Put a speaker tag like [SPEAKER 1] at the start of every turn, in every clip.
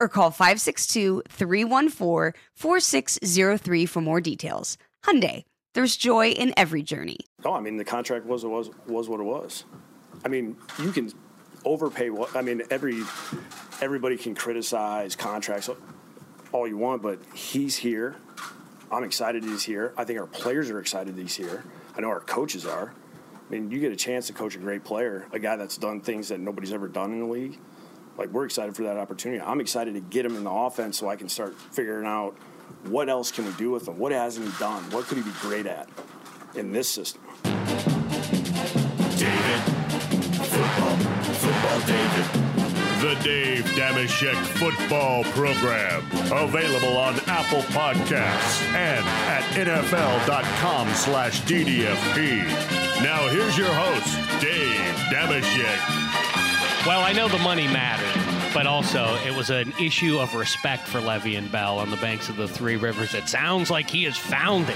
[SPEAKER 1] or call 562-314-4603 for more details. Hyundai, there's joy in every journey.
[SPEAKER 2] No, I mean the contract was was was what it was. I mean, you can overpay what I mean every everybody can criticize contracts all you want, but he's here. I'm excited he's here. I think our players are excited he's here. I know our coaches are. I mean, you get a chance to coach a great player, a guy that's done things that nobody's ever done in the league like we're excited for that opportunity. I'm excited to get him in the offense so I can start figuring out what else can we do with him? What hasn't he done? What could he be great at in this system?
[SPEAKER 3] David. Football. Football David. The Dave Damashek Football Program. Available on Apple Podcasts and at NFL.com slash DDFP. Now here's your host, Dave Damashek.
[SPEAKER 4] Well, I know the money mattered, but also it was an issue of respect for Levy and Bell on the banks of the Three Rivers. It sounds like he has found it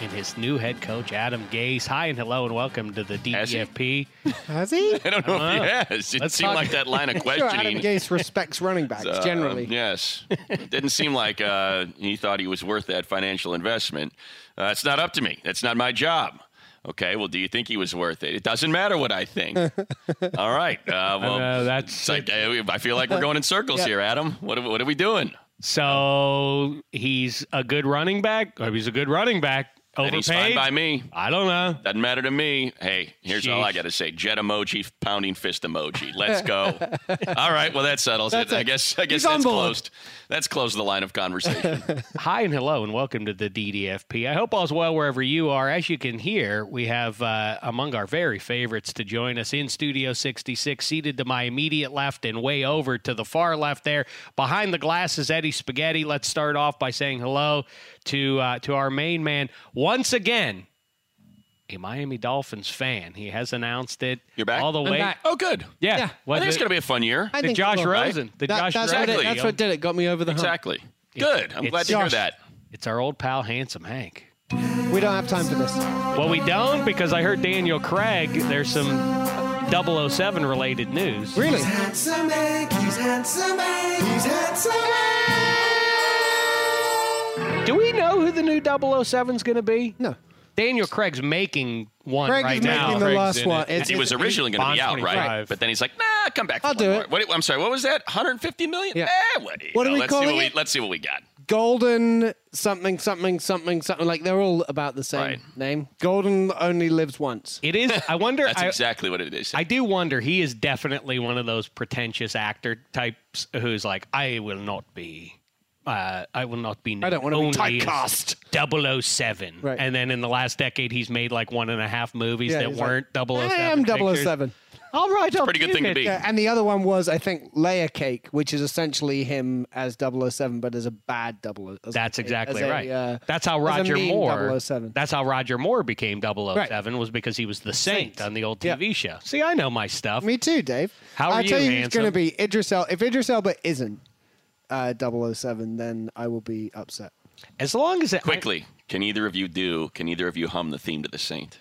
[SPEAKER 4] in his new head coach, Adam Gase. Hi and hello and welcome to the
[SPEAKER 5] Has he?
[SPEAKER 4] DEFP.
[SPEAKER 6] Has he?
[SPEAKER 5] I don't know
[SPEAKER 4] I don't
[SPEAKER 5] if
[SPEAKER 4] know.
[SPEAKER 5] he has. It
[SPEAKER 4] Let's
[SPEAKER 5] seemed
[SPEAKER 4] talk-
[SPEAKER 5] like that line of
[SPEAKER 6] Sure, Adam
[SPEAKER 5] questioning.
[SPEAKER 6] Gase respects running backs
[SPEAKER 5] uh,
[SPEAKER 6] generally.
[SPEAKER 4] um,
[SPEAKER 5] yes. It didn't seem like uh, he thought he was worth that financial investment. Uh, it's not up to me. That's not my job. Okay. Well, do you think he was worth it? It doesn't matter what I think. All right. Uh, well,
[SPEAKER 4] know, that's-
[SPEAKER 5] it's like, I I feel like we're going in circles here, Adam. What are, what are we doing?
[SPEAKER 4] So he's a good running back. Or he's a good running back.
[SPEAKER 5] And he's fine
[SPEAKER 4] Overpaid.
[SPEAKER 5] by me.
[SPEAKER 4] I don't know.
[SPEAKER 5] Doesn't matter to me. Hey, here's all I
[SPEAKER 4] Jeez.
[SPEAKER 5] got to say: jet emoji, pounding fist emoji. Let's go. all right. Well, that settles
[SPEAKER 6] That's
[SPEAKER 5] it. I
[SPEAKER 6] it.
[SPEAKER 5] guess. I guess
[SPEAKER 6] He's on
[SPEAKER 5] that's
[SPEAKER 6] board.
[SPEAKER 5] closed. That's closed the line of conversation.
[SPEAKER 4] Hi and hello and welcome to the DDFP. I hope all's well wherever you are. As you can hear, we have uh, among our very favorites to join us in Studio 66, seated to my immediate left and way over to the far left there. Behind the glass is Eddie Spaghetti. Let's start off by saying hello to uh, to our main man once again. A Miami Dolphins fan. He has announced it.
[SPEAKER 5] You're back?
[SPEAKER 4] all the
[SPEAKER 6] I'm
[SPEAKER 4] way.
[SPEAKER 6] back.
[SPEAKER 5] oh, good.
[SPEAKER 4] Yeah,
[SPEAKER 6] Yeah.
[SPEAKER 5] I
[SPEAKER 4] Was
[SPEAKER 5] think it's
[SPEAKER 4] it-
[SPEAKER 5] going to be a fun year.
[SPEAKER 6] I
[SPEAKER 4] the
[SPEAKER 6] think
[SPEAKER 4] Josh
[SPEAKER 6] it will.
[SPEAKER 4] Rosen. The
[SPEAKER 6] That-
[SPEAKER 4] Josh
[SPEAKER 6] that's What
[SPEAKER 5] Rosen.
[SPEAKER 6] it, that's what did it. Got me over the hump.
[SPEAKER 5] Exactly. Good. I'm glad to hear
[SPEAKER 6] Josh.
[SPEAKER 5] that.
[SPEAKER 4] It's our old pal, handsome Hank.
[SPEAKER 6] We don't have time for this.
[SPEAKER 4] Well, we don't because I heard Daniel Craig. There's some 007 related news.
[SPEAKER 6] Really?
[SPEAKER 4] Do we know who the new 007's going to be?
[SPEAKER 6] No.
[SPEAKER 4] Daniel Craig's making one
[SPEAKER 6] Craig
[SPEAKER 4] right
[SPEAKER 6] is
[SPEAKER 4] now.
[SPEAKER 6] making the
[SPEAKER 7] Craig's
[SPEAKER 6] last
[SPEAKER 7] in
[SPEAKER 6] one.
[SPEAKER 7] it.
[SPEAKER 6] It's-
[SPEAKER 5] He
[SPEAKER 6] it's-
[SPEAKER 5] was originally going to be
[SPEAKER 4] Bond's
[SPEAKER 5] out, right?
[SPEAKER 4] 25.
[SPEAKER 5] But then he's like, nah, come back. for
[SPEAKER 6] I'll
[SPEAKER 5] one
[SPEAKER 6] do
[SPEAKER 5] more."
[SPEAKER 6] it.
[SPEAKER 5] What, I'm sorry. What was that? 150 million?
[SPEAKER 6] Yeah.
[SPEAKER 5] Eh, what,
[SPEAKER 6] What
[SPEAKER 5] you
[SPEAKER 6] are
[SPEAKER 5] know,
[SPEAKER 6] we
[SPEAKER 5] let's see
[SPEAKER 6] calling
[SPEAKER 5] what
[SPEAKER 6] it?
[SPEAKER 5] We, let's see what we got.
[SPEAKER 6] Golden something something something something. Like they're all about the same
[SPEAKER 5] Right.
[SPEAKER 6] name. Golden only lives once.
[SPEAKER 4] It is. I wonder.
[SPEAKER 5] That's
[SPEAKER 4] I,
[SPEAKER 5] exactly what it is.
[SPEAKER 4] I do wonder. He is definitely one of those pretentious actor types who's like, I will not be. Uh, I will not be.
[SPEAKER 6] I don't want to be
[SPEAKER 4] only as
[SPEAKER 6] typecast.
[SPEAKER 4] 007.
[SPEAKER 6] Right.
[SPEAKER 4] And then in the last decade, he's made like one and a half movies
[SPEAKER 6] Yeah,
[SPEAKER 4] that
[SPEAKER 6] he's like,
[SPEAKER 4] weren't 007.
[SPEAKER 6] I am
[SPEAKER 4] pictures.
[SPEAKER 6] 007. All right, it's
[SPEAKER 5] a pretty good thing to be.
[SPEAKER 6] Uh, and the other one was, I think, Layer Cake, which is essentially him as 007, but as a bad 007.
[SPEAKER 4] That's exactly
[SPEAKER 6] as a,
[SPEAKER 4] right.
[SPEAKER 6] uh,
[SPEAKER 4] that's how
[SPEAKER 6] as a oh
[SPEAKER 4] Roger
[SPEAKER 6] mean
[SPEAKER 4] Moore.
[SPEAKER 6] 007.
[SPEAKER 4] That's how Roger Moore became 007 was because he was the saint,
[SPEAKER 6] Saint.
[SPEAKER 4] on the old
[SPEAKER 6] Yeah.
[SPEAKER 4] TV show. See, I know my stuff.
[SPEAKER 6] Me too, Dave.
[SPEAKER 4] How are
[SPEAKER 6] I'll tell
[SPEAKER 4] you,
[SPEAKER 6] you who's going to
[SPEAKER 4] handsome?
[SPEAKER 6] be Idris Elba. If Idris Elba isn't uh, 007, then I will be upset.
[SPEAKER 4] as long as it
[SPEAKER 5] Quickly, can either of you do? Can either of you hum the theme to the Saint?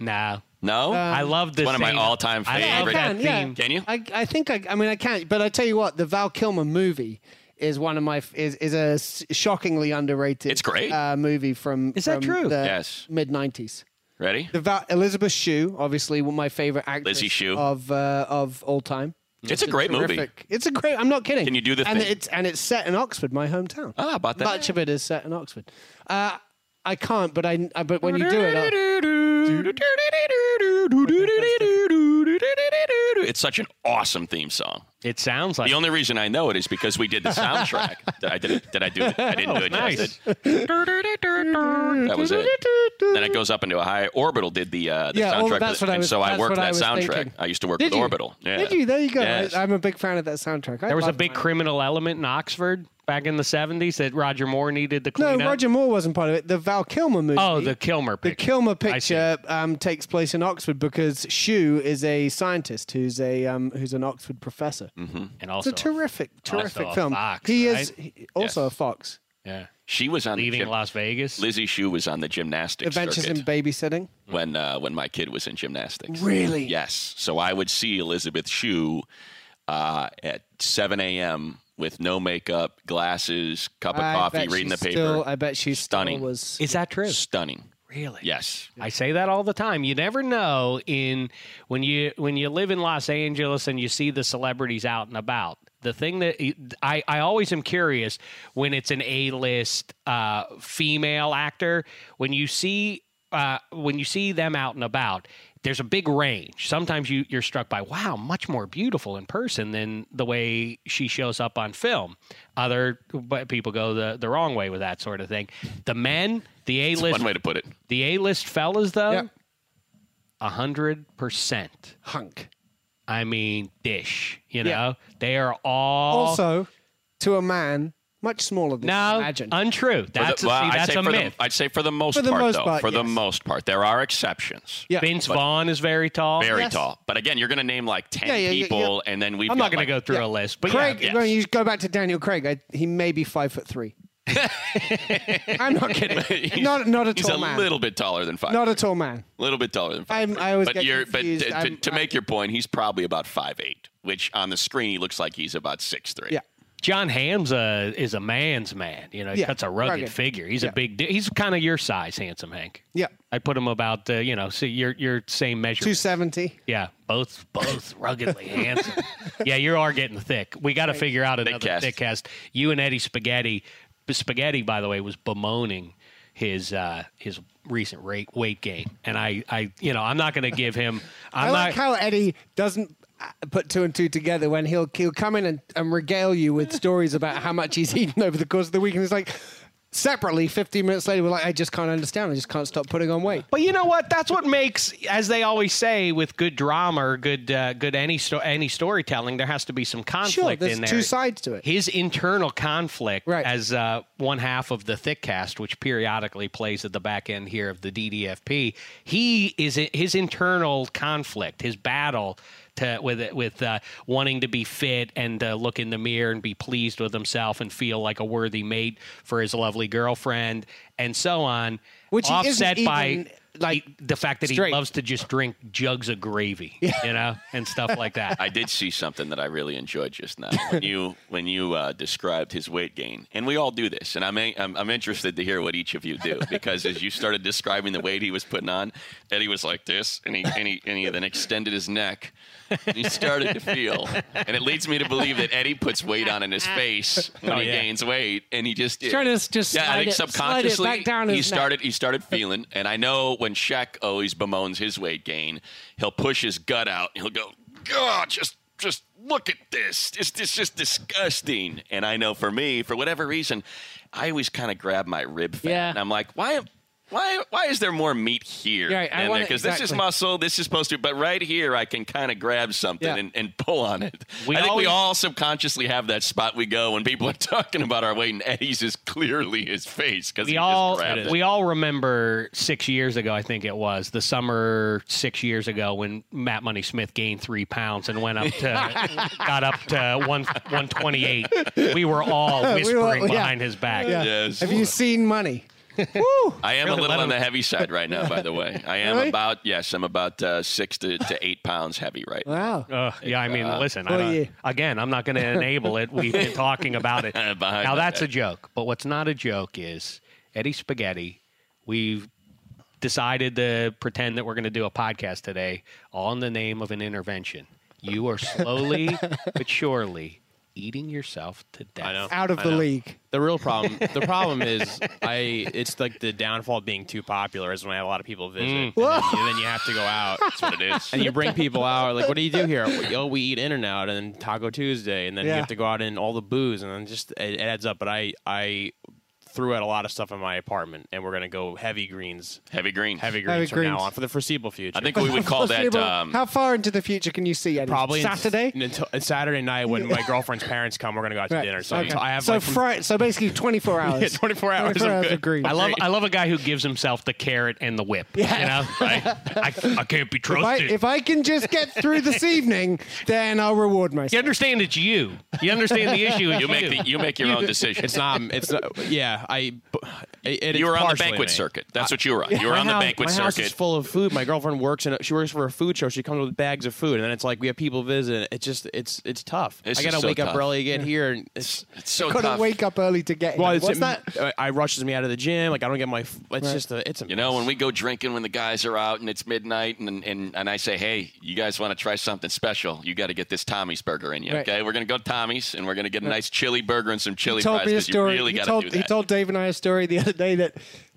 [SPEAKER 4] I, nah.
[SPEAKER 5] No.
[SPEAKER 4] I love this.
[SPEAKER 5] one of my
[SPEAKER 4] thing.
[SPEAKER 5] all-time
[SPEAKER 4] I love
[SPEAKER 5] favorite-
[SPEAKER 4] that
[SPEAKER 5] Can,
[SPEAKER 6] Uh, yeah.
[SPEAKER 4] theme.
[SPEAKER 5] Can you?
[SPEAKER 6] I, I think I, I mean I can't, but I tell you what, the Val Kilmer movie is one of my f- is is a s- shockingly underrated.
[SPEAKER 5] It's great.
[SPEAKER 6] uh, movie from
[SPEAKER 4] Is that
[SPEAKER 6] from
[SPEAKER 4] true?
[SPEAKER 6] The
[SPEAKER 5] Yes.
[SPEAKER 6] mid nineties.
[SPEAKER 5] Ready?
[SPEAKER 6] The Val, Elizabeth Shue, obviously one of my favorite actress
[SPEAKER 5] Lizzie Shue.
[SPEAKER 6] of uh, of all time.
[SPEAKER 5] It's a great movie.
[SPEAKER 6] movie. It's a great. I'm not kidding.
[SPEAKER 5] Can you do the
[SPEAKER 6] and
[SPEAKER 5] thing?
[SPEAKER 6] It's, and it's set in Oxford, my hometown.
[SPEAKER 5] Ah, about that.
[SPEAKER 6] Much of it is set in Oxford. Uh, I can't, but I, I- but when you do it, I'll-
[SPEAKER 5] It's such an awesome theme song.
[SPEAKER 4] It sounds like
[SPEAKER 5] The only reason I know it is because we did the soundtrack. Did I did it? Did I do it? I didn't do it.
[SPEAKER 4] nice.
[SPEAKER 5] Justin. That was it. Then it goes up into a high. Orbital did the, uh, the
[SPEAKER 6] Yeah,
[SPEAKER 5] soundtrack,
[SPEAKER 6] well, that's
[SPEAKER 5] for
[SPEAKER 6] what
[SPEAKER 5] the-
[SPEAKER 6] I
[SPEAKER 5] and
[SPEAKER 6] was-
[SPEAKER 5] so I
[SPEAKER 6] that's
[SPEAKER 5] worked
[SPEAKER 6] what I
[SPEAKER 5] that
[SPEAKER 6] was
[SPEAKER 5] soundtrack.
[SPEAKER 6] thinking.
[SPEAKER 5] I used to work
[SPEAKER 6] Did
[SPEAKER 5] with
[SPEAKER 6] you?
[SPEAKER 5] Orbital. Yeah.
[SPEAKER 6] Did you? There you go.
[SPEAKER 5] Yes.
[SPEAKER 6] I, I'm a big fan of that soundtrack. I
[SPEAKER 4] There was a
[SPEAKER 6] love
[SPEAKER 4] big
[SPEAKER 6] mine.
[SPEAKER 4] criminal element in Oxford back in the 70s that Roger Moore needed to
[SPEAKER 6] No,
[SPEAKER 4] clean up.
[SPEAKER 6] Roger Moore wasn't part of it. The Val Kilmer movie.
[SPEAKER 4] Oh, the Kilmer
[SPEAKER 6] the
[SPEAKER 4] picture.
[SPEAKER 6] Kilmer
[SPEAKER 4] I see.
[SPEAKER 6] picture um, takes place in Oxford because Shue is a scientist who's a um, who's an Oxford professor.
[SPEAKER 5] Mm-hmm.
[SPEAKER 4] And
[SPEAKER 6] It's
[SPEAKER 4] also,
[SPEAKER 6] a terrific, terrific
[SPEAKER 4] a
[SPEAKER 6] film.
[SPEAKER 4] fox,
[SPEAKER 6] he
[SPEAKER 4] right?
[SPEAKER 6] is he- also a fox.
[SPEAKER 4] yeah.
[SPEAKER 5] She was on
[SPEAKER 4] Leaving
[SPEAKER 5] the gym-
[SPEAKER 4] Las Vegas.
[SPEAKER 5] Lizzie Shue was on the gymnastics
[SPEAKER 6] Adventures
[SPEAKER 5] circuit
[SPEAKER 6] in babysitting.
[SPEAKER 5] when uh, when my kid was in gymnastics.
[SPEAKER 6] Really?
[SPEAKER 5] Yes. So I would see Elizabeth Shue uh, at 7 a.m. with no makeup, glasses, cup of
[SPEAKER 6] I
[SPEAKER 5] coffee,
[SPEAKER 6] bet
[SPEAKER 5] reading the
[SPEAKER 6] she's
[SPEAKER 5] paper.
[SPEAKER 6] Still, I bet she's
[SPEAKER 5] Stunning.
[SPEAKER 6] Still was
[SPEAKER 4] Is that true?
[SPEAKER 5] Stunning.
[SPEAKER 4] Really?
[SPEAKER 5] Yes.
[SPEAKER 4] I say that all the time. You never know in when you when you live in Los Angeles and you see the celebrities out and about. The thing that I, I always am curious when it's an A list uh, female actor when you see uh, when you see them out and about. There's a big range. Sometimes you you're struck by wow, much more beautiful in person than the way she shows up on film. Other but people go the the wrong way with that sort of thing. The men, the A list
[SPEAKER 5] One way to put it.
[SPEAKER 4] the A list fellas, though,
[SPEAKER 6] Yeah.
[SPEAKER 4] a hundred percent.
[SPEAKER 6] hunk.
[SPEAKER 4] I mean, dish. You know,
[SPEAKER 6] Yeah.
[SPEAKER 4] they are all
[SPEAKER 6] Also, to a man, much smaller than you
[SPEAKER 4] no
[SPEAKER 6] imagine.
[SPEAKER 4] untrue.
[SPEAKER 5] For the-
[SPEAKER 4] That's
[SPEAKER 5] well,
[SPEAKER 4] a, see,
[SPEAKER 5] I'd
[SPEAKER 4] that's
[SPEAKER 5] say
[SPEAKER 4] a
[SPEAKER 5] for the-
[SPEAKER 4] myth.
[SPEAKER 5] I'd say for the most
[SPEAKER 6] For the
[SPEAKER 5] part,
[SPEAKER 6] most
[SPEAKER 5] though.
[SPEAKER 6] part,
[SPEAKER 5] for the
[SPEAKER 6] yes.
[SPEAKER 5] most part, there are exceptions.
[SPEAKER 6] yeah.
[SPEAKER 4] Vince Vaughn is very tall.
[SPEAKER 5] Very
[SPEAKER 6] Yes.
[SPEAKER 5] tall. But again, you're going to name like 10
[SPEAKER 6] Yeah, yeah, yeah,
[SPEAKER 5] people, and then we've
[SPEAKER 4] I'm
[SPEAKER 5] got
[SPEAKER 4] not going
[SPEAKER 5] like,
[SPEAKER 4] to go through
[SPEAKER 6] Yeah.
[SPEAKER 4] a list, but
[SPEAKER 6] Craig,
[SPEAKER 4] yeah,
[SPEAKER 6] when you go back to Daniel Craig, I, he may be five foot three. I'm not kidding.
[SPEAKER 5] He's-
[SPEAKER 6] not not a
[SPEAKER 5] He's
[SPEAKER 6] tall
[SPEAKER 5] a
[SPEAKER 6] man.
[SPEAKER 5] little bit taller than five.
[SPEAKER 6] not a tall man.
[SPEAKER 5] A little bit taller than five.
[SPEAKER 6] I'm- I always
[SPEAKER 5] but
[SPEAKER 6] get
[SPEAKER 5] you're, but
[SPEAKER 6] confused.
[SPEAKER 5] to- to,
[SPEAKER 6] I'm-
[SPEAKER 5] to
[SPEAKER 6] I'm-
[SPEAKER 5] make your point, he's probably about five eight, which on the screen he looks like he's about six three.
[SPEAKER 6] Yeah.
[SPEAKER 4] John Ham's a is a man's man. You know,
[SPEAKER 6] Yeah,
[SPEAKER 4] that's a rugged,
[SPEAKER 6] rugged.
[SPEAKER 4] figure. He's
[SPEAKER 6] Yeah.
[SPEAKER 4] a big. di- He's kind of your size, handsome Hank.
[SPEAKER 6] Yeah.
[SPEAKER 4] I put him about uh, you know, see your your same measure.
[SPEAKER 6] Two seventy.
[SPEAKER 4] Yeah, both both ruggedly handsome. Yeah, you are getting thick. We got to figure out another
[SPEAKER 5] cast.
[SPEAKER 4] thick cast. You and Eddie Spaghetti, Spaghetti, by the way, was bemoaning his uh, his recent rate, weight gain, and I, I you know I'm not going to give him. I'm
[SPEAKER 6] i like
[SPEAKER 4] not.
[SPEAKER 6] how Eddie doesn't uh, put two and two together when he'll he'll come in and, and regale you with stories about how much he's eaten over the course of the week, and it's like separately. Fifteen minutes later, we're like, I just can't understand. I just can't stop putting on weight.
[SPEAKER 4] but you know what? That's what makes, as they always say, with good drama or good, uh, good any sto- any storytelling, there has to be some conflict
[SPEAKER 6] Sure, there's
[SPEAKER 4] in there.
[SPEAKER 6] two sides to it.
[SPEAKER 4] his internal conflict
[SPEAKER 6] Right.
[SPEAKER 4] as uh, one half of the thick cast, which periodically plays at the back end here of the DDFP, he is his internal conflict, his battle to with it with uh, wanting to be fit and uh, look in the mirror and be pleased with himself and feel like a worthy mate for his lovely girlfriend and so on,
[SPEAKER 6] Which he isn't
[SPEAKER 4] offset by
[SPEAKER 6] even, like,
[SPEAKER 4] the fact that
[SPEAKER 6] straight.
[SPEAKER 4] he loves to just drink jugs of gravy, you know, and stuff like that.
[SPEAKER 5] I did see something that I really enjoyed just now when you when you uh, described his weight gain, and we all do this, and I'm, a- I'm I'm interested to hear what each of you do because as you started describing the weight he was putting on, Eddie was like this, and he and he, and he then extended his neck, and he started to feel, and it leads me to believe that Eddie puts weight on in his face when he
[SPEAKER 4] yeah.
[SPEAKER 5] gains weight, and he just
[SPEAKER 6] Trying Oh, to s- just
[SPEAKER 5] yeah,
[SPEAKER 6] slide
[SPEAKER 5] I think
[SPEAKER 6] it- slide it
[SPEAKER 5] subconsciously
[SPEAKER 6] back down
[SPEAKER 5] he
[SPEAKER 6] his neck.
[SPEAKER 5] started he started feeling, and I know when Shaq always bemoans his weight gain, he'll push his gut out and he'll go, God, just just look at this. This this is disgusting. And I know for me, for whatever reason, I always kind of grab my rib fat,
[SPEAKER 6] Yeah.
[SPEAKER 5] and I'm like, why am why why is there more meat here?
[SPEAKER 4] Yeah, I- I wanna-
[SPEAKER 5] Because this is
[SPEAKER 4] exactly.
[SPEAKER 5] muscle, this is supposed to, but right here I can kind of grab something
[SPEAKER 6] Yeah.
[SPEAKER 5] and, and pull on it.
[SPEAKER 4] We
[SPEAKER 5] I think we
[SPEAKER 4] always-
[SPEAKER 5] all subconsciously have that spot we go when people are talking about our weight, and Eddie's is clearly his face because he
[SPEAKER 4] we all
[SPEAKER 5] just grabbed it.
[SPEAKER 4] we all remember six years ago, I think it was the summer six years ago when Matt Money Smith gained three pounds and went up to got up to one one twenty eight. We were all
[SPEAKER 6] We were-
[SPEAKER 4] whispering
[SPEAKER 6] yeah.
[SPEAKER 4] behind his back.
[SPEAKER 6] Yeah.
[SPEAKER 5] Yes.
[SPEAKER 6] Have you seen money?
[SPEAKER 5] I am a
[SPEAKER 4] Really
[SPEAKER 5] little
[SPEAKER 4] let
[SPEAKER 5] on the
[SPEAKER 4] him-
[SPEAKER 5] heavy side right now, by the way. I am
[SPEAKER 6] Really?
[SPEAKER 5] about yes, I'm about uh, six to, to eight pounds heavy right now.
[SPEAKER 6] Wow.
[SPEAKER 4] Ugh, yeah, I mean, listen.
[SPEAKER 6] oh,
[SPEAKER 4] I don't,
[SPEAKER 6] yeah.
[SPEAKER 4] Again, I'm not going to enable it. We've been talking about it.
[SPEAKER 5] Behind
[SPEAKER 4] now
[SPEAKER 5] my
[SPEAKER 4] that's a
[SPEAKER 5] back.
[SPEAKER 4] joke, but what's not a joke is Eddie Spaghetti. We've decided to pretend that we're going to do a podcast today, all in the name of an intervention. You are slowly but surely eating yourself to death.
[SPEAKER 7] I know.
[SPEAKER 6] Out of
[SPEAKER 7] I
[SPEAKER 6] the
[SPEAKER 7] know.
[SPEAKER 6] league.
[SPEAKER 7] The real problem. The problem is, I. It's like the downfall of being too popular is when I have a lot of people visit. And then, you, then you have to go out. That's what it is. And you bring people out. Like, what do you do here? Well, Yo, we eat In and Out and Taco Tuesday, and then
[SPEAKER 6] Yeah.
[SPEAKER 7] you have to go out and all the booze, and then just it, it adds up. But I, I threw out a lot of stuff in my apartment, and we're gonna go heavy greens,
[SPEAKER 5] Heavy green.
[SPEAKER 7] heavy greens
[SPEAKER 6] Heavy
[SPEAKER 7] from now
[SPEAKER 6] greens.
[SPEAKER 7] on for the foreseeable future.
[SPEAKER 5] I think we would call that
[SPEAKER 6] Foreseeable-
[SPEAKER 5] um,
[SPEAKER 6] How far into the future can you see? Eddie?
[SPEAKER 7] probably in-
[SPEAKER 6] Saturday.
[SPEAKER 7] until uh, Saturday night when my girlfriend's parents come, we're gonna go out to
[SPEAKER 6] Right.
[SPEAKER 7] dinner. So
[SPEAKER 6] Okay.
[SPEAKER 7] I have
[SPEAKER 6] so
[SPEAKER 7] like, from
[SPEAKER 6] Fri- so basically 24 hours.
[SPEAKER 7] Yeah, 24 hours
[SPEAKER 6] 24
[SPEAKER 7] of
[SPEAKER 6] hours
[SPEAKER 7] good-
[SPEAKER 6] of green.
[SPEAKER 4] I love I love a guy who gives himself the carrot and the whip. You know, Like, I, I can't be
[SPEAKER 6] if I,
[SPEAKER 4] trusted.
[SPEAKER 6] if I can just get through this evening, then I'll reward
[SPEAKER 4] you
[SPEAKER 6] myself.
[SPEAKER 4] understand it's you. You understand the issue. is
[SPEAKER 5] you make the, you make your own decision.
[SPEAKER 7] It's not. It's not. Yeah, I. It, it-
[SPEAKER 5] you
[SPEAKER 7] it's
[SPEAKER 5] were on the
[SPEAKER 7] partially
[SPEAKER 5] banquet
[SPEAKER 7] me.
[SPEAKER 5] circuit. That's what you were on. You were
[SPEAKER 7] My
[SPEAKER 5] on the
[SPEAKER 7] house-
[SPEAKER 5] banquet
[SPEAKER 7] my house
[SPEAKER 5] circuit.
[SPEAKER 7] is full of food. My girlfriend works in. A, she works for a food show. She comes with bags of food, and then it's like we have people visit. It's just. It's it's tough.
[SPEAKER 5] It's
[SPEAKER 7] I gotta
[SPEAKER 5] just so
[SPEAKER 7] wake up
[SPEAKER 5] tough.
[SPEAKER 7] early to get here, and it's.
[SPEAKER 5] It's so
[SPEAKER 6] Couldn't
[SPEAKER 5] tough.
[SPEAKER 6] wake up early to get.
[SPEAKER 7] Well,
[SPEAKER 6] here.
[SPEAKER 7] it's,
[SPEAKER 6] What's that?
[SPEAKER 7] I- I rushes me out of the gym. Like I don't get my. f- It's just a. It's a.
[SPEAKER 5] You know, when we go drinking when the guys are out and it's midnight and and, and I say, Hey, you guys want to try something special, you gotta get this Tommy's burger in you.
[SPEAKER 6] Right.
[SPEAKER 5] Okay. We're gonna go to Tommy's and we're gonna get a nice chili burger and some chili
[SPEAKER 6] told
[SPEAKER 5] fries
[SPEAKER 6] me a
[SPEAKER 5] because you
[SPEAKER 6] story.
[SPEAKER 5] really
[SPEAKER 6] he,
[SPEAKER 5] gotta
[SPEAKER 6] told,
[SPEAKER 5] do
[SPEAKER 6] he
[SPEAKER 5] that.
[SPEAKER 6] told Dave and I a story the other day that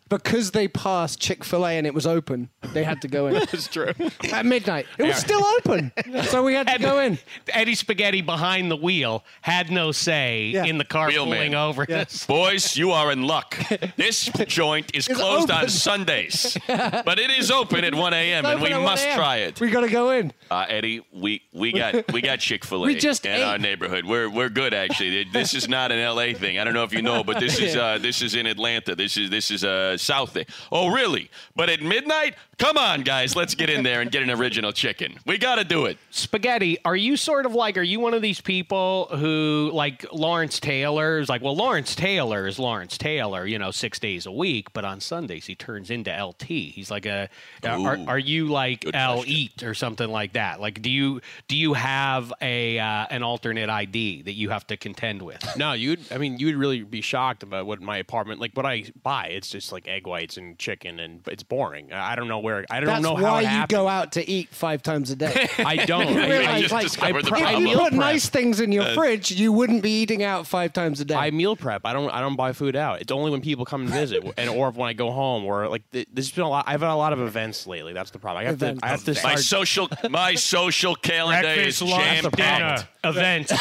[SPEAKER 6] because they passed Chick Fil A and it was open, they had to go in
[SPEAKER 7] It's true.
[SPEAKER 6] at midnight. It was still open, so we had to go in.
[SPEAKER 4] Eddie Spaghetti behind the wheel had no say
[SPEAKER 6] Yeah.
[SPEAKER 4] in the car
[SPEAKER 5] Wheel man.
[SPEAKER 4] pulling over.
[SPEAKER 6] Yeah.
[SPEAKER 4] this.
[SPEAKER 5] Boys, you are in luck. This joint is closed on
[SPEAKER 6] open.
[SPEAKER 5] Sundays, but it is open at 1 a.m. and we
[SPEAKER 6] Open at 1
[SPEAKER 5] must
[SPEAKER 6] a.m.
[SPEAKER 5] try it.
[SPEAKER 6] We got to go in.
[SPEAKER 5] Uh, Eddie, we, we got we got Chick Fil A
[SPEAKER 6] We just
[SPEAKER 5] in
[SPEAKER 6] ate.
[SPEAKER 5] our neighborhood. We're we're good actually. This is not an L.A. thing. I don't know if you know, but this is uh, this is in Atlanta. This is this is a uh, South thing. Oh really? But at midnight, come on guys, let's get in there and get an original chicken. We got to do it.
[SPEAKER 4] Spaghetti, are you sort of like, are you one of these people who, like Lawrence Taylor, is like, well, Lawrence Taylor is Lawrence Taylor, you know, six days a week, but on Sundays he turns into LT. He's like a, are,
[SPEAKER 5] Ooh,
[SPEAKER 4] are you like
[SPEAKER 5] good
[SPEAKER 4] L
[SPEAKER 5] question.
[SPEAKER 4] eat or something like that? Like, do you do you have a uh, an alternate ID that you have to contend with?
[SPEAKER 7] No, you'd. I mean, you'd really be shocked about what my apartment, like what I buy. It's just like egg whites and chicken, and it's boring. I I don't know where. I don't
[SPEAKER 6] That's
[SPEAKER 7] know how
[SPEAKER 6] why
[SPEAKER 7] it
[SPEAKER 6] you
[SPEAKER 7] happened.
[SPEAKER 6] go out to eat five times a day.
[SPEAKER 7] I don't. I,
[SPEAKER 6] realize,
[SPEAKER 7] I,
[SPEAKER 6] Oh, like, I
[SPEAKER 5] discovered the
[SPEAKER 7] pre-
[SPEAKER 6] if
[SPEAKER 5] problem.
[SPEAKER 6] you put nice things in your fridge, you wouldn't be eating out five times a day.
[SPEAKER 7] I meal prep. I don't. I don't buy food out. It's only when people come and visit, and or when I go home, or like th- there's been a lot. I've had a lot of events lately. That's the problem. I have
[SPEAKER 6] Events.
[SPEAKER 7] to. I have to
[SPEAKER 5] My
[SPEAKER 7] start.
[SPEAKER 5] social my social calendar is jam packed.
[SPEAKER 4] event.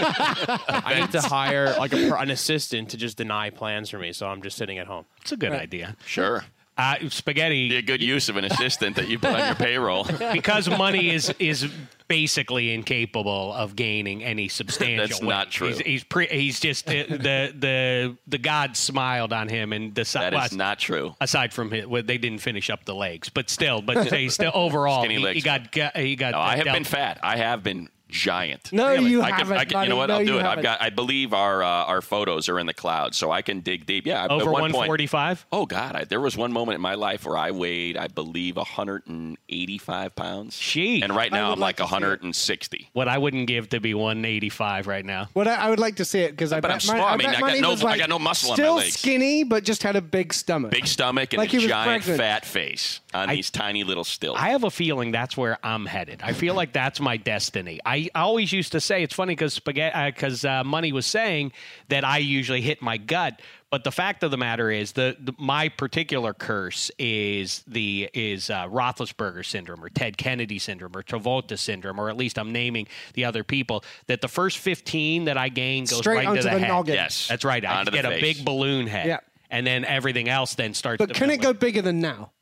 [SPEAKER 7] I need to hire like a, per- an assistant to just deny plans for me. So I'm just sitting at home.
[SPEAKER 4] It's a good idea.
[SPEAKER 5] Sure,
[SPEAKER 4] Uh, spaghetti.
[SPEAKER 5] be a good use of an assistant that you put on your payroll.
[SPEAKER 4] because money is is basically incapable of gaining any substantial.
[SPEAKER 5] That's
[SPEAKER 4] weight.
[SPEAKER 5] not true.
[SPEAKER 4] He's he's, pre, he's just the, the the the God smiled on him and decided.
[SPEAKER 5] That is not true.
[SPEAKER 4] Aside from his, well, they didn't finish up the legs, but still, but they still overall,
[SPEAKER 5] Skinny
[SPEAKER 4] he, he
[SPEAKER 5] legs.
[SPEAKER 4] got got- he got.
[SPEAKER 5] No, I have
[SPEAKER 4] dealt-
[SPEAKER 5] been fat. I have been giant.
[SPEAKER 6] no, you
[SPEAKER 5] I can,
[SPEAKER 6] haven't.
[SPEAKER 5] I can, you
[SPEAKER 6] buddy.
[SPEAKER 5] know what?
[SPEAKER 6] No,
[SPEAKER 5] I'll do
[SPEAKER 6] you
[SPEAKER 5] it.
[SPEAKER 6] haven't.
[SPEAKER 5] I've got. I believe our uh, our photos are in the cloud, so I can dig deep. Yeah,
[SPEAKER 4] over
[SPEAKER 5] one
[SPEAKER 4] one
[SPEAKER 5] point-
[SPEAKER 4] forty five.
[SPEAKER 5] Oh God, I, there was one moment in my life where I weighed, I believe, 185 pounds.
[SPEAKER 4] Sheesh.
[SPEAKER 5] And right
[SPEAKER 6] I
[SPEAKER 5] now
[SPEAKER 6] would
[SPEAKER 5] I'm
[SPEAKER 6] like
[SPEAKER 5] like,
[SPEAKER 6] to see it.
[SPEAKER 5] 160.
[SPEAKER 4] What I wouldn't give to be one eighty five right now.
[SPEAKER 6] Well, I, I would like to see it because I
[SPEAKER 5] But
[SPEAKER 6] bet
[SPEAKER 5] I'm small.
[SPEAKER 6] my-
[SPEAKER 5] I mean,
[SPEAKER 6] bet
[SPEAKER 5] I got
[SPEAKER 6] mine
[SPEAKER 5] no-
[SPEAKER 6] was,
[SPEAKER 5] I
[SPEAKER 6] like,
[SPEAKER 5] got no muscle on my
[SPEAKER 6] Still
[SPEAKER 5] legs.
[SPEAKER 6] skinny, but just had a big stomach.
[SPEAKER 5] Big stomach and
[SPEAKER 6] Like he
[SPEAKER 5] a
[SPEAKER 6] was
[SPEAKER 5] giant
[SPEAKER 6] pregnant.
[SPEAKER 5] fat face on these tiny little stilts.
[SPEAKER 4] I have a feeling that's where I'm headed. I feel like that's my destiny. I always used to say it's funny because spaghetti because uh, money was saying that I usually hit my gut, but the fact of the matter is the, the my particular curse is the is uh, Roethlisberger syndrome or Ted Kennedy syndrome or Travolta syndrome or at least I'm naming the other people that the first 15 that I gain goes
[SPEAKER 6] Straight
[SPEAKER 4] right
[SPEAKER 6] onto
[SPEAKER 4] to the,
[SPEAKER 6] the
[SPEAKER 4] head.
[SPEAKER 6] noggin.
[SPEAKER 5] Yes.
[SPEAKER 4] that's right. I
[SPEAKER 5] Onto the
[SPEAKER 4] get a
[SPEAKER 5] face.
[SPEAKER 4] big balloon head.
[SPEAKER 6] Yeah.
[SPEAKER 4] and then everything else then starts.
[SPEAKER 6] But
[SPEAKER 4] to
[SPEAKER 6] can it
[SPEAKER 4] fill
[SPEAKER 6] go
[SPEAKER 4] in.
[SPEAKER 6] bigger than now?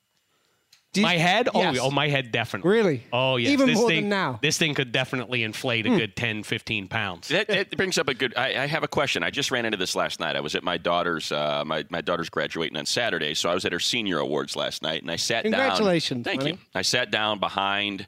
[SPEAKER 6] Do you-
[SPEAKER 4] My head? Oh,
[SPEAKER 6] Yes.
[SPEAKER 4] oh, my head definitely.
[SPEAKER 6] Really?
[SPEAKER 4] Oh, yes.
[SPEAKER 6] Even
[SPEAKER 4] this
[SPEAKER 6] more
[SPEAKER 4] thing,
[SPEAKER 6] than now. Hmm.
[SPEAKER 4] This thing could definitely inflate a good 10, 15 pounds.
[SPEAKER 5] That, that brings up a good. I, I have a question. I just ran into this last night. I was at my daughter's. Uh, my my daughter's graduating on Saturday, so I was at her senior awards last night, and I sat
[SPEAKER 6] Congratulations,
[SPEAKER 5] down. Thank
[SPEAKER 6] honey.
[SPEAKER 5] you. I sat down behind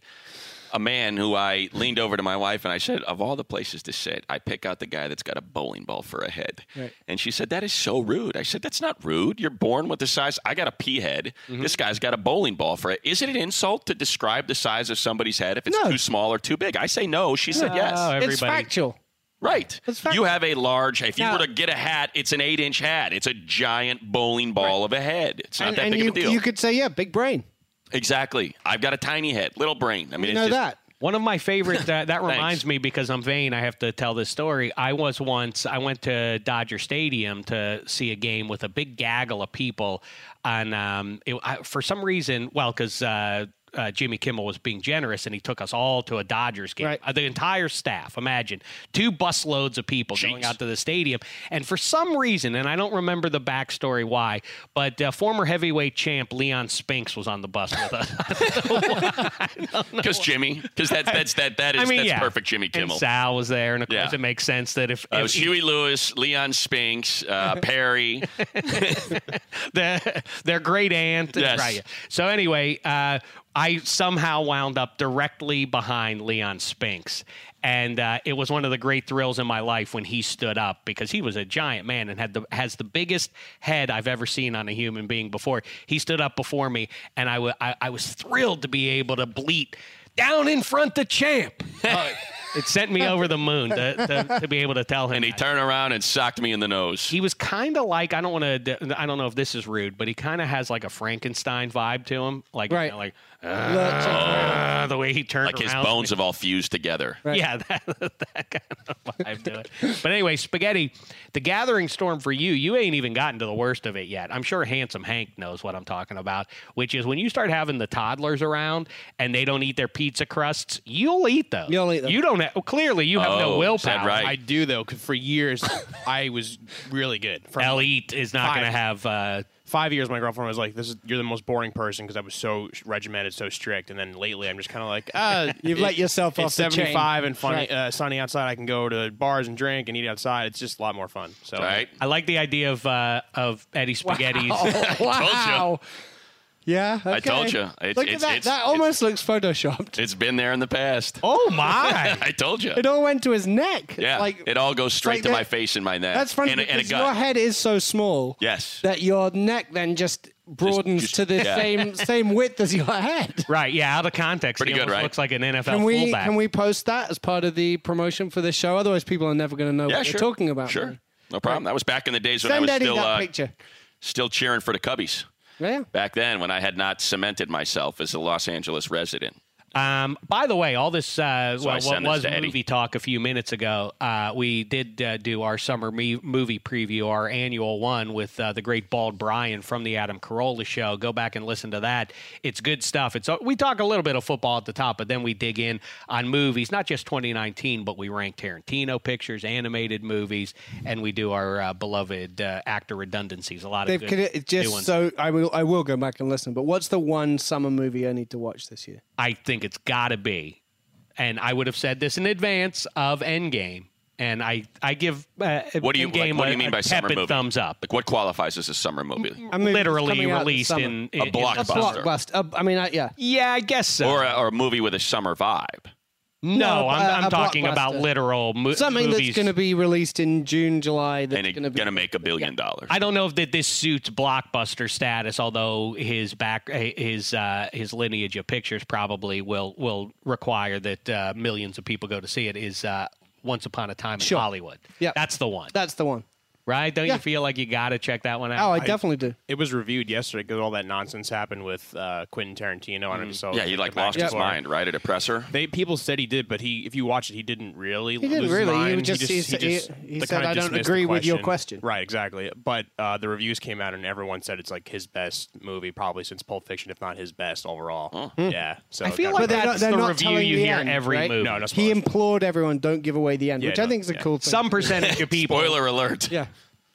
[SPEAKER 5] a man who I leaned over to my wife and I said, "Of all the places to sit, I pick out the guy that's got a bowling ball for a head." And she said, "That is so rude." I said, "That's not rude. You're born with the size. I got a pea head.
[SPEAKER 6] Mm-hmm.
[SPEAKER 5] This guy's got a bowling ball for it. Is it an insult to describe the size of somebody's head if it's
[SPEAKER 6] No.
[SPEAKER 5] too small or too big?" I say no. She said yes.
[SPEAKER 4] Oh,
[SPEAKER 6] It's
[SPEAKER 4] everybody.
[SPEAKER 6] factual.
[SPEAKER 5] Right.
[SPEAKER 6] That's fact.
[SPEAKER 5] You have a large. If you
[SPEAKER 6] Now-
[SPEAKER 5] were to get a hat, it's an eight-inch hat. It's a giant bowling ball of a head. It's not
[SPEAKER 6] And,
[SPEAKER 5] that
[SPEAKER 6] and
[SPEAKER 5] big
[SPEAKER 6] you,
[SPEAKER 5] of a deal.
[SPEAKER 6] you could say, yeah, big brain.
[SPEAKER 5] exactly. I've got a tiny head, little brain. I
[SPEAKER 6] You
[SPEAKER 5] mean, it's
[SPEAKER 6] know
[SPEAKER 5] just,
[SPEAKER 6] that.
[SPEAKER 4] One of my favorite uh, that reminds me because I'm vain. I have to tell this story. I was once I went to Dodger Stadium to see a game with a big gaggle of people, and um, it, I, for some reason, well, because uh, uh, Jimmy Kimmel was being generous and he took us all to a Dodgers game.
[SPEAKER 6] Right.
[SPEAKER 4] Uh, The entire staff, imagine two busloads of people going out to the stadium, and for some reason, and I don't remember the backstory why, but uh, former heavyweight champ Leon Spinks was on the bus with us.
[SPEAKER 5] Because Jimmy, because that's that's that that is that's perfect. Jimmy Kimmel.
[SPEAKER 4] And Sal was there, and of course
[SPEAKER 5] Yeah.
[SPEAKER 4] it makes sense that if,
[SPEAKER 5] Uh, it
[SPEAKER 4] if
[SPEAKER 5] was Huey Lewis, Leon Spinks, uh, Perry.
[SPEAKER 4] the, their great aunt,
[SPEAKER 5] Yes.
[SPEAKER 4] right. So anyway, uh, I somehow wound up directly behind Leon Spinks, and uh, it was one of the great thrills in my life when he stood up because he was a giant man and had the has the biggest head I've ever seen on a human being before. He stood up before me, and I wa- I- I was thrilled to be able to bleat. Down in front, the champ. Uh, it sent me over the moon to, to, to be able to tell him.
[SPEAKER 5] and he
[SPEAKER 4] that.
[SPEAKER 5] turned around and socked me in the nose.
[SPEAKER 4] he was kind of like I don't want to I don't know if this is rude, but he kind of has like a Frankenstein vibe to him, like you
[SPEAKER 6] Right.
[SPEAKER 4] know, like
[SPEAKER 6] Look, check it out.
[SPEAKER 4] uh, the way he turned
[SPEAKER 5] like his
[SPEAKER 4] around.
[SPEAKER 5] bones have all fused together.
[SPEAKER 4] Yeah, that, that kind of vibe to it. But anyway, spaghetti, the gathering storm for you, you ain't even gotten to the worst of it yet. I'm sure handsome Hank knows what I'm talking about, which is when you start having the toddlers around and they don't eat their pizza crusts, you'll eat those.
[SPEAKER 6] You'll eat them.
[SPEAKER 4] You don't have, clearly you have no
[SPEAKER 5] Oh, is that
[SPEAKER 4] willpower.
[SPEAKER 5] right?
[SPEAKER 7] I do though. 'cause for years, I was really good. For
[SPEAKER 4] I'll eat is not going
[SPEAKER 7] Fine.
[SPEAKER 4] to have uh,
[SPEAKER 7] five years, my girlfriend was like, "This is you're the most boring person" because I was so regimented, so strict. And then lately, I'm just kind of like, uh,
[SPEAKER 6] Ah, You've
[SPEAKER 7] it-
[SPEAKER 6] let yourself
[SPEAKER 7] it's
[SPEAKER 6] off the chain.
[SPEAKER 7] 75 and funny,
[SPEAKER 6] Right.
[SPEAKER 7] uh, sunny outside. I can go to bars and drink and eat outside. It's just a lot more fun. So
[SPEAKER 5] All right.
[SPEAKER 4] I like the idea of uh, of Eddie Spaghetti's.
[SPEAKER 6] wow. Yeah.
[SPEAKER 5] I told
[SPEAKER 6] okay.
[SPEAKER 5] you. It's-
[SPEAKER 6] Look
[SPEAKER 5] it's-
[SPEAKER 6] at that.
[SPEAKER 5] it's-
[SPEAKER 6] that
[SPEAKER 5] it's-
[SPEAKER 6] almost looks photoshopped.
[SPEAKER 5] It's been there in the past.
[SPEAKER 4] Oh my!
[SPEAKER 5] I told you.
[SPEAKER 6] It all went to his neck. It's
[SPEAKER 5] yeah.
[SPEAKER 6] Like
[SPEAKER 5] it all goes straight
[SPEAKER 6] like
[SPEAKER 5] to
[SPEAKER 6] that-
[SPEAKER 5] my face and my neck.
[SPEAKER 6] That's funny
[SPEAKER 5] And, a- and a
[SPEAKER 6] because
[SPEAKER 5] gut.
[SPEAKER 6] your head is so small.
[SPEAKER 5] Yes.
[SPEAKER 6] That your neck then just broadens
[SPEAKER 5] just-
[SPEAKER 6] to the
[SPEAKER 5] yeah.
[SPEAKER 6] same same width as your head.
[SPEAKER 4] right? Yeah, out of context,
[SPEAKER 5] Pretty
[SPEAKER 4] he
[SPEAKER 5] good,
[SPEAKER 4] almost
[SPEAKER 5] right?
[SPEAKER 4] Looks like an NFL
[SPEAKER 6] Can we
[SPEAKER 4] fullback.
[SPEAKER 6] can we post that as part of the promotion for this show? Otherwise, people are never going to know
[SPEAKER 5] yeah,
[SPEAKER 6] what
[SPEAKER 5] sure.
[SPEAKER 6] you're Oh, talking about.
[SPEAKER 5] Sure. No problem. That was back in the days when I
[SPEAKER 6] Send
[SPEAKER 5] was
[SPEAKER 6] Eddie
[SPEAKER 5] still
[SPEAKER 6] that
[SPEAKER 5] uh,
[SPEAKER 6] picture.
[SPEAKER 5] still cheering for the Cubbies.
[SPEAKER 6] Yeah.
[SPEAKER 5] back then when I had not cemented myself as a Los Angeles resident.
[SPEAKER 4] Um, by the way, all this uh,
[SPEAKER 5] I
[SPEAKER 4] well, what
[SPEAKER 5] send this
[SPEAKER 4] was
[SPEAKER 5] to Eddie.
[SPEAKER 4] movie talk a few minutes ago. Uh, we did uh, do our summer me- movie preview, our annual one with uh, the great Bald Brian from the Adam Carolla Show. Go back and listen to that; it's good stuff. It's uh, we talk a little bit of football at the top, but then we dig in on movies, not just 2019, but we rank Tarantino pictures, animated movies, and we do our uh, beloved uh, actor redundancies. A lot
[SPEAKER 6] They've
[SPEAKER 4] of
[SPEAKER 6] could
[SPEAKER 4] good
[SPEAKER 6] it
[SPEAKER 4] new
[SPEAKER 6] just
[SPEAKER 4] ones.
[SPEAKER 6] so I will I will go back and listen. But what's the one summer movie I need to watch this year?
[SPEAKER 4] I think it's got to be, and I would have said this in advance of Endgame, and I I give uh,
[SPEAKER 5] What do you-
[SPEAKER 4] Endgame
[SPEAKER 5] like, what do
[SPEAKER 4] a-
[SPEAKER 5] you mean
[SPEAKER 4] a
[SPEAKER 5] by summer
[SPEAKER 4] tepid
[SPEAKER 5] movie?
[SPEAKER 4] thumbs up.
[SPEAKER 5] Like what qualifies as a summer movie?
[SPEAKER 6] A movie that's
[SPEAKER 4] Literally
[SPEAKER 6] coming out this
[SPEAKER 4] released
[SPEAKER 6] summer.
[SPEAKER 4] in,
[SPEAKER 5] A
[SPEAKER 4] in-
[SPEAKER 6] A
[SPEAKER 5] blockbuster. Buster.
[SPEAKER 6] blockbuster. A- uh, I mean, I, yeah.
[SPEAKER 4] yeah, I guess
[SPEAKER 6] mm.
[SPEAKER 4] so.
[SPEAKER 5] Or a, or a movie with a summer vibe.
[SPEAKER 4] no,
[SPEAKER 6] No,
[SPEAKER 4] I'm,
[SPEAKER 6] a-
[SPEAKER 4] I'm
[SPEAKER 6] a
[SPEAKER 4] talking about
[SPEAKER 6] blockbuster.
[SPEAKER 4] literal mo-
[SPEAKER 6] Something
[SPEAKER 4] movies.
[SPEAKER 6] that's going to be released in June, July. That's
[SPEAKER 5] and it's
[SPEAKER 6] going to be
[SPEAKER 5] going to make a billion dollars.
[SPEAKER 4] I don't know if that this suits blockbuster status, although his back his uh, his lineage of pictures probably will will require that uh, millions of people go to see it. Is uh, Once Upon a Time in
[SPEAKER 6] Sure.
[SPEAKER 4] Hollywood?
[SPEAKER 6] Yeah.
[SPEAKER 4] that's the one,
[SPEAKER 6] That's the one.
[SPEAKER 4] right? Don't
[SPEAKER 6] Yeah.
[SPEAKER 4] you feel like you got to check that one out?
[SPEAKER 6] Oh, I, definitely do.
[SPEAKER 7] it was reviewed yesterday because all that nonsense happened with uh, Quentin Tarantino. And I just saw
[SPEAKER 5] yeah, he
[SPEAKER 7] the
[SPEAKER 5] like
[SPEAKER 7] back
[SPEAKER 5] lost
[SPEAKER 7] and
[SPEAKER 5] his
[SPEAKER 7] forth.
[SPEAKER 5] mind, right? At a presser.
[SPEAKER 7] They people said he did, but he if you watch it, he didn't really.
[SPEAKER 6] didn't
[SPEAKER 7] lose his
[SPEAKER 6] really. He
[SPEAKER 7] mind.
[SPEAKER 6] just- he said- he- he
[SPEAKER 7] they
[SPEAKER 6] said,
[SPEAKER 7] kinda
[SPEAKER 6] "I don't
[SPEAKER 7] dismissed the
[SPEAKER 6] agree with your question.
[SPEAKER 7] Right, exactly. But uh, the reviews came out, and everyone said it's like his best movie, probably since Pulp Fiction, if not his best overall.
[SPEAKER 6] Hmm.
[SPEAKER 7] Yeah. So
[SPEAKER 4] I
[SPEAKER 7] it
[SPEAKER 4] feel
[SPEAKER 7] got
[SPEAKER 4] like
[SPEAKER 6] But
[SPEAKER 7] really-
[SPEAKER 6] they're
[SPEAKER 4] that's
[SPEAKER 6] not- they're
[SPEAKER 4] the
[SPEAKER 6] not
[SPEAKER 4] review
[SPEAKER 6] telling
[SPEAKER 4] you
[SPEAKER 6] the
[SPEAKER 4] hear
[SPEAKER 6] end,
[SPEAKER 4] every
[SPEAKER 6] right?
[SPEAKER 4] movie.
[SPEAKER 7] no, no.
[SPEAKER 6] He implored everyone, don't give away the end, which
[SPEAKER 7] Yeah,
[SPEAKER 6] I
[SPEAKER 7] no,
[SPEAKER 6] think is a
[SPEAKER 7] yeah.
[SPEAKER 6] cool thing.
[SPEAKER 4] Some percentage of people.
[SPEAKER 5] Spoiler alert.
[SPEAKER 6] Yeah.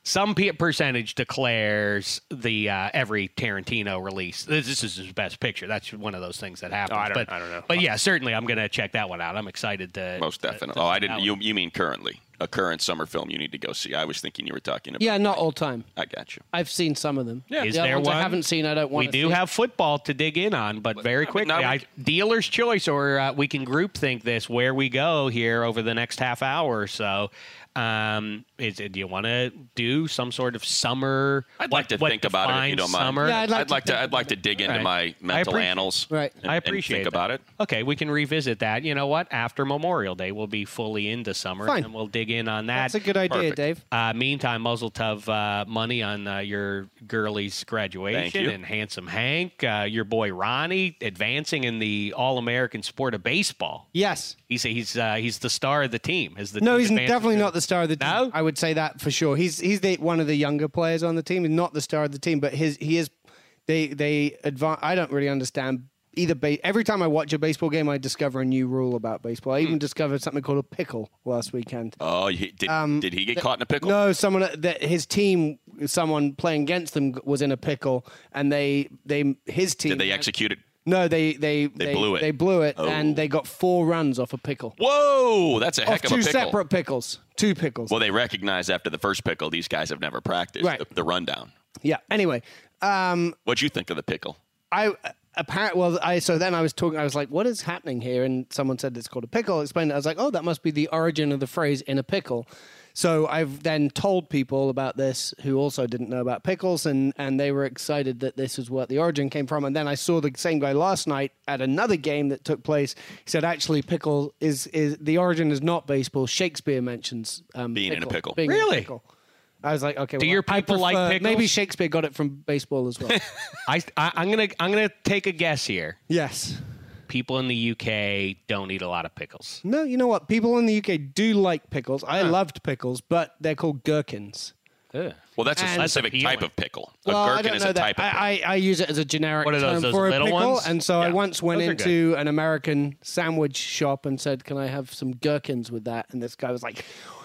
[SPEAKER 4] some pe- percentage declares the uh, every Tarantino release. This, this is his best picture. That's one of those things
[SPEAKER 5] Oh,
[SPEAKER 4] that happens.
[SPEAKER 7] I don't-
[SPEAKER 4] but,
[SPEAKER 7] I don't know.
[SPEAKER 4] But yeah, certainly I'm gonna check that one out. I'm excited to
[SPEAKER 5] Most
[SPEAKER 4] to-
[SPEAKER 5] definitely.
[SPEAKER 4] to
[SPEAKER 5] Oh, I
[SPEAKER 4] check
[SPEAKER 5] didn't.
[SPEAKER 4] that
[SPEAKER 5] You
[SPEAKER 4] one.
[SPEAKER 5] you mean currently a current summer film you need to go see? I was thinking you were talking about.
[SPEAKER 6] Yeah, not all time.
[SPEAKER 5] I got you.
[SPEAKER 6] I've seen some of them.
[SPEAKER 4] Is
[SPEAKER 6] the other
[SPEAKER 4] there
[SPEAKER 6] ones
[SPEAKER 4] one?
[SPEAKER 6] I haven't seen. I don't want.
[SPEAKER 4] We do have football to dig in on, but very
[SPEAKER 5] but
[SPEAKER 4] quickly,
[SPEAKER 5] now we
[SPEAKER 4] I, dealer's choice, or uh, we can group think this where we go here over the next half hour or so. Um, is it, do you want to do some sort of summer?
[SPEAKER 5] I'd like to think about it if you
[SPEAKER 4] defines
[SPEAKER 5] don't mind.
[SPEAKER 4] Summer?
[SPEAKER 6] Yeah,
[SPEAKER 5] I'd
[SPEAKER 6] I'd
[SPEAKER 5] like,
[SPEAKER 6] like to
[SPEAKER 5] to.
[SPEAKER 6] think
[SPEAKER 5] I'd like to dig into
[SPEAKER 4] Right.
[SPEAKER 5] my mental
[SPEAKER 4] appreciate-
[SPEAKER 5] annals.
[SPEAKER 6] Right.
[SPEAKER 5] and-
[SPEAKER 4] I
[SPEAKER 5] and
[SPEAKER 4] appreciate
[SPEAKER 5] think
[SPEAKER 4] that.
[SPEAKER 5] about it.
[SPEAKER 4] Okay, we can revisit that. You know what? After Memorial Day, we'll be fully into summer,
[SPEAKER 6] Fine.
[SPEAKER 4] and we'll dig in on that.
[SPEAKER 6] That's a good idea,
[SPEAKER 5] Perfect.
[SPEAKER 6] Dave.
[SPEAKER 4] Uh, meantime, muzzle tov uh, money on uh, your girlie's
[SPEAKER 5] Thank
[SPEAKER 4] graduation
[SPEAKER 5] you.
[SPEAKER 4] and handsome Hank, uh, your boy Ronnie advancing in the All American sport of baseball.
[SPEAKER 6] Yes.
[SPEAKER 4] He's he's uh, he's the star of the team. Is the
[SPEAKER 6] No,
[SPEAKER 4] team
[SPEAKER 6] he's
[SPEAKER 4] advances
[SPEAKER 6] definitely
[SPEAKER 4] to-
[SPEAKER 6] not the star of the team.
[SPEAKER 4] No?
[SPEAKER 6] I would say that for sure. He's he's the one of the younger players on the team. He's not the star of the team, but his he is. They they advance. I don't really understand either. Ba- every time I watch a baseball game, I discover a new rule about baseball. I even discovered something called a pickle last weekend.
[SPEAKER 5] Oh, he, did did he get caught in a pickle?
[SPEAKER 6] Um, No, someone uh, that his team, someone playing against them was in a pickle, and they they his team.
[SPEAKER 5] Did they execute it?
[SPEAKER 6] No, they they they,
[SPEAKER 5] blew it.
[SPEAKER 6] They blew it,
[SPEAKER 5] Oh.
[SPEAKER 6] and they got four runs off a pickle.
[SPEAKER 5] Whoa, that's a
[SPEAKER 6] Off
[SPEAKER 5] heck of a
[SPEAKER 6] two
[SPEAKER 5] pickle.
[SPEAKER 6] separate pickles, two pickles.
[SPEAKER 5] Well, they recognize after the first pickle, these guys have never practiced
[SPEAKER 6] Right.
[SPEAKER 5] the, the rundown.
[SPEAKER 6] yeah. Anyway, um,
[SPEAKER 5] What'd you think of the pickle?
[SPEAKER 6] I apparently well, I so then I was talking. I was like, "What is happening here?" And someone said it's called a pickle. I explained it. I was like, "Oh, that must be the origin of the phrase in a pickle." So I've then told people about this who also didn't know about pickles, and and they were excited that this is what the origin came from. And then I saw the same guy last night at another game that took place. He said, "Actually, pickle is is the origin is not baseball. Shakespeare mentions um,
[SPEAKER 5] Being in a pickle.
[SPEAKER 6] Being
[SPEAKER 4] Really?
[SPEAKER 6] In a pickle. I was like, okay. Do
[SPEAKER 4] your people like pickles?
[SPEAKER 6] Maybe Shakespeare got it from baseball as well.
[SPEAKER 4] I, I I'm gonna I'm gonna take a guess here.
[SPEAKER 6] yes.
[SPEAKER 4] People in the UK don't eat a lot of pickles.
[SPEAKER 6] No, you know what? People in the UK do like pickles. I loved pickles, but they're called gherkins.
[SPEAKER 5] Well, that's a
[SPEAKER 6] And- That's
[SPEAKER 5] specific
[SPEAKER 4] appealing.
[SPEAKER 5] type of pickle.
[SPEAKER 6] Well,
[SPEAKER 5] a
[SPEAKER 6] I
[SPEAKER 5] gherkin
[SPEAKER 6] don't
[SPEAKER 5] is
[SPEAKER 6] know
[SPEAKER 5] a
[SPEAKER 6] that.
[SPEAKER 5] type of pickle.
[SPEAKER 6] I, I, I use it as a generic
[SPEAKER 4] What are those,
[SPEAKER 6] term
[SPEAKER 4] those
[SPEAKER 6] for a
[SPEAKER 4] little
[SPEAKER 6] pickle,
[SPEAKER 4] ones?
[SPEAKER 6] and so I
[SPEAKER 4] Yeah.
[SPEAKER 6] once went
[SPEAKER 4] Those are
[SPEAKER 6] into an American sandwich shop and said, "Can I have some gherkins with that?" And this guy was like,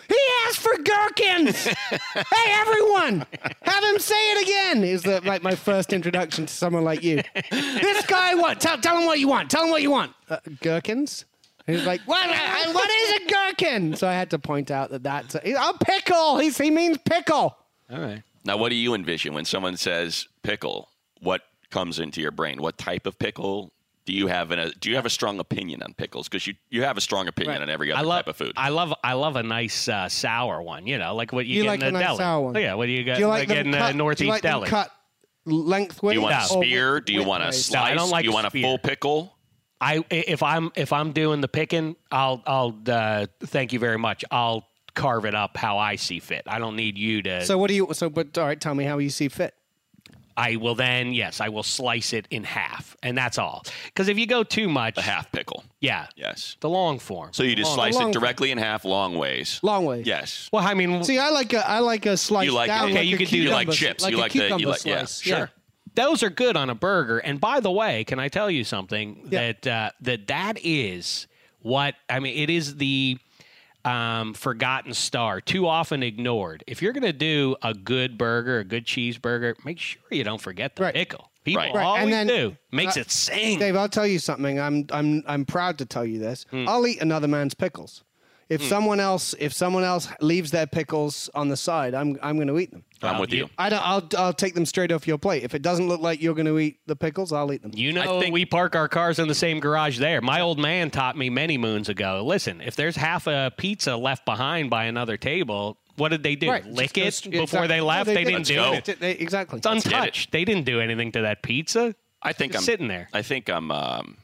[SPEAKER 6] "He asked for gherkins! hey, everyone, have him say it again!" It was the, like my first introduction to someone like you. this guy, what? Tell, tell him what you want. Tell him what you want. Uh, gherkins. He was like, what, I- I- what is a gherkin? So I had to point out that that's a, a pickle. He's, he means pickle.
[SPEAKER 4] All right.
[SPEAKER 5] now, what do you envision when someone says pickle? What comes into your brain? What type of pickle do you have? In a, do you have a strong opinion on pickles? Because you, you have a strong opinion on every other
[SPEAKER 4] I love
[SPEAKER 5] type of food.
[SPEAKER 4] I love I love a nice uh, sour one. You know, like what you,
[SPEAKER 6] You
[SPEAKER 4] get
[SPEAKER 6] like
[SPEAKER 4] in
[SPEAKER 6] a nice
[SPEAKER 4] deli. Oh,
[SPEAKER 6] sour one?
[SPEAKER 4] Yeah, what do you get?
[SPEAKER 6] Do you
[SPEAKER 4] like
[SPEAKER 6] like them
[SPEAKER 4] in the
[SPEAKER 6] cut, do you
[SPEAKER 4] northeast
[SPEAKER 6] like them
[SPEAKER 4] deli?
[SPEAKER 6] Cut lengthways.
[SPEAKER 5] do you want a
[SPEAKER 4] No.
[SPEAKER 5] spear? Do you want a
[SPEAKER 6] widthways?
[SPEAKER 4] No, I
[SPEAKER 5] slice?
[SPEAKER 4] don't like
[SPEAKER 5] do you want a
[SPEAKER 4] spear.
[SPEAKER 5] full pickle?
[SPEAKER 4] I i- if I'm if I'm doing the picking, I'll I'll uh, thank you very much. I'll carve it up how I see fit. I don't need you to.
[SPEAKER 6] So what do you? So but all right, tell me how you see fit.
[SPEAKER 4] I will then yes, I will slice it in half, and that's all. Because if you go too much,
[SPEAKER 5] A half pickle.
[SPEAKER 4] yeah,
[SPEAKER 5] Yes.
[SPEAKER 4] the long form.
[SPEAKER 5] So you just slice
[SPEAKER 6] long-
[SPEAKER 5] it directly in half, long ways.
[SPEAKER 6] Long way.
[SPEAKER 5] Yes.
[SPEAKER 4] well, I mean,
[SPEAKER 6] See, I like a I like a slice
[SPEAKER 5] You like
[SPEAKER 6] down.
[SPEAKER 5] it.
[SPEAKER 6] like
[SPEAKER 4] you
[SPEAKER 6] a
[SPEAKER 4] could do- you
[SPEAKER 5] like
[SPEAKER 6] cucumber-
[SPEAKER 5] chips.
[SPEAKER 6] Like
[SPEAKER 5] You
[SPEAKER 6] a
[SPEAKER 5] like the- you
[SPEAKER 6] cucumber
[SPEAKER 5] like- yeah,
[SPEAKER 6] slice.
[SPEAKER 5] sure.
[SPEAKER 4] those are good on a burger. And by the way, can I tell you something that uh, that that is what I mean? It is the um, forgotten star, too often ignored. If you're going to do a good burger, a good cheeseburger, make sure you don't forget the
[SPEAKER 6] Right.
[SPEAKER 4] pickle. People
[SPEAKER 5] Right.
[SPEAKER 6] Right,
[SPEAKER 4] always
[SPEAKER 6] and then-
[SPEAKER 4] do. Makes
[SPEAKER 6] uh,
[SPEAKER 4] it sing.
[SPEAKER 6] Dave, I'll tell you something. I'm I'm I'm proud to tell you this.
[SPEAKER 4] Hmm.
[SPEAKER 6] I'll eat another man's pickles. If someone else if someone else leaves their pickles on the side, I'm I'm going to eat them.
[SPEAKER 5] I'm with you.
[SPEAKER 6] I don't. I'll I'll take them straight off your plate. If it doesn't look like you're going to eat the pickles, I'll eat them.
[SPEAKER 4] You know, we park our cars in the same garage there. My old man taught me many moons ago. Listen, if there's half a pizza left behind by another table, what did they do?
[SPEAKER 6] Right,
[SPEAKER 4] Lick it
[SPEAKER 6] just go-
[SPEAKER 4] before
[SPEAKER 6] exactly.
[SPEAKER 4] they
[SPEAKER 6] No,
[SPEAKER 4] left? they, didn't
[SPEAKER 5] Let's
[SPEAKER 4] do
[SPEAKER 5] go.
[SPEAKER 4] it.
[SPEAKER 6] They- they- exactly.
[SPEAKER 4] It's untouched. They didn't do anything to that pizza.
[SPEAKER 5] I think
[SPEAKER 4] Just
[SPEAKER 5] I'm
[SPEAKER 4] sitting there.
[SPEAKER 5] I think I'm. Um,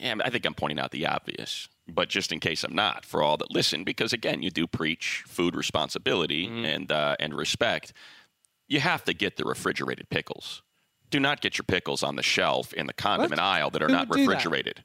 [SPEAKER 5] yeah, I think I'm pointing out the obvious, but just in case I'm not, for all that listen, because again, you do preach food responsibility
[SPEAKER 4] Mm-hmm.
[SPEAKER 5] and uh, and respect. You have to get the refrigerated pickles. Do not get your pickles on the shelf in the condiment aisle that are
[SPEAKER 6] Who
[SPEAKER 5] not
[SPEAKER 6] would do that?
[SPEAKER 5] refrigerated,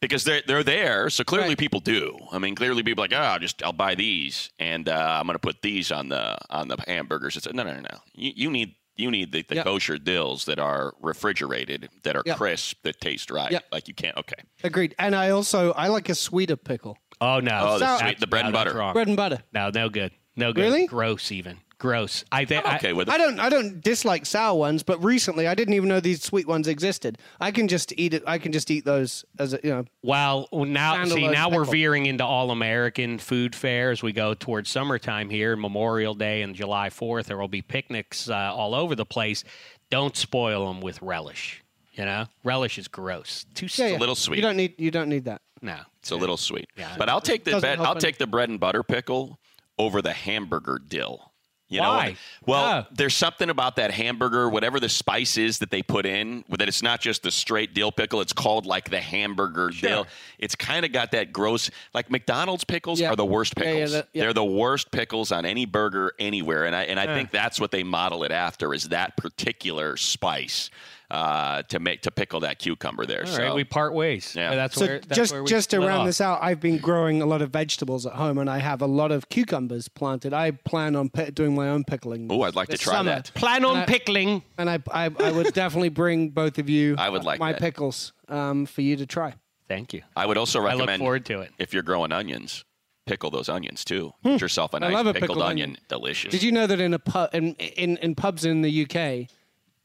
[SPEAKER 5] because they're they're there. So clearly, people do. I mean, clearly, people are like, oh, I'll just I'll buy these, and uh, I'm going to put these on the on the hamburgers. It's no, no, no, no. You, you need you need the, the
[SPEAKER 6] Yep.
[SPEAKER 5] kosher dills that are refrigerated, that are
[SPEAKER 6] Yep.
[SPEAKER 5] crisp, that taste right.
[SPEAKER 6] Yep.
[SPEAKER 5] Like you can't. Okay.
[SPEAKER 6] Agreed. And I also I like a sweeter pickle.
[SPEAKER 4] Oh no!
[SPEAKER 5] Oh, the
[SPEAKER 4] That's-
[SPEAKER 5] sweet- the bread
[SPEAKER 4] no,
[SPEAKER 5] and
[SPEAKER 4] that's
[SPEAKER 5] butter.
[SPEAKER 4] wrong.
[SPEAKER 6] Bread and butter.
[SPEAKER 4] No, no good. No good.
[SPEAKER 6] Really?
[SPEAKER 4] Gross even. gross. I think
[SPEAKER 5] I'm okay with it.
[SPEAKER 6] I don't I don't dislike sour ones, but recently I didn't even know these sweet ones existed. I can just eat it. I can just eat those as a, you know.
[SPEAKER 4] Well, now see,
[SPEAKER 6] Standalone
[SPEAKER 4] now we're
[SPEAKER 6] pickle.
[SPEAKER 4] veering into all American food fair as we go towards summertime here, Memorial Day and July Fourth. There will be picnics uh, all over the place. Don't spoil them with relish. You know, relish is gross. Too
[SPEAKER 6] Yeah,
[SPEAKER 4] sweet.
[SPEAKER 6] yeah.
[SPEAKER 5] little sweet.
[SPEAKER 6] You don't need you don't need that.
[SPEAKER 4] No,
[SPEAKER 5] It's a little sweet. But I'll take the
[SPEAKER 6] Doesn't
[SPEAKER 5] bread,
[SPEAKER 6] help
[SPEAKER 5] I'll
[SPEAKER 6] any-
[SPEAKER 5] take the bread and butter pickle over the hamburger dill. You know,
[SPEAKER 4] Why?
[SPEAKER 5] well,
[SPEAKER 4] Oh.
[SPEAKER 5] there's something about that hamburger, whatever the spice is that they put in, that it's not just the straight dill pickle. It's called like the hamburger dill. It's kind of got that gross, like McDonald's pickles
[SPEAKER 6] Yeah.
[SPEAKER 5] are the worst
[SPEAKER 6] Yeah, yeah,
[SPEAKER 5] pickles.
[SPEAKER 6] that- yeah.
[SPEAKER 5] They're the worst pickles on any burger anywhere, and I and I think that's what they model it after is that particular spice uh, to make to pickle that cucumber there.
[SPEAKER 4] All
[SPEAKER 5] so
[SPEAKER 4] right, we part ways.
[SPEAKER 5] Yeah.
[SPEAKER 4] Uh, That's
[SPEAKER 6] So
[SPEAKER 4] where that's
[SPEAKER 6] just
[SPEAKER 4] where we
[SPEAKER 6] just to
[SPEAKER 4] split
[SPEAKER 6] round
[SPEAKER 4] off.
[SPEAKER 6] this out, I've been growing a lot of vegetables at home, and I have a lot of cucumbers planted. I plan on pi doing my own pickling.
[SPEAKER 5] oh, I'd like to
[SPEAKER 6] this
[SPEAKER 5] try
[SPEAKER 6] summer.
[SPEAKER 5] that.
[SPEAKER 4] Plan on pickling.
[SPEAKER 6] and I, I I would definitely bring both of you.
[SPEAKER 5] I would like
[SPEAKER 6] my
[SPEAKER 5] that.
[SPEAKER 6] pickles um, for you to try.
[SPEAKER 4] Thank you.
[SPEAKER 5] I would also
[SPEAKER 4] I
[SPEAKER 5] recommend
[SPEAKER 4] look forward to it.
[SPEAKER 5] if you're growing onions, pickle those onions too. Get yourself a nice
[SPEAKER 6] Hmm. love a
[SPEAKER 5] pickled,
[SPEAKER 6] pickled
[SPEAKER 5] onion.
[SPEAKER 6] onion.
[SPEAKER 5] Delicious.
[SPEAKER 6] Did you know that in a pub in, in in pubs in the UK,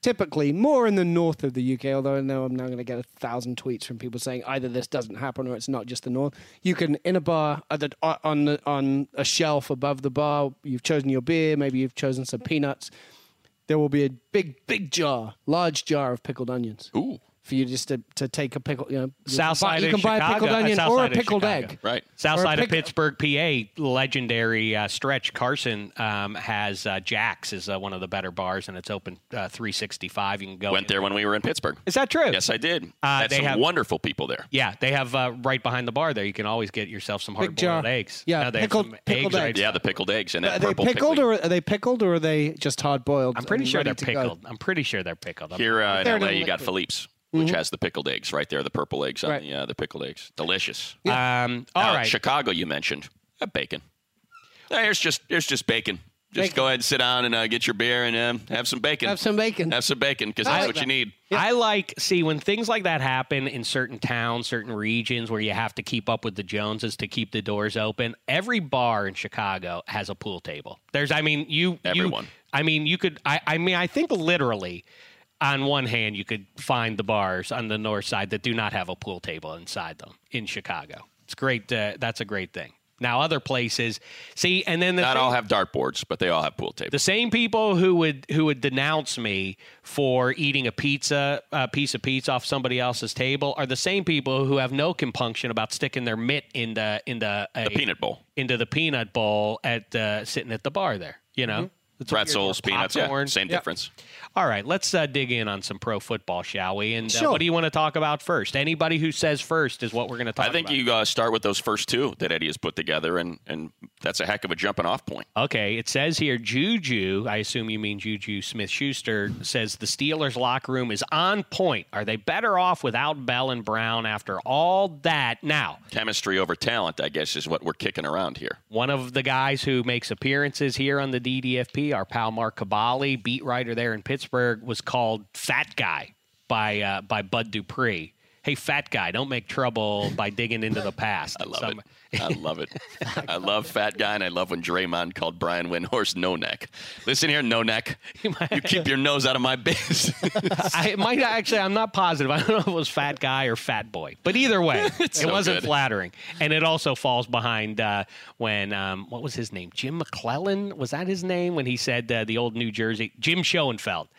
[SPEAKER 6] typically more in the north of the UK, although I know I'm now going to get a thousand tweets from people saying either this doesn't happen or it's not just the north. You can in a bar at the, on the, on a shelf above the bar, you've chosen your beer, maybe you've chosen some peanuts. There will be a big big jar, large jar of pickled onions.
[SPEAKER 5] Ooh.
[SPEAKER 6] For you just to, to take a pickle, you know, you can
[SPEAKER 4] South
[SPEAKER 6] buy-
[SPEAKER 4] side
[SPEAKER 6] you
[SPEAKER 4] of
[SPEAKER 6] can buy
[SPEAKER 4] Chicago,
[SPEAKER 6] a pickled
[SPEAKER 4] uh,
[SPEAKER 6] onion
[SPEAKER 4] south
[SPEAKER 6] or a
[SPEAKER 4] side of
[SPEAKER 6] pickled
[SPEAKER 4] Chicago.
[SPEAKER 6] egg.
[SPEAKER 5] Right.
[SPEAKER 4] South
[SPEAKER 6] Or a
[SPEAKER 4] side of
[SPEAKER 6] pickle.
[SPEAKER 4] Pittsburgh, PA, legendary uh, stretch. Carson um, has uh, Jack's is uh, one of the better bars, and it's open uh, 365. You can go.
[SPEAKER 5] Went there when we were in Pittsburgh.
[SPEAKER 4] Is that true?
[SPEAKER 5] Yes, I did.
[SPEAKER 4] Uh,
[SPEAKER 5] That's
[SPEAKER 4] they
[SPEAKER 5] some
[SPEAKER 4] have-
[SPEAKER 5] wonderful people there.
[SPEAKER 4] Yeah, they have uh, right behind the bar there. You can always get yourself some hard boiled
[SPEAKER 6] jar.
[SPEAKER 4] eggs.
[SPEAKER 6] Yeah,
[SPEAKER 4] they
[SPEAKER 6] pickled-
[SPEAKER 4] have some
[SPEAKER 6] pickled
[SPEAKER 4] eggs. Right
[SPEAKER 6] eggs.
[SPEAKER 5] Yeah, the pickled eggs and that
[SPEAKER 6] Are they
[SPEAKER 5] purple
[SPEAKER 6] pickled
[SPEAKER 5] pickle.
[SPEAKER 6] or are they pickled or are they just hard boiled?
[SPEAKER 4] I'm pretty sure they're pickled. I'm pretty sure they're pickled. I'm-
[SPEAKER 5] Here uh, in
[SPEAKER 6] They're
[SPEAKER 5] LA,
[SPEAKER 6] in
[SPEAKER 5] you
[SPEAKER 6] liquid.
[SPEAKER 5] got
[SPEAKER 6] Mm-hmm.
[SPEAKER 5] Philippe's, which has the pickled eggs right there, the purple eggs on
[SPEAKER 6] Right.
[SPEAKER 5] the, uh, the pickled eggs. Delicious.
[SPEAKER 4] Um, all
[SPEAKER 5] Now,
[SPEAKER 4] right.
[SPEAKER 5] Chicago, you mentioned uh, bacon. Uh, Here's just here's just bacon. Just
[SPEAKER 6] Bacon.
[SPEAKER 5] go ahead and sit down and uh, get your beer and um, have some bacon.
[SPEAKER 6] Have some bacon.
[SPEAKER 5] Have some bacon because that's what you need.
[SPEAKER 4] I like see when things like that happen in certain towns, certain regions where you have to keep up with the Joneses to keep the doors open. Every bar in Chicago has a pool table. There's, I mean, you,
[SPEAKER 5] Everyone.
[SPEAKER 4] You, I mean, you could. I, I mean, I think literally. On one hand, you could find the bars on the north side that do not have a pool table inside them in Chicago. It's great. Uh, that's a great thing. Now, other places, see, and then the
[SPEAKER 5] Not
[SPEAKER 4] thing-
[SPEAKER 5] all have dartboards, but they all have pool tables.
[SPEAKER 4] the same people who would who would denounce me for eating a pizza a piece of pizza off somebody else's table are the same people who have no compunction about sticking their mitt in the in the, a,
[SPEAKER 5] the peanut bowl.
[SPEAKER 4] into the peanut bowl at uh, sitting at the bar there. You know,
[SPEAKER 5] Mm-hmm.
[SPEAKER 4] That's what you're-
[SPEAKER 5] pretzels,
[SPEAKER 4] or
[SPEAKER 5] peanuts, yeah,
[SPEAKER 4] popcorn.
[SPEAKER 5] same difference.
[SPEAKER 4] All right, let's uh, dig in on some pro football, shall we? And uh,
[SPEAKER 6] Sure.
[SPEAKER 4] what do you want to talk about first? Anybody who says first is what we're going to talk.
[SPEAKER 5] I think
[SPEAKER 4] about.
[SPEAKER 5] you uh, start with those first two that Eddie has put together, and and that's a heck of a jumping off point.
[SPEAKER 4] Okay, it says here Juju, I assume you mean Juju Smith Schuster, says the Steelers' locker room is on point. Are they better off without Bell and Brown after all that? Now,
[SPEAKER 5] Chemistry over talent, I guess, is what we're kicking around here.
[SPEAKER 4] one of the guys who makes appearances here on the DDFP, our pal Mark Cabali, beat writer there in Pittsburgh, was called Fat Guy by, uh, by Bud Dupree. Hey, fat guy, don't make trouble by digging into the past.
[SPEAKER 5] I love it. I love it. I love fat guy, and I love when Draymond called Brian Windhorst no neck. Listen here, no neck. You keep your nose out of my business.
[SPEAKER 4] I it might actually. I'm not positive. I don't know if it was fat guy or fat boy, but either way, it
[SPEAKER 5] so
[SPEAKER 4] wasn't
[SPEAKER 5] good.
[SPEAKER 4] flattering. And it also falls behind uh, when um, what was his name? Jim McClellan was that his name? When he said uh, the old New Jersey Jim Schoenfeld,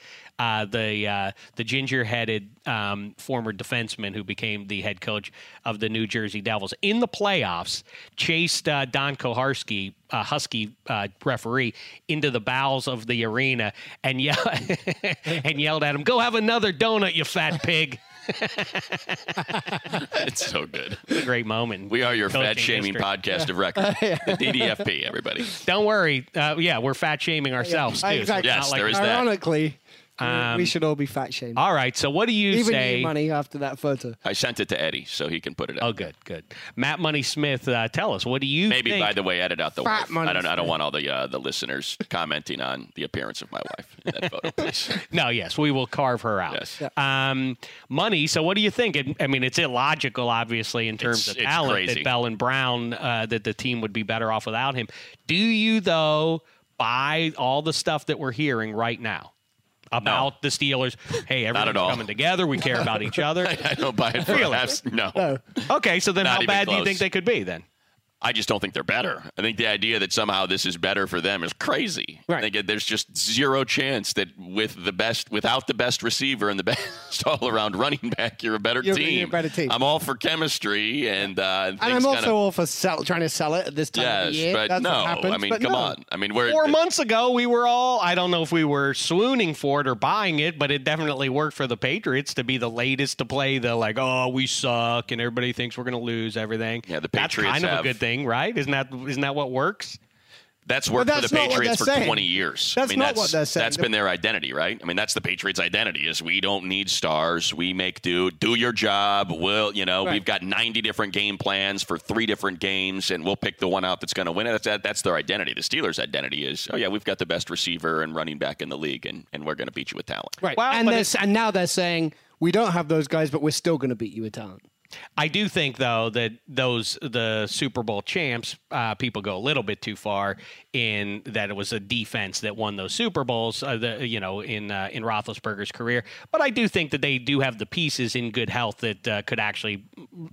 [SPEAKER 4] uh, the uh, the ginger headed um, former defenseman who became the head coach of the New Jersey Devils in the playoffs, chased uh, Don Koharski. Uh, husky uh, referee into the bowels of the arena and yell and yelled at him, "Go have another donut, you fat pig!"
[SPEAKER 5] it's so good.
[SPEAKER 4] Great moment.
[SPEAKER 5] We are your fat
[SPEAKER 4] Coaching
[SPEAKER 5] shaming
[SPEAKER 4] history.
[SPEAKER 5] podcast of record, the DDFP. Everybody,
[SPEAKER 4] Don't worry. Uh, yeah, we're fat shaming ourselves too. so it's
[SPEAKER 6] Exactly.
[SPEAKER 4] not
[SPEAKER 5] Yes,
[SPEAKER 4] like-
[SPEAKER 5] there is- that? Um,
[SPEAKER 6] Ironically, we- we should all be fat shamed.
[SPEAKER 4] All right. So what do you
[SPEAKER 6] Even
[SPEAKER 4] say?
[SPEAKER 6] you, money after that photo.
[SPEAKER 5] I sent it to Eddie so he can put it up.
[SPEAKER 4] Oh, good, good. Matt Money Smith, uh, tell us what do you
[SPEAKER 5] Maybe
[SPEAKER 4] think?
[SPEAKER 5] by the way, edit out the
[SPEAKER 6] Fat
[SPEAKER 5] wife.
[SPEAKER 6] money
[SPEAKER 5] I don't. I don't
[SPEAKER 6] spent.
[SPEAKER 5] want all the uh, the listeners commenting on the appearance of my wife in that photo, please.
[SPEAKER 4] no, yes, we will carve her out.
[SPEAKER 5] Yes.
[SPEAKER 4] Um, money. So what do you think? It- I mean, it's illogical, obviously, in terms of
[SPEAKER 5] It's- it's
[SPEAKER 4] talent
[SPEAKER 5] crazy.
[SPEAKER 4] that Bell and Brown uh, that the team would be better off without him. Do you though buy all the stuff that we're hearing right now about the Steelers? Hey,
[SPEAKER 5] Not at
[SPEAKER 4] everything's
[SPEAKER 5] all.
[SPEAKER 4] coming together. We care about each other.
[SPEAKER 5] I don't buy it for
[SPEAKER 4] Really?
[SPEAKER 5] abs- no.
[SPEAKER 4] Okay, so then
[SPEAKER 5] Not
[SPEAKER 4] how
[SPEAKER 5] even
[SPEAKER 4] bad do you
[SPEAKER 5] close.
[SPEAKER 4] think they could be then?
[SPEAKER 5] I just don't think they're better. I think the idea that somehow this is better for them is crazy.
[SPEAKER 4] Right.
[SPEAKER 5] I think that there's just zero chance that with the best, without the best receiver and the best all-around running back, you're a better
[SPEAKER 6] You're-
[SPEAKER 5] team.
[SPEAKER 6] you're a better team.
[SPEAKER 5] I'm all for chemistry, and uh,
[SPEAKER 6] And
[SPEAKER 5] things
[SPEAKER 6] I'm also
[SPEAKER 5] kinda-
[SPEAKER 6] all for sell, trying to sell it at this time of the
[SPEAKER 5] yes,
[SPEAKER 6] year.
[SPEAKER 5] but
[SPEAKER 6] That's
[SPEAKER 5] no.
[SPEAKER 6] what happens,
[SPEAKER 5] I mean,
[SPEAKER 6] but
[SPEAKER 5] come
[SPEAKER 6] no.
[SPEAKER 5] on. I mean, we're
[SPEAKER 4] Four months ago, we were all, I don't know if we were swooning for it or buying it, but it definitely worked for the Patriots to be the latest to play the, like, oh, we suck and everybody thinks we're going to lose everything.
[SPEAKER 5] Yeah, the
[SPEAKER 4] That's
[SPEAKER 5] Patriots
[SPEAKER 4] kind of a
[SPEAKER 5] have-
[SPEAKER 4] good thing, right? Isn't that, isn't that what works?
[SPEAKER 5] That's worked
[SPEAKER 6] But
[SPEAKER 5] for
[SPEAKER 6] that's
[SPEAKER 5] the
[SPEAKER 6] not what
[SPEAKER 5] Patriots for
[SPEAKER 6] they're saying.
[SPEAKER 5] 20 years.
[SPEAKER 6] That's
[SPEAKER 5] I mean,
[SPEAKER 6] not
[SPEAKER 5] that's,
[SPEAKER 6] what they're saying.
[SPEAKER 5] That's been their identity, right? I mean, that's the Patriots' identity is we don't need stars. We make do. Do your job. We'll, you know, we've got 90 different game plans for three different games, and we'll pick the one out that's going to win it. That's, that, that's their identity. The Steelers' identity is, oh, yeah, we've got the best receiver and running back in the league, and, and we're going to beat you with talent.
[SPEAKER 6] Right.
[SPEAKER 4] Well,
[SPEAKER 6] and,
[SPEAKER 4] but
[SPEAKER 6] they're s- and now they're saying, we don't have those guys, but we're still going to beat you with talent.
[SPEAKER 4] I do think though that those the Super Bowl champs uh, people go a little bit too far in that it was a defense that won those Super Bowls. Uh, the, you know, in uh, in Roethlisberger's career, but I do think that they do have the pieces in good health that uh, could actually,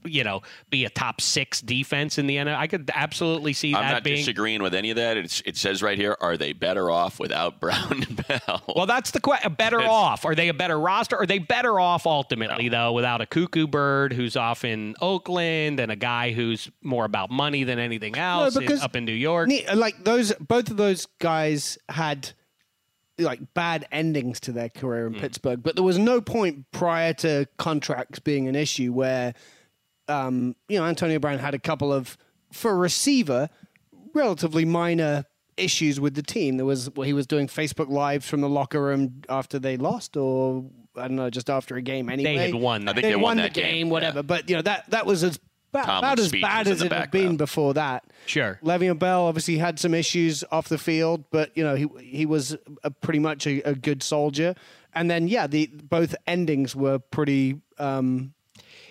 [SPEAKER 4] you know, be a top six defense in the NFL. I could absolutely see
[SPEAKER 5] I'm
[SPEAKER 4] that
[SPEAKER 5] not
[SPEAKER 4] being.
[SPEAKER 5] disagreeing with any of that. It's, it says right here, are they better off without Brown and Bell?
[SPEAKER 4] Well, that's the question. Better off? Are they a better roster? Are they better off ultimately, though, without a cuckoo bird who's off in Oakland and a guy who's more about money than anything else in-
[SPEAKER 6] because-
[SPEAKER 4] up in New York?
[SPEAKER 6] Ne- Like those, both of those guys had like bad endings to their career
[SPEAKER 4] Hmm.
[SPEAKER 6] in Pittsburgh, but there was no point prior to contracts being an issue where, um, you know, Antonio Brown had a couple of for a receiver relatively minor issues with the team. There was well, he was doing Facebook lives from the locker room after they lost, or I don't know, just after a game anyway.
[SPEAKER 4] they had won.
[SPEAKER 5] I
[SPEAKER 4] that.
[SPEAKER 5] think they,
[SPEAKER 6] They
[SPEAKER 5] won,
[SPEAKER 6] won the
[SPEAKER 5] that
[SPEAKER 6] game, whatever. But you know that that was as ba-
[SPEAKER 5] Tomlin's
[SPEAKER 6] about as
[SPEAKER 5] speech
[SPEAKER 6] bad
[SPEAKER 5] was in
[SPEAKER 6] as
[SPEAKER 5] the
[SPEAKER 6] it had
[SPEAKER 5] background.
[SPEAKER 6] been before that.
[SPEAKER 4] Sure.
[SPEAKER 6] Le'Veon Bell obviously had some issues off the field, but you know he he was a, pretty much a, a good soldier. And then yeah, the both endings were pretty um,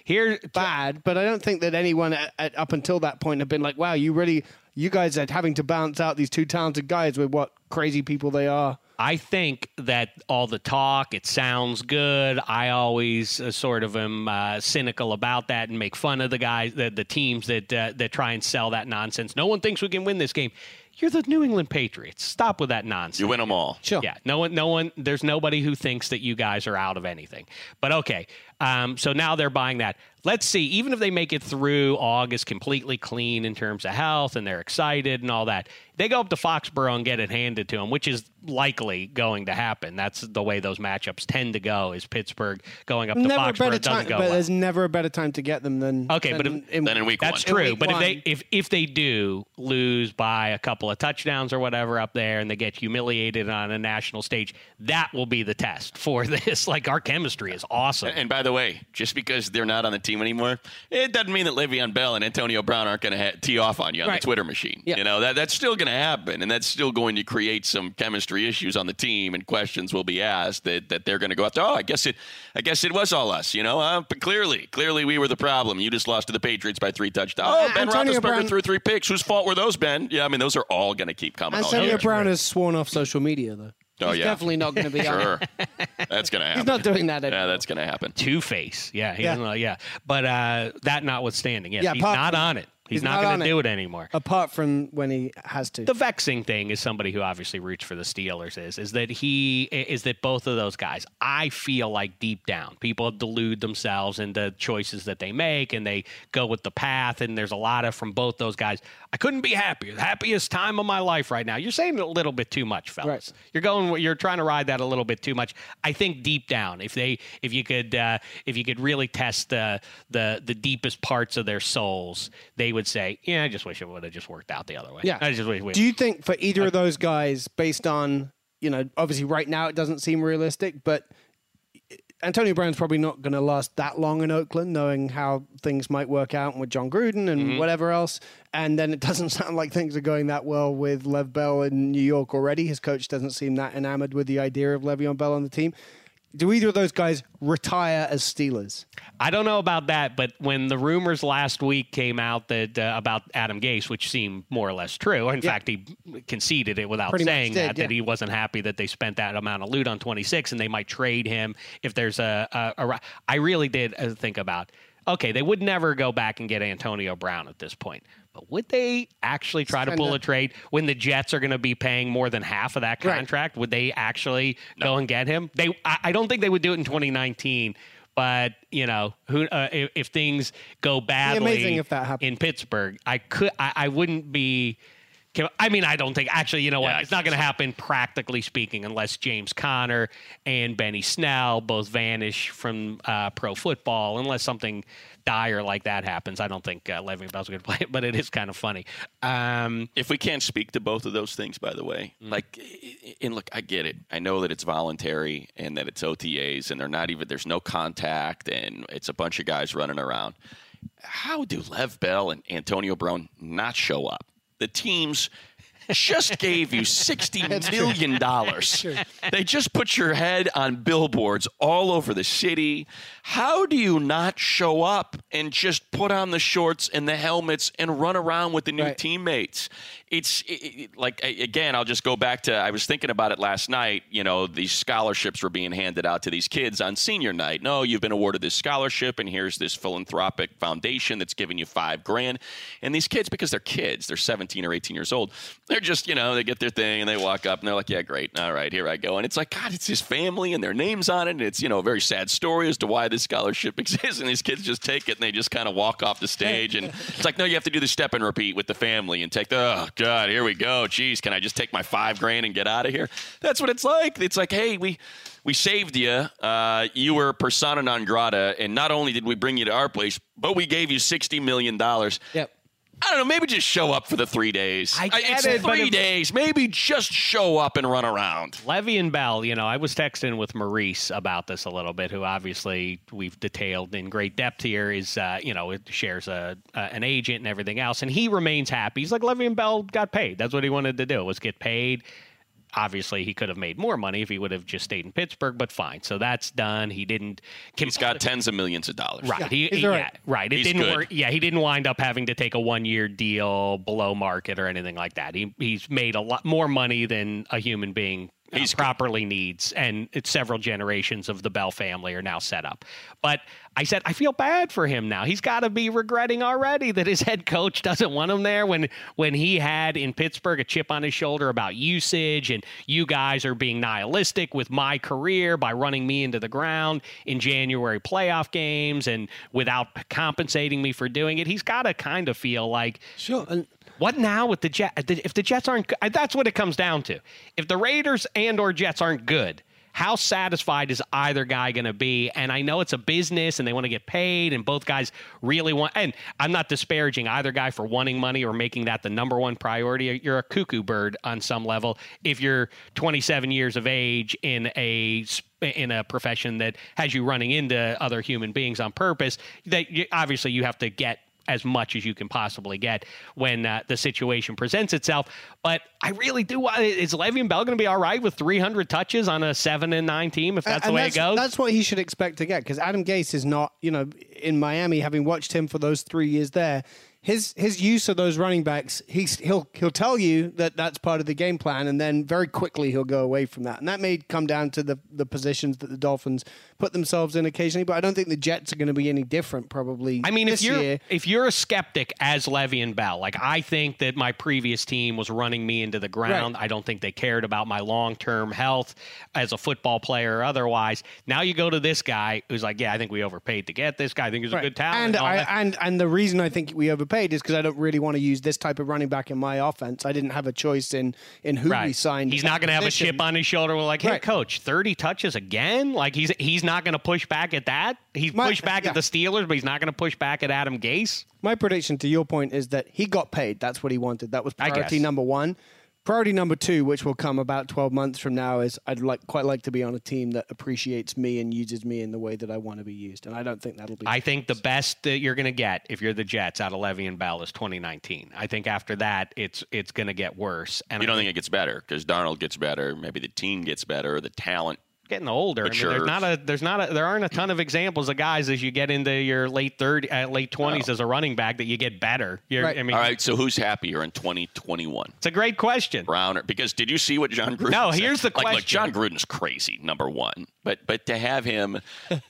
[SPEAKER 4] Here,
[SPEAKER 6] bad. But I don't think that anyone at, at, up until that point had been like, wow, you really you guys are having to balance out these two talented guys with what crazy people they are.
[SPEAKER 4] I think that all the talk, it sounds good. I always uh, sort of am uh, cynical about that and make fun of the guys, the, the teams that uh, that try and sell that nonsense. No one thinks we can win this game. You're the New England Patriots. Stop with that nonsense.
[SPEAKER 5] You win them all.
[SPEAKER 6] Sure.
[SPEAKER 4] Yeah. No one. No one. There's nobody who thinks that you guys are out of anything. But okay. Um, so now they're buying that. Let's see. Even if they make it through August completely clean in terms of health and they're excited and all that, they go up to Foxborough and get it handed to them, which is likely going to happen. That's the way those matchups tend to go. Is Pittsburgh going up to
[SPEAKER 6] never a
[SPEAKER 4] Foxborough
[SPEAKER 6] better
[SPEAKER 4] it doesn't
[SPEAKER 6] time,
[SPEAKER 4] go
[SPEAKER 6] but
[SPEAKER 4] well.
[SPEAKER 6] there's never a better time to get them than
[SPEAKER 4] Okay, but
[SPEAKER 6] than
[SPEAKER 4] if-
[SPEAKER 6] in-
[SPEAKER 5] Then in week
[SPEAKER 4] That's
[SPEAKER 5] one.
[SPEAKER 4] true.
[SPEAKER 6] week
[SPEAKER 4] But if
[SPEAKER 6] one.
[SPEAKER 4] they if if they do lose by a couple of touchdowns or whatever up there, and they get humiliated on a national stage, that will be the test for this. Like our chemistry is awesome.
[SPEAKER 5] And by the way, just because they're not on the team anymore, it doesn't mean that Le'Veon Bell and Antonio Brown aren't going to ha- tee off on you on
[SPEAKER 6] Right.
[SPEAKER 5] the Twitter machine.
[SPEAKER 6] Yeah.
[SPEAKER 5] You know that that's still going to happen, and that's still going to create some chemistry issues on the team, and questions will be asked that, that they're going to go after. Oh, I guess it, I guess it was all us. You know, uh, but clearly, clearly we were the problem. You just lost to the Patriots by three touchdowns.
[SPEAKER 6] Uh,
[SPEAKER 5] Oh, Ben
[SPEAKER 6] Antonio
[SPEAKER 5] Roethlisberger
[SPEAKER 6] Brown-
[SPEAKER 5] threw three picks. Whose fault were those, Ben? Yeah, I mean those are all going to keep coming. all
[SPEAKER 6] Antonio
[SPEAKER 5] year.
[SPEAKER 6] Brown has sworn off social media though.
[SPEAKER 5] Oh,
[SPEAKER 6] He's
[SPEAKER 5] yeah.
[SPEAKER 6] definitely not going to be. on it.
[SPEAKER 5] Sure, that's going to happen.
[SPEAKER 6] He's not doing that.
[SPEAKER 5] Yeah,
[SPEAKER 6] anymore.
[SPEAKER 5] that's going to happen.
[SPEAKER 4] Two face. Yeah, he
[SPEAKER 6] Yeah.
[SPEAKER 4] doesn't know. Yeah, but uh, that notwithstanding, yes,
[SPEAKER 6] Yeah,
[SPEAKER 4] he's
[SPEAKER 6] pop-
[SPEAKER 4] not on it. He's,
[SPEAKER 6] he's
[SPEAKER 4] not,
[SPEAKER 6] not
[SPEAKER 4] going
[SPEAKER 6] on
[SPEAKER 4] to
[SPEAKER 6] it.
[SPEAKER 4] do it anymore.
[SPEAKER 6] apart from when he has to.
[SPEAKER 4] the vexing thing is somebody who obviously roots for the Steelers is is that he is that both of those guys I feel like deep down people delude themselves into choices that they make and they go with the path and there's a lot of from both those guys I couldn't be happier the happiest time of my life right now you're saying it a little bit too much fellas
[SPEAKER 6] Right.
[SPEAKER 4] you're going you're trying to ride that a little bit too much I think deep down if they if you could uh, if you could really test the the the deepest parts of their souls they would say yeah I just wish it would have just worked out the other way
[SPEAKER 6] Yeah.
[SPEAKER 4] I just wish we
[SPEAKER 6] Do you think for either of those guys, based on you know, obviously right now it doesn't seem realistic, but Antonio Brown's probably not going to last that long in Oakland, knowing how things might work out with John Gruden and whatever else. And then it doesn't sound like things are going that well with Lev Bell in New York already. His coach doesn't seem that enamored with the idea of Le'Veon Bell on the team. Do either of those guys retire as Steelers?
[SPEAKER 4] I don't know about that, but when the rumors last week came out that uh, about Adam Gase, which seemed more or less true, in fact he conceded it without
[SPEAKER 6] Pretty much
[SPEAKER 4] saying
[SPEAKER 6] did,
[SPEAKER 4] that
[SPEAKER 6] yeah.
[SPEAKER 4] that he wasn't happy that they spent that amount of loot on 26 and they might trade him if there's a. a, a ri- I really did uh, think about. Okay, they would never go back and get Antonio Brown at this point. But would they actually try to pull a trade when the Jets are going to be paying more than half of that
[SPEAKER 6] Right.
[SPEAKER 4] contract? Would they actually go and get him? They, I, I don't think they would do it in 2019. But you know, who uh, if, if things go badly
[SPEAKER 6] amazing if that happened.
[SPEAKER 4] in Pittsburgh, I could, I, I wouldn't be. can- I mean, I don't think actually. You know what?
[SPEAKER 5] Yeah, I
[SPEAKER 4] it's not
[SPEAKER 5] can't
[SPEAKER 4] going to happen, practically speaking, unless James Conner and Benny Snell both vanish from uh, pro football. Unless something dire like that happens, I don't think uh, Le'Veon Bell's going to play it. But it is kind of funny. Um,
[SPEAKER 5] if we can't speak to both of those things, by the way, like, and look, I get it. I know that it's voluntary and that it's OTAs and they're not even, there's no contact and it's a bunch of guys running around. How do Lev Bell and Antonio Brown not show up? The teams just gave you $60 million. dollars. They just put your head on billboards all over the city. How do you not show up and just put on the shorts and the helmets and run around with the new
[SPEAKER 6] Right.
[SPEAKER 5] teammates? It's it, it, like, a- again, I'll just go back to I was thinking about it last night. You know, these scholarships were being handed out to these kids on senior night. No, you've been awarded this scholarship, and here's this philanthropic foundation that's giving you five grand. And these kids, because they're kids, they're 17 or 18 years old, they're just, you know, they get their thing and they walk up and they're like, yeah, great. All right, here I go. And it's like, God, it's his family and their names on it. And it's, you know, a very sad story as to why this scholarship exists. And these kids just take it and they just kind of walk off the stage. And it's like, no, you have to do the step and repeat with the family and take the, oh, God, here we go. Jeez, can I just take my five grand and get out of here? That's what it's like. It's like, hey, we. We saved you. Uh, you were persona non grata, and not only did we bring you to our place, but we gave you sixty million dollars.
[SPEAKER 6] Yep.
[SPEAKER 5] I don't know. Maybe just show up for the three days.
[SPEAKER 4] I
[SPEAKER 5] I
[SPEAKER 4] get
[SPEAKER 5] it's
[SPEAKER 4] it, but
[SPEAKER 5] three
[SPEAKER 4] if-
[SPEAKER 5] days. Maybe just show up and run around.
[SPEAKER 4] Levy and Bell, you know, I was texting with Maurice about this a little bit, who obviously we've detailed in great depth here is, uh, you know, it shares a, uh, an agent and everything else. And he remains happy. He's like, Levy and Bell got paid. That's what he wanted to do was get paid. Obviously, he could have made more money if he would have just stayed in Pittsburgh, but fine. So that's done. He didn't.
[SPEAKER 5] He's got tens of millions of dollars.
[SPEAKER 4] Right. he,
[SPEAKER 6] he's
[SPEAKER 4] he-
[SPEAKER 6] all right.
[SPEAKER 4] Yeah, right. It
[SPEAKER 5] He's
[SPEAKER 4] didn't
[SPEAKER 5] good.
[SPEAKER 4] work. Yeah, he didn't wind up having to take a one year deal below market or anything like that. He he's made a lot more money than a human being uh, properly needs, and it's several generations of the Bell family are now set up. But I said I feel bad for him now. He's got to be regretting already that his head coach doesn't want him there when when he had in Pittsburgh a chip on his shoulder about usage and you guys are being nihilistic with my career by running me into the ground in January playoff games and without compensating me for doing it. He's got to kind of feel like
[SPEAKER 6] Sure. And
[SPEAKER 4] what now with the Jets? If the Jets aren't, go- that's what it comes down to. If the Raiders and or Jets aren't good, how satisfied is either guy going to be? And I know it's a business, and they want to get paid, and both guys really want. And I'm not disparaging either guy for wanting money or making that the number one priority. You're a cuckoo bird on some level if you're 27 years of age in a sp- in a profession that has you running into other human beings on purpose. That you, obviously you have to get as much as you can possibly get when uh, the situation presents itself. But I really do. want- Is Le'Veon Bell going to be all right with 300 touches on a seven and nine team if that's
[SPEAKER 6] and
[SPEAKER 4] the way
[SPEAKER 6] that's,
[SPEAKER 4] it goes?
[SPEAKER 6] That's what he should expect to get because Adam Gase is not, you know, in Miami. Having watched him for those three years there, his his use of those running backs, he's he'll he'll tell you that that's part of the game plan, and then very quickly he'll go away from that. And that may come down to the the positions that the Dolphins put themselves in occasionally, but I don't think the Jets are going to be any different. Probably.
[SPEAKER 4] I mean,
[SPEAKER 6] this
[SPEAKER 4] if you're
[SPEAKER 6] year.
[SPEAKER 4] if you're a skeptic as Levy and Bell, like I think that my previous team was running me into the ground. I don't think they cared about my long term health as a football player or otherwise. Now you go to this guy who's like, yeah, I think we overpaid to get this guy. I think he's a good talent.
[SPEAKER 6] And
[SPEAKER 4] all
[SPEAKER 6] I,
[SPEAKER 4] that.
[SPEAKER 6] and and the reason I think we overpaid is because I don't really want to use this type of running back in my offense. I didn't have a choice in in who we signed.
[SPEAKER 4] He's not going to have a
[SPEAKER 6] position.
[SPEAKER 4] chip on his shoulder. We're like, hey,
[SPEAKER 6] Right.
[SPEAKER 4] coach, thirty touches again. Like he's he's not going to push back at that. He's
[SPEAKER 6] My-
[SPEAKER 4] pushed back
[SPEAKER 6] yeah.
[SPEAKER 4] at the Steelers, but he's not going to push back at Adam Gase.
[SPEAKER 6] My prediction to your point is that he got paid. That's what he wanted. That was
[SPEAKER 4] I guess.
[SPEAKER 6] priority number one. Priority number two, which will come about twelve months from now, is I'd like quite like to be on a team that appreciates me and uses me in the way that I want to be used, and I don't think that'll be.
[SPEAKER 4] I think the best that you're going to get if you're the Jets out of Levy and Bell is 2019. I think after that, it's it's going to get worse. And I
[SPEAKER 5] You don't think it gets better because Darnold gets better. Maybe the team gets better. The talent
[SPEAKER 4] getting older. I mean,
[SPEAKER 5] Mature.
[SPEAKER 4] there's not a there's not a there aren't a ton of examples of guys as you get into your late thirty uh, late twenties as a running back that you get better. You're,
[SPEAKER 6] Right.
[SPEAKER 4] I mean,
[SPEAKER 5] All right, so who's happier in 2021?
[SPEAKER 4] it's a great question.
[SPEAKER 5] Brown or because did you see what John Gruden?
[SPEAKER 4] No,
[SPEAKER 5] said?
[SPEAKER 4] here's the
[SPEAKER 5] Like, look,
[SPEAKER 4] question.
[SPEAKER 5] John Gruden's crazy, number one, but but to have him.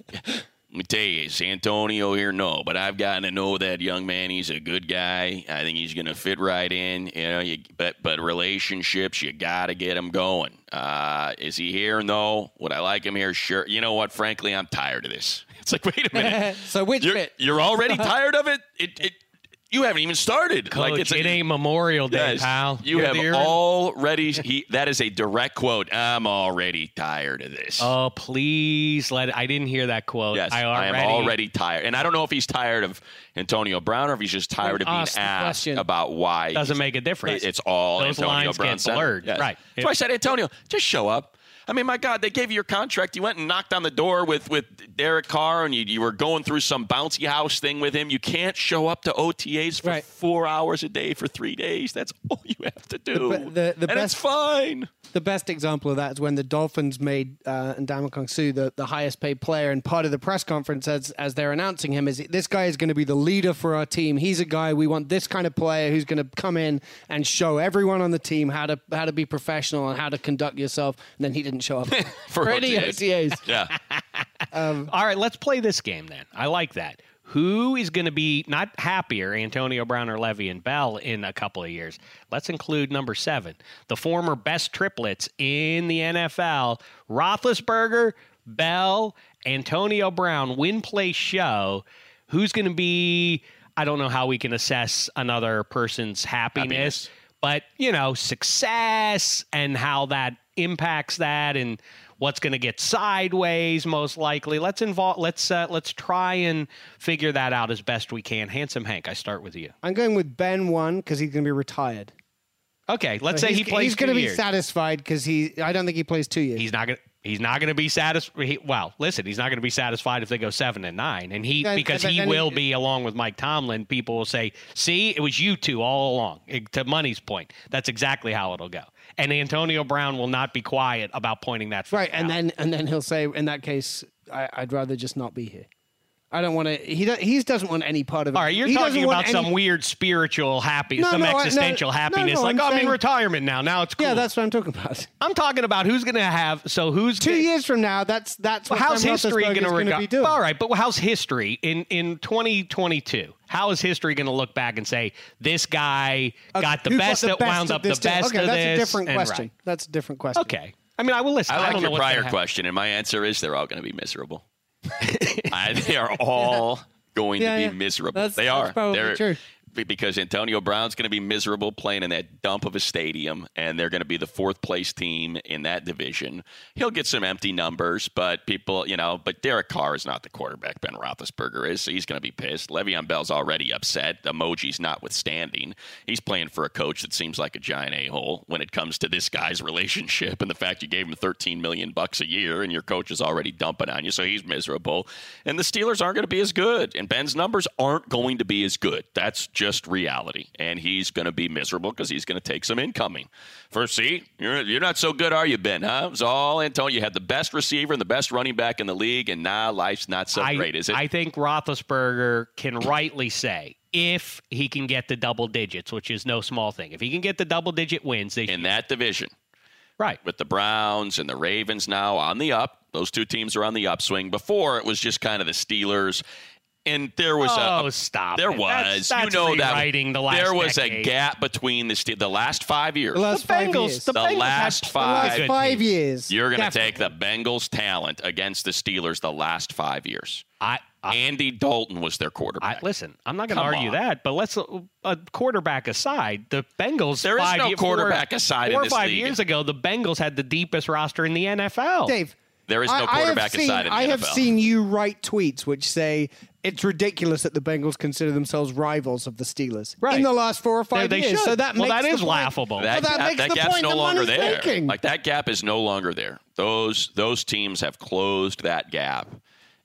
[SPEAKER 5] Days Antonio here, no, but I've gotten to know that young man. He's a good guy. I think he's going to fit right in. You know, you, but but relationships, you got to get him going. Uh, is he here? No. Would I like him here? Sure. You know what? Frankly, I'm tired of this. It's like, wait a minute.
[SPEAKER 6] So which
[SPEAKER 5] you're,
[SPEAKER 6] bit?
[SPEAKER 5] you're already tired of it. It it you haven't even started.
[SPEAKER 4] Coach,
[SPEAKER 5] like it's
[SPEAKER 4] it
[SPEAKER 5] a,
[SPEAKER 4] ain't Memorial Day,
[SPEAKER 5] Yes.
[SPEAKER 4] pal.
[SPEAKER 5] You
[SPEAKER 4] You're
[SPEAKER 5] have
[SPEAKER 4] the urine-
[SPEAKER 5] already. He, that is a direct quote. I'm already tired of this.
[SPEAKER 4] Oh, please let. I didn't hear that quote.
[SPEAKER 5] yes,
[SPEAKER 4] I,
[SPEAKER 5] I am already tired, and I don't know if he's tired of Antonio Brown or if he's just tired of being
[SPEAKER 6] ask the
[SPEAKER 5] asked
[SPEAKER 6] question.
[SPEAKER 5] about why.
[SPEAKER 4] doesn't
[SPEAKER 5] he's-
[SPEAKER 4] make a difference.
[SPEAKER 5] It- It's all
[SPEAKER 4] Those
[SPEAKER 5] Antonio
[SPEAKER 4] lines
[SPEAKER 5] Brown
[SPEAKER 4] get
[SPEAKER 5] said.
[SPEAKER 4] blurred. Right.
[SPEAKER 5] That's why I said Antonio, just show up. I mean, my God, they gave you your contract. You went and knocked on the door with with Derek Carr, and you, you were going through some bouncy house thing with him. You can't show up to OTAs for
[SPEAKER 6] Right.
[SPEAKER 5] four hours a day for three days. That's all you have to do,
[SPEAKER 6] be- the- the
[SPEAKER 5] and it's
[SPEAKER 6] best-
[SPEAKER 5] fine.
[SPEAKER 6] The best example of that is when the Dolphins made uh, Ndamukong Su the, the highest paid player, and part of the press conference as, as they're announcing him is this guy is going to be the leader for our team. He's a guy we want this kind of player who's going to come in and show everyone on the team how to how to be professional and how to conduct yourself. And then he didn't show up
[SPEAKER 5] For
[SPEAKER 6] any
[SPEAKER 5] OTAs.
[SPEAKER 6] OTAs.
[SPEAKER 5] Yeah.
[SPEAKER 4] All right, let's play this game then. I like that. Who is going to be not happier, Antonio Brown or Levy and Bell, in a couple of years? Let's include number seven, the former best triplets in the NFL, Roethlisberger, Bell, Antonio Brown, win, play, show. Who's going to be? I don't know how we can assess another person's happiness, but you know, success and how that impacts that and what's going to get sideways most likely. Let's involve let's uh, let's try and figure that out as best we can. Handsome Hank, I start with you.
[SPEAKER 6] I'm going with Ben one because he's going to be retired.
[SPEAKER 4] Okay, let's
[SPEAKER 6] So
[SPEAKER 4] say he
[SPEAKER 6] Uh, he's,
[SPEAKER 4] plays
[SPEAKER 6] He's going
[SPEAKER 4] two
[SPEAKER 6] to be
[SPEAKER 4] years.
[SPEAKER 6] satisfied because he. I don't think he plays two years.
[SPEAKER 4] he's not going to He's not going to be satisfied. Well, listen, he's not going to be satisfied if they go seven and nine, and he
[SPEAKER 6] Then-
[SPEAKER 4] because
[SPEAKER 6] then-
[SPEAKER 4] he
[SPEAKER 6] then he-
[SPEAKER 4] will be along with Mike Tomlin. People will say, "See, it was you two all along." It- to money's point, that's exactly how it'll go. And Antonio Brown will not be quiet about pointing that.
[SPEAKER 6] Right,
[SPEAKER 4] fact
[SPEAKER 6] and
[SPEAKER 4] out.
[SPEAKER 6] then and then he'll say, in that case, I, I'd rather just not be here. I don't want to. He do, he doesn't want any part of it.
[SPEAKER 4] All right, you're
[SPEAKER 6] He doesn't
[SPEAKER 4] talking
[SPEAKER 6] want
[SPEAKER 4] about
[SPEAKER 6] any-
[SPEAKER 4] some weird spiritual happiness,
[SPEAKER 6] No,
[SPEAKER 4] some
[SPEAKER 6] no, I- no,
[SPEAKER 4] existential
[SPEAKER 6] no, no,
[SPEAKER 4] happiness. like,
[SPEAKER 6] I'm
[SPEAKER 4] oh, I'm
[SPEAKER 6] saying-
[SPEAKER 4] in retirement now. Now it's cool.
[SPEAKER 6] Yeah, that's what I'm talking about.
[SPEAKER 4] I'm talking about who's going to have. So who's
[SPEAKER 6] Two years from now, that's that's what
[SPEAKER 4] how's
[SPEAKER 6] Ben
[SPEAKER 4] history
[SPEAKER 6] Roethlisberger's
[SPEAKER 4] going to
[SPEAKER 6] gonna
[SPEAKER 4] regard?
[SPEAKER 6] be doing.
[SPEAKER 4] All right, but how's history in in 2022? How is history going to look back and say this guy got the
[SPEAKER 6] Who
[SPEAKER 4] best that wound
[SPEAKER 6] of
[SPEAKER 4] up the
[SPEAKER 6] this
[SPEAKER 4] best
[SPEAKER 6] deal?
[SPEAKER 4] of
[SPEAKER 6] Okay,
[SPEAKER 4] this?
[SPEAKER 6] that's a different
[SPEAKER 4] and
[SPEAKER 6] question.
[SPEAKER 4] right.
[SPEAKER 6] That's a different question.
[SPEAKER 4] Okay. I mean, I will listen.
[SPEAKER 5] I
[SPEAKER 4] I,
[SPEAKER 5] like
[SPEAKER 4] don't know
[SPEAKER 5] your
[SPEAKER 4] what's gonna
[SPEAKER 5] prior
[SPEAKER 4] happen.
[SPEAKER 5] question, and my answer is they're all going to be miserable. I, they are all going
[SPEAKER 6] Yeah,
[SPEAKER 5] to be
[SPEAKER 6] yeah.
[SPEAKER 5] miserable.
[SPEAKER 6] That's-
[SPEAKER 5] they
[SPEAKER 6] that's
[SPEAKER 5] are.
[SPEAKER 6] probably
[SPEAKER 5] They're-
[SPEAKER 6] true.
[SPEAKER 5] be- Because Antonio Brown's going to be miserable playing in that dump of a stadium, and they're going to be the fourth place team in that division. He'll get some empty numbers, but people, you know, but Derek Carr is not the quarterback Ben Roethlisberger is, so he's going to be pissed. Le'Veon Bell's already upset, emojis notwithstanding. He's playing for a coach that seems like a giant a hole when it comes to this guy's relationship and the fact you gave him 13 million bucks a year and your coach is already dumping on you, so he's miserable. And the Steelers aren't going to be as good, and Ben's numbers aren't going to be as good. That's just reality, and he's going to be miserable because he's going to take some incoming. First, see, you're you're not so good, are you, Ben? Huh? It was all Antonio. You had the best receiver and the best running back in the league, and nah, life's not so
[SPEAKER 4] I,
[SPEAKER 5] great, is it?
[SPEAKER 4] I think Roethlisberger can rightly say if he can get the double digits, which is no small thing. If he can get the double digit wins, they
[SPEAKER 5] in that division.
[SPEAKER 4] right.
[SPEAKER 5] with the Browns and the Ravens now on the up. Those two teams are on the upswing. Before it was just kind of the Steelers, and there was a,
[SPEAKER 4] Oh,
[SPEAKER 5] a-
[SPEAKER 4] stop!
[SPEAKER 5] there
[SPEAKER 4] it.
[SPEAKER 5] was
[SPEAKER 4] That's, that's
[SPEAKER 5] you know that
[SPEAKER 4] rewriting the last.
[SPEAKER 5] there was a
[SPEAKER 4] decade.
[SPEAKER 5] gap between the Ste- the last five years.
[SPEAKER 6] The
[SPEAKER 4] The
[SPEAKER 6] last five
[SPEAKER 4] Bengals,
[SPEAKER 6] years.
[SPEAKER 4] the,
[SPEAKER 5] The
[SPEAKER 4] Bengals
[SPEAKER 5] last
[SPEAKER 4] had-
[SPEAKER 6] The last
[SPEAKER 5] five-
[SPEAKER 6] five years.
[SPEAKER 5] You're going to take the Bengals talent against the Steelers the last five years.
[SPEAKER 4] I, I,
[SPEAKER 5] Andy Dalton was their
[SPEAKER 4] I
[SPEAKER 5] quarterback.
[SPEAKER 4] listen. I'm not going to
[SPEAKER 5] Come
[SPEAKER 4] argue
[SPEAKER 5] on.
[SPEAKER 4] that, but let's uh, uh, quarterback aside. The Bengals.
[SPEAKER 5] There is
[SPEAKER 4] five
[SPEAKER 5] no
[SPEAKER 4] ye- four-
[SPEAKER 5] quarterback aside in
[SPEAKER 4] Four or
[SPEAKER 5] this
[SPEAKER 4] five
[SPEAKER 5] league.
[SPEAKER 4] years ago, the Bengals had the deepest roster in the NFL.
[SPEAKER 6] Dave.
[SPEAKER 5] there is no
[SPEAKER 6] I- I have
[SPEAKER 5] quarterback
[SPEAKER 6] seen-
[SPEAKER 5] aside in the
[SPEAKER 6] I have
[SPEAKER 5] NFL.
[SPEAKER 6] seen you write tweets which say it's ridiculous that the Bengals consider themselves rivals of the Steelers
[SPEAKER 4] Right.
[SPEAKER 6] in the last four or
[SPEAKER 4] They-
[SPEAKER 6] five
[SPEAKER 4] they
[SPEAKER 6] years.
[SPEAKER 4] should.
[SPEAKER 6] So that
[SPEAKER 4] well, that
[SPEAKER 6] makes the
[SPEAKER 4] is
[SPEAKER 6] point.
[SPEAKER 4] laughable.
[SPEAKER 5] That,
[SPEAKER 6] So that
[SPEAKER 5] gap-
[SPEAKER 6] makes the
[SPEAKER 5] gap's
[SPEAKER 6] point
[SPEAKER 5] no
[SPEAKER 6] the
[SPEAKER 5] longer
[SPEAKER 6] money's
[SPEAKER 5] there.
[SPEAKER 6] making.
[SPEAKER 5] Like that gap is no longer there. Those those teams have closed that gap,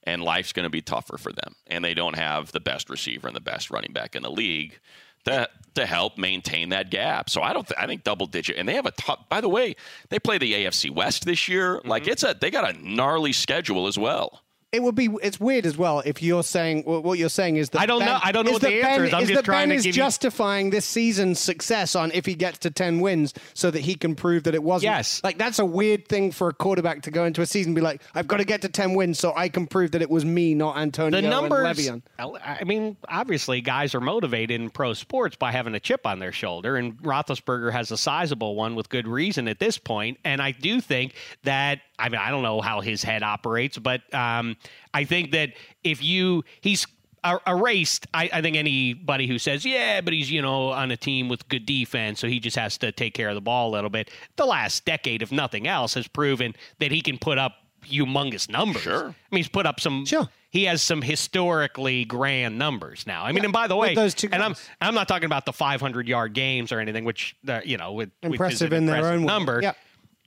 [SPEAKER 5] and life's going to be tougher for them. And they don't have the best receiver and the best running back in the league to to help maintain that gap. So I don't. Th- I think double digit, and they have a top. By the way, they play the AFC West this year.
[SPEAKER 4] Mm-hmm.
[SPEAKER 5] Like it's a they got a gnarly schedule as well.
[SPEAKER 6] It would be. It's weird as well if you're saying wh- what you're saying is that
[SPEAKER 4] I don't
[SPEAKER 6] ben,
[SPEAKER 4] know- I don't know
[SPEAKER 6] is
[SPEAKER 4] what the
[SPEAKER 6] that
[SPEAKER 4] answer
[SPEAKER 6] ben,
[SPEAKER 4] is. I'm just
[SPEAKER 6] that
[SPEAKER 4] trying
[SPEAKER 6] ben
[SPEAKER 4] to
[SPEAKER 6] is
[SPEAKER 4] give you-
[SPEAKER 6] justifying this season's success on if he gets to ten wins so that he can prove that it wasn't.
[SPEAKER 4] Yes.
[SPEAKER 6] like that's a weird thing for a quarterback to go into a season and be like, I've got to get to ten wins so I can prove that it was me, not Antonio
[SPEAKER 4] the
[SPEAKER 6] and
[SPEAKER 4] numbers. uh,
[SPEAKER 6] Le'Veon.
[SPEAKER 4] I mean, obviously, guys are motivated in pro sports by having a chip on their shoulder, and Roethlisberger has a sizable one with good reason at this point. And I do think that I mean, I don't know how his head operates, but um, I think that if you he's er- erased I, I think anybody who says yeah but he's you know on a team with good defense so he just has to take care of the ball a little bit the last decade if nothing else has proven that he can put up humongous numbers
[SPEAKER 5] Sure.
[SPEAKER 4] I mean, he's put up some.
[SPEAKER 6] Sure.
[SPEAKER 4] He has some historically grand numbers now. I mean, and by the
[SPEAKER 6] with
[SPEAKER 4] way,
[SPEAKER 6] those two
[SPEAKER 4] and I'm
[SPEAKER 6] guys.
[SPEAKER 4] I'm not talking about the 500 yard games or anything, which uh, you know, with
[SPEAKER 6] Impressive in their own way.
[SPEAKER 4] number.
[SPEAKER 6] Yeah.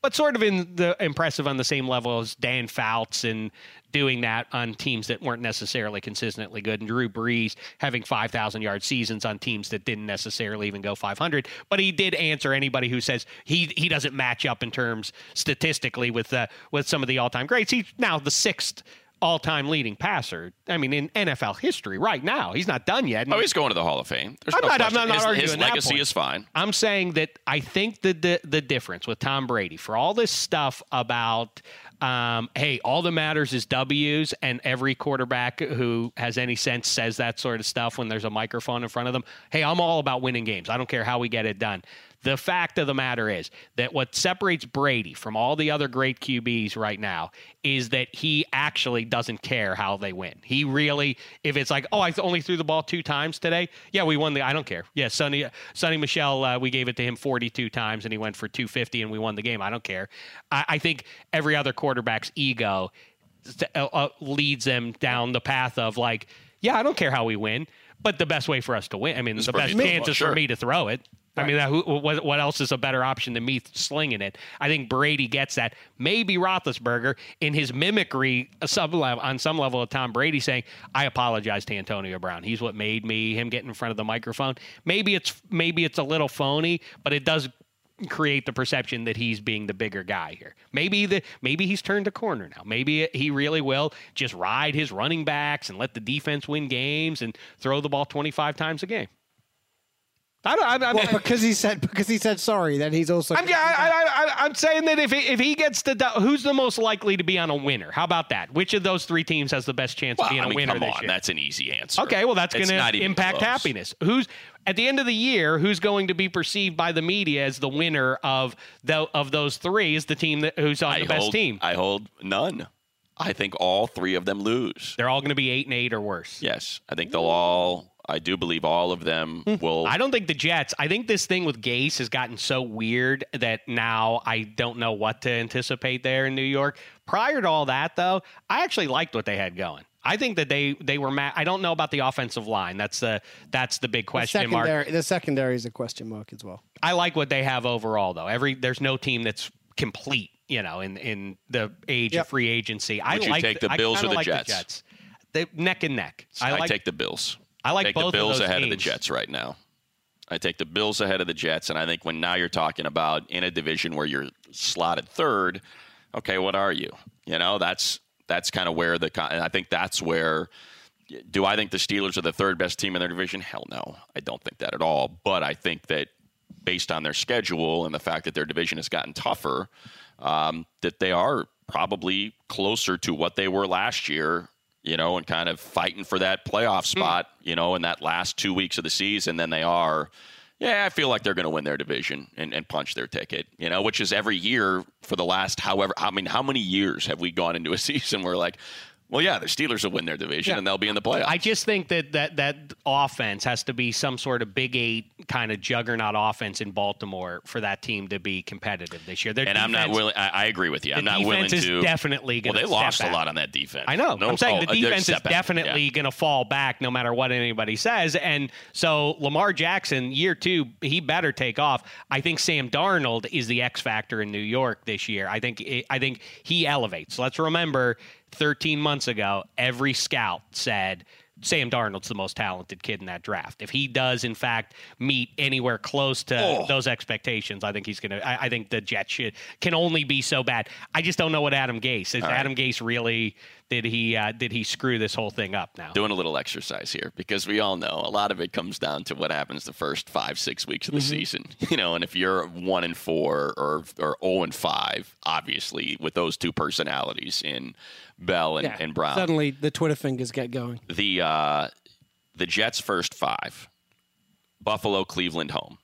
[SPEAKER 4] But sort of in the impressive on the same level as Dan Fouts and doing that on teams that weren't necessarily consistently good, and Drew Brees having 5,000 yard seasons on teams that didn't necessarily even go 500. But he did answer anybody who says he he doesn't match up in terms statistically with uh, with some of the all time greats. He's now the sixth all time leading passer. I mean, in NFL history, right now, he's not done yet. And
[SPEAKER 5] Oh, he's going to the Hall of Fame. There's
[SPEAKER 4] Mm-hmm. I'm
[SPEAKER 5] no
[SPEAKER 4] not- I'm
[SPEAKER 5] question.
[SPEAKER 4] not
[SPEAKER 5] his,
[SPEAKER 4] arguing
[SPEAKER 5] his
[SPEAKER 4] that
[SPEAKER 5] legacy
[SPEAKER 4] point.
[SPEAKER 5] is fine.
[SPEAKER 4] I'm saying that I think the, the the difference with Tom Brady for all this stuff about um, hey, all that matters is W's, and every quarterback who has any sense says that sort of stuff when there's a microphone in front of them. Hey, I'm all about winning games. I don't care how we get it done. The fact of the matter is that what separates Brady from all the other great QBs right now is that he actually doesn't care how they win. He really, if it's like, oh, I only threw the ball two times today. Yeah, we won the. I don't care. Yeah, Sonny, Sonny Michelle, uh, we gave it to him 42 times and he went for 250 and we won the game. I don't care. I, I think every other quarterback's ego s- uh, uh, leads them down the path of like, yeah, I don't care how we win, but the best way for us to win. I mean, the
[SPEAKER 5] for me
[SPEAKER 4] best
[SPEAKER 5] to-
[SPEAKER 4] chances
[SPEAKER 5] sure.
[SPEAKER 4] for me to throw it. I mean, that- who, what, what else is a better option than me slinging it? I think Brady gets that. Maybe Roethlisberger in his mimicry, a sub level, on some level of Tom Brady saying, "I apologize to Antonio Brown. He's what made me him getting in front of the microphone." Maybe it's maybe it's a little phony, but it does create the perception that he's being the bigger guy here. Maybe the maybe he's turned a corner now. Maybe he really will just ride his running backs and let the defense win games and throw the ball twenty five times a game. I don't. I'm, I'm,
[SPEAKER 6] Well, because he said because he said sorry, then he's also
[SPEAKER 4] I'm, I, I, I, I'm saying that if he, if he gets the who's the most likely to be on a winner? How about that? Which of those three teams has the best chance
[SPEAKER 5] Well,
[SPEAKER 4] of being
[SPEAKER 5] I
[SPEAKER 4] a
[SPEAKER 5] mean,
[SPEAKER 4] winner
[SPEAKER 5] come
[SPEAKER 4] this
[SPEAKER 5] on,
[SPEAKER 4] year?
[SPEAKER 5] that's an easy answer.
[SPEAKER 4] Okay, well that's going
[SPEAKER 5] It's not
[SPEAKER 4] to
[SPEAKER 5] even
[SPEAKER 4] impact
[SPEAKER 5] close.
[SPEAKER 4] happiness. Who's at the end of the year? Who's going to be perceived by the media as the winner of the of those three? Is the team that who's on
[SPEAKER 5] I
[SPEAKER 4] the best
[SPEAKER 5] hold,
[SPEAKER 4] team?
[SPEAKER 5] I hold none. I think all three of them lose.
[SPEAKER 4] They're all going to be eight and eight or worse.
[SPEAKER 5] Yes, I think they'll all. I do believe all of them will.
[SPEAKER 4] Hmm. I don't think the Jets. I think this thing with Gase has gotten so weird that now I don't know what to anticipate there in New York. Prior to all that, though, I actually liked what they had going. I think that they they were. Ma- I don't know about the offensive line. That's the that's the big
[SPEAKER 6] the
[SPEAKER 4] question mark.
[SPEAKER 6] secondary. The secondary is a question mark as well.
[SPEAKER 4] I like what they have overall, though. Every there's no team that's complete, you know, in in the age
[SPEAKER 6] Yep.
[SPEAKER 4] of free agency. I
[SPEAKER 5] Would you
[SPEAKER 4] like
[SPEAKER 5] take the
[SPEAKER 4] I
[SPEAKER 5] Bills or
[SPEAKER 4] kinda
[SPEAKER 5] the
[SPEAKER 4] like
[SPEAKER 5] Jets?
[SPEAKER 4] They neck and neck.
[SPEAKER 5] I,
[SPEAKER 4] I like
[SPEAKER 5] take the Bills.
[SPEAKER 4] I like
[SPEAKER 5] take
[SPEAKER 4] both
[SPEAKER 5] the
[SPEAKER 4] of
[SPEAKER 5] Bills
[SPEAKER 4] those
[SPEAKER 5] ahead of the
[SPEAKER 4] teams.
[SPEAKER 5] Jets right now. I take the Bills ahead of the Jets, and I think when now you're talking about in a division where you're slotted third, okay, what are you? You know, that's that's kind of where the con- and I think that's where. Do I think the Steelers are the third best team in their division? Hell no, I don't think that at all. But I think that based on their schedule and the fact that their division has gotten tougher, um, that they are probably closer to what they were last year, you know, and kind of fighting for that playoff spot, you know, in that last two weeks of the season than they are. Yeah, I feel like they're going to win their division and, and punch their ticket, you know, which is every year for the last however, I mean, how many years have we gone into a season where like, well, yeah, the Steelers will win their division and they'll be in the playoffs.
[SPEAKER 4] I just think that that that offense has to be some sort of big eight kind of juggernaut offense in Baltimore for that team to be competitive this year. Their
[SPEAKER 5] and I'm not
[SPEAKER 4] defense-
[SPEAKER 5] willing. I, I agree with you. I'm
[SPEAKER 4] the
[SPEAKER 5] not willing
[SPEAKER 4] defense is
[SPEAKER 5] to.
[SPEAKER 4] definitely
[SPEAKER 5] well,
[SPEAKER 4] going
[SPEAKER 5] they
[SPEAKER 4] to.
[SPEAKER 5] lost a lot on that defense.
[SPEAKER 4] I know.
[SPEAKER 5] No
[SPEAKER 4] I'm saying
[SPEAKER 5] fault-
[SPEAKER 4] the
[SPEAKER 5] uh, their
[SPEAKER 4] defense is
[SPEAKER 5] step back.
[SPEAKER 4] definitely
[SPEAKER 5] Yeah.
[SPEAKER 4] going to fall back no matter what anybody says. And so Lamar Jackson, year two, he better take off. I think Sam Darnold is the X factor in New York this year. I think eh, I think he elevates. Let's remember, 13 months ago, every scout said Sam Darnold's the most talented kid in that draft. If he does, in fact, meet anywhere close to
[SPEAKER 5] Oh.
[SPEAKER 4] those expectations, I think he's going to. I I think the Jets should can only be so bad. I just don't know what Adam Gase is. Adam Gase really did he uh, did he screw this whole thing up now?
[SPEAKER 5] doing a little exercise here because we all know a lot of it comes down to what happens the first five six weeks of
[SPEAKER 4] Mm-hmm.
[SPEAKER 5] the season you know and if you're one and four or or oh and five obviously with those two personalities in bell and, and brown
[SPEAKER 6] Suddenly, the Twitter fingers get going.
[SPEAKER 5] the uh, the Jets first five: Buffalo, Cleveland home,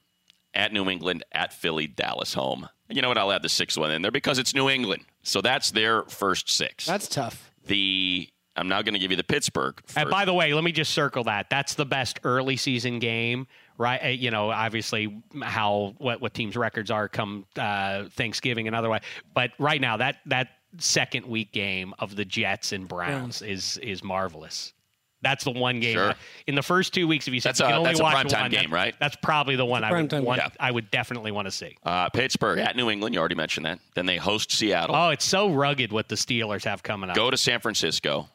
[SPEAKER 5] at New England, at Philly, Dallas home. You know what? I'll add the sixth one in there because it's New England, so that's their first six.
[SPEAKER 6] That's tough.
[SPEAKER 5] the I'm now going to give you the Pittsburgh.
[SPEAKER 4] And
[SPEAKER 5] first-
[SPEAKER 4] by the way, let me just circle that. That's the best early season game, right? Uh, You know, obviously how what what teams' records are come uh, Thanksgiving and otherwise. But right now, that that second week game of the Jets and Browns is is marvelous. That's the one game
[SPEAKER 5] Sure.
[SPEAKER 4] in the first two weeks. If you said
[SPEAKER 5] That's
[SPEAKER 4] you
[SPEAKER 5] a-
[SPEAKER 4] can only
[SPEAKER 5] that's a
[SPEAKER 4] watch
[SPEAKER 5] primetime
[SPEAKER 4] one,
[SPEAKER 5] game,
[SPEAKER 4] that-
[SPEAKER 5] right?
[SPEAKER 4] That's probably the one I would
[SPEAKER 6] primetime
[SPEAKER 4] want,
[SPEAKER 5] game.
[SPEAKER 4] I would definitely want to see.
[SPEAKER 5] uh, Pittsburgh at New England. You already mentioned that. Then they host Seattle.
[SPEAKER 4] Oh, it's so rugged what the Steelers have coming up.
[SPEAKER 5] Go to San Francisco.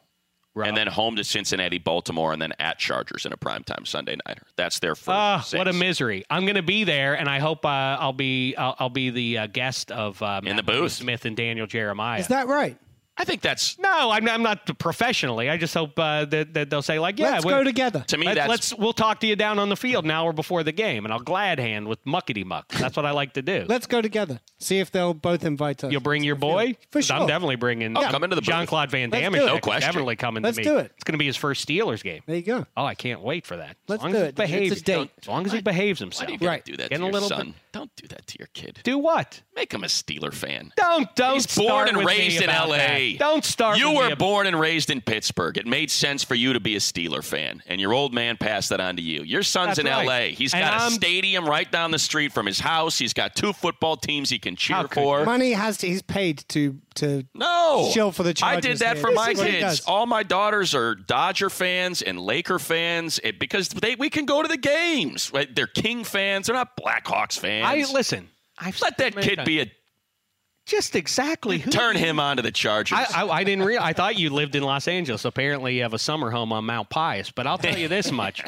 [SPEAKER 5] And then home to Cincinnati, Baltimore, and then at Chargers in a primetime Sunday nighter. That's their first.
[SPEAKER 4] Ah,
[SPEAKER 5] six.
[SPEAKER 4] what a misery! I'm going to be there, and I hope uh, I'll be I'll, I'll be the uh, guest of uh,
[SPEAKER 5] In
[SPEAKER 4] Matt
[SPEAKER 5] the booth.
[SPEAKER 4] Smith and Daniel Jeremiah.
[SPEAKER 6] Is that right?
[SPEAKER 5] I think that's
[SPEAKER 4] no, I'm, I'm not professionally. I just hope uh, that, that they'll say like, yeah,
[SPEAKER 6] Let's
[SPEAKER 4] we-
[SPEAKER 6] go together.
[SPEAKER 5] to me.
[SPEAKER 4] Let,
[SPEAKER 5] that's
[SPEAKER 4] us we'll talk to you down on the field an hour before the game, and I'll glad hand with muckety muck. That's what I like to do.
[SPEAKER 6] Let's go together. See if they'll both invite us.
[SPEAKER 4] You'll bring your boy.
[SPEAKER 6] For
[SPEAKER 4] 'Cause I'm
[SPEAKER 6] sure.
[SPEAKER 4] definitely bringing.
[SPEAKER 5] Oh, come into the booth.
[SPEAKER 4] Jean Claude Van
[SPEAKER 6] Let's
[SPEAKER 4] Damme.
[SPEAKER 6] do
[SPEAKER 4] is
[SPEAKER 6] it. No
[SPEAKER 5] question.
[SPEAKER 4] Definitely coming
[SPEAKER 6] Let's
[SPEAKER 4] to me.
[SPEAKER 6] do it.
[SPEAKER 4] It's going to be his first Steelers game.
[SPEAKER 6] There you go.
[SPEAKER 4] Oh, I can't wait for that. As
[SPEAKER 6] Let's
[SPEAKER 4] long
[SPEAKER 6] do
[SPEAKER 4] as
[SPEAKER 6] it.
[SPEAKER 4] He behaves,
[SPEAKER 6] It's a date.
[SPEAKER 4] As long as he behaves
[SPEAKER 5] Why
[SPEAKER 4] himself.
[SPEAKER 5] do you gotta
[SPEAKER 6] Right.
[SPEAKER 5] do that
[SPEAKER 4] Getting
[SPEAKER 5] to
[SPEAKER 4] a
[SPEAKER 5] your
[SPEAKER 4] little
[SPEAKER 5] son?
[SPEAKER 4] bit-
[SPEAKER 5] Don't do that to your kid.
[SPEAKER 4] Do what?
[SPEAKER 5] Make him a Steeler fan.
[SPEAKER 4] Don't don't
[SPEAKER 5] He's
[SPEAKER 4] start
[SPEAKER 5] born and
[SPEAKER 4] with me
[SPEAKER 5] raised in
[SPEAKER 4] about
[SPEAKER 5] L.A.
[SPEAKER 4] that. Don't start.
[SPEAKER 5] You
[SPEAKER 4] with me
[SPEAKER 5] were
[SPEAKER 4] ab-
[SPEAKER 5] born and raised in Pittsburgh. It made sense for you to be a Steeler fan, and your old man passed that on to you. Your son's
[SPEAKER 4] That's
[SPEAKER 5] in
[SPEAKER 4] right.
[SPEAKER 5] L.A. He's
[SPEAKER 4] And
[SPEAKER 5] got a
[SPEAKER 4] I'm-
[SPEAKER 5] stadium right down the street from his house. He's got two football teams he can cheer
[SPEAKER 4] How could
[SPEAKER 5] for.
[SPEAKER 6] Money has to. He's paid to to.
[SPEAKER 5] No.
[SPEAKER 6] Shill for the
[SPEAKER 5] I
[SPEAKER 6] Chargers
[SPEAKER 5] did that
[SPEAKER 6] fan.
[SPEAKER 5] for
[SPEAKER 6] This
[SPEAKER 5] my
[SPEAKER 6] is what he does.
[SPEAKER 5] kids. All my daughters are Dodger fans and Laker fans it, because they we can go to the games. Right? They're King fans. They're not Blackhawks
[SPEAKER 4] I
[SPEAKER 5] fans.
[SPEAKER 4] listen. I've
[SPEAKER 5] Let that kid be a
[SPEAKER 4] just exactly who.
[SPEAKER 5] turn him onto the Chargers.
[SPEAKER 4] I, I, I didn't realize. I thought you lived in Los Angeles. Apparently, you have a summer home on Mount Pius. But I'll tell you this much: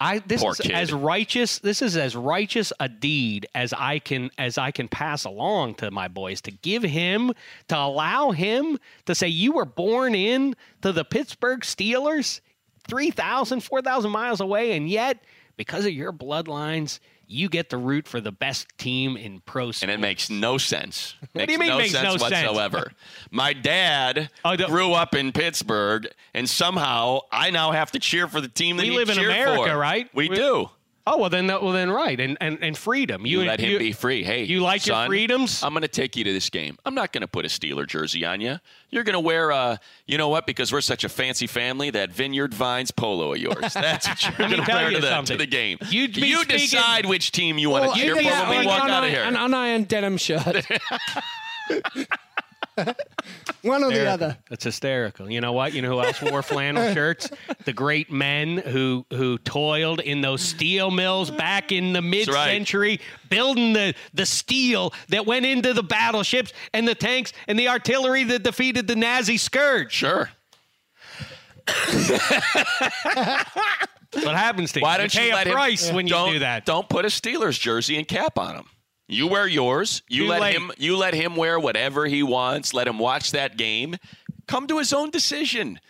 [SPEAKER 4] I this
[SPEAKER 5] Poor
[SPEAKER 4] is
[SPEAKER 5] kid.
[SPEAKER 4] as righteous. This is as righteous a deed as I can as I can pass along to my boys to give him to allow him to say you were born in to the Pittsburgh Steelers, 3,000, 4,000 miles away, and yet because of your bloodlines. You get to root for the best team in pro sports.
[SPEAKER 5] and it makes no sense. What
[SPEAKER 4] do you mean
[SPEAKER 5] no
[SPEAKER 4] makes
[SPEAKER 5] sense
[SPEAKER 4] no sense?
[SPEAKER 5] whatsoever? My dad
[SPEAKER 4] Oh, don't-
[SPEAKER 5] grew up in Pittsburgh, and somehow I now have to cheer for the team that
[SPEAKER 4] We
[SPEAKER 5] he
[SPEAKER 4] live in
[SPEAKER 5] cheered
[SPEAKER 4] America,
[SPEAKER 5] for.
[SPEAKER 4] right?
[SPEAKER 5] We,
[SPEAKER 4] We-
[SPEAKER 5] do.
[SPEAKER 4] Oh well, then well then right, and and, and freedom. You,
[SPEAKER 5] You let him
[SPEAKER 4] you-
[SPEAKER 5] be free. Hey,
[SPEAKER 4] you like your
[SPEAKER 5] son,
[SPEAKER 4] freedoms?
[SPEAKER 5] I'm going to take you to this game. I'm not going to put a Steeler jersey on you. You're going to wear a, you know what? Because we're such a fancy family, that Vineyard Vines polo of yours. That's what you're
[SPEAKER 4] me
[SPEAKER 5] going to
[SPEAKER 4] tell
[SPEAKER 5] wear
[SPEAKER 4] you
[SPEAKER 5] to the, to
[SPEAKER 4] something.
[SPEAKER 5] the game.
[SPEAKER 4] You'd be
[SPEAKER 5] you
[SPEAKER 4] speaking-
[SPEAKER 5] decide which team you want to cheer for when we walk out of here.
[SPEAKER 6] An unironed denim shirt. One or the other.
[SPEAKER 4] It's hysterical. You know what? You know who else wore flannel shirts? The great men who who toiled in those steel mills back in the mid
[SPEAKER 5] right.
[SPEAKER 4] century, building the the steel that went into the battleships and the tanks and the artillery that defeated the Nazi scourge.
[SPEAKER 5] Sure.
[SPEAKER 4] What happens to you?
[SPEAKER 5] Why don't
[SPEAKER 4] pay
[SPEAKER 5] you
[SPEAKER 4] a
[SPEAKER 5] let him-
[SPEAKER 4] price when you
[SPEAKER 5] don't,
[SPEAKER 4] do that?
[SPEAKER 5] Don't put a Steelers jersey and cap on him. You wear yours. You
[SPEAKER 4] Too
[SPEAKER 5] let
[SPEAKER 4] late.
[SPEAKER 5] him. You let him wear whatever he wants. Let him watch that game. Come to his own decision.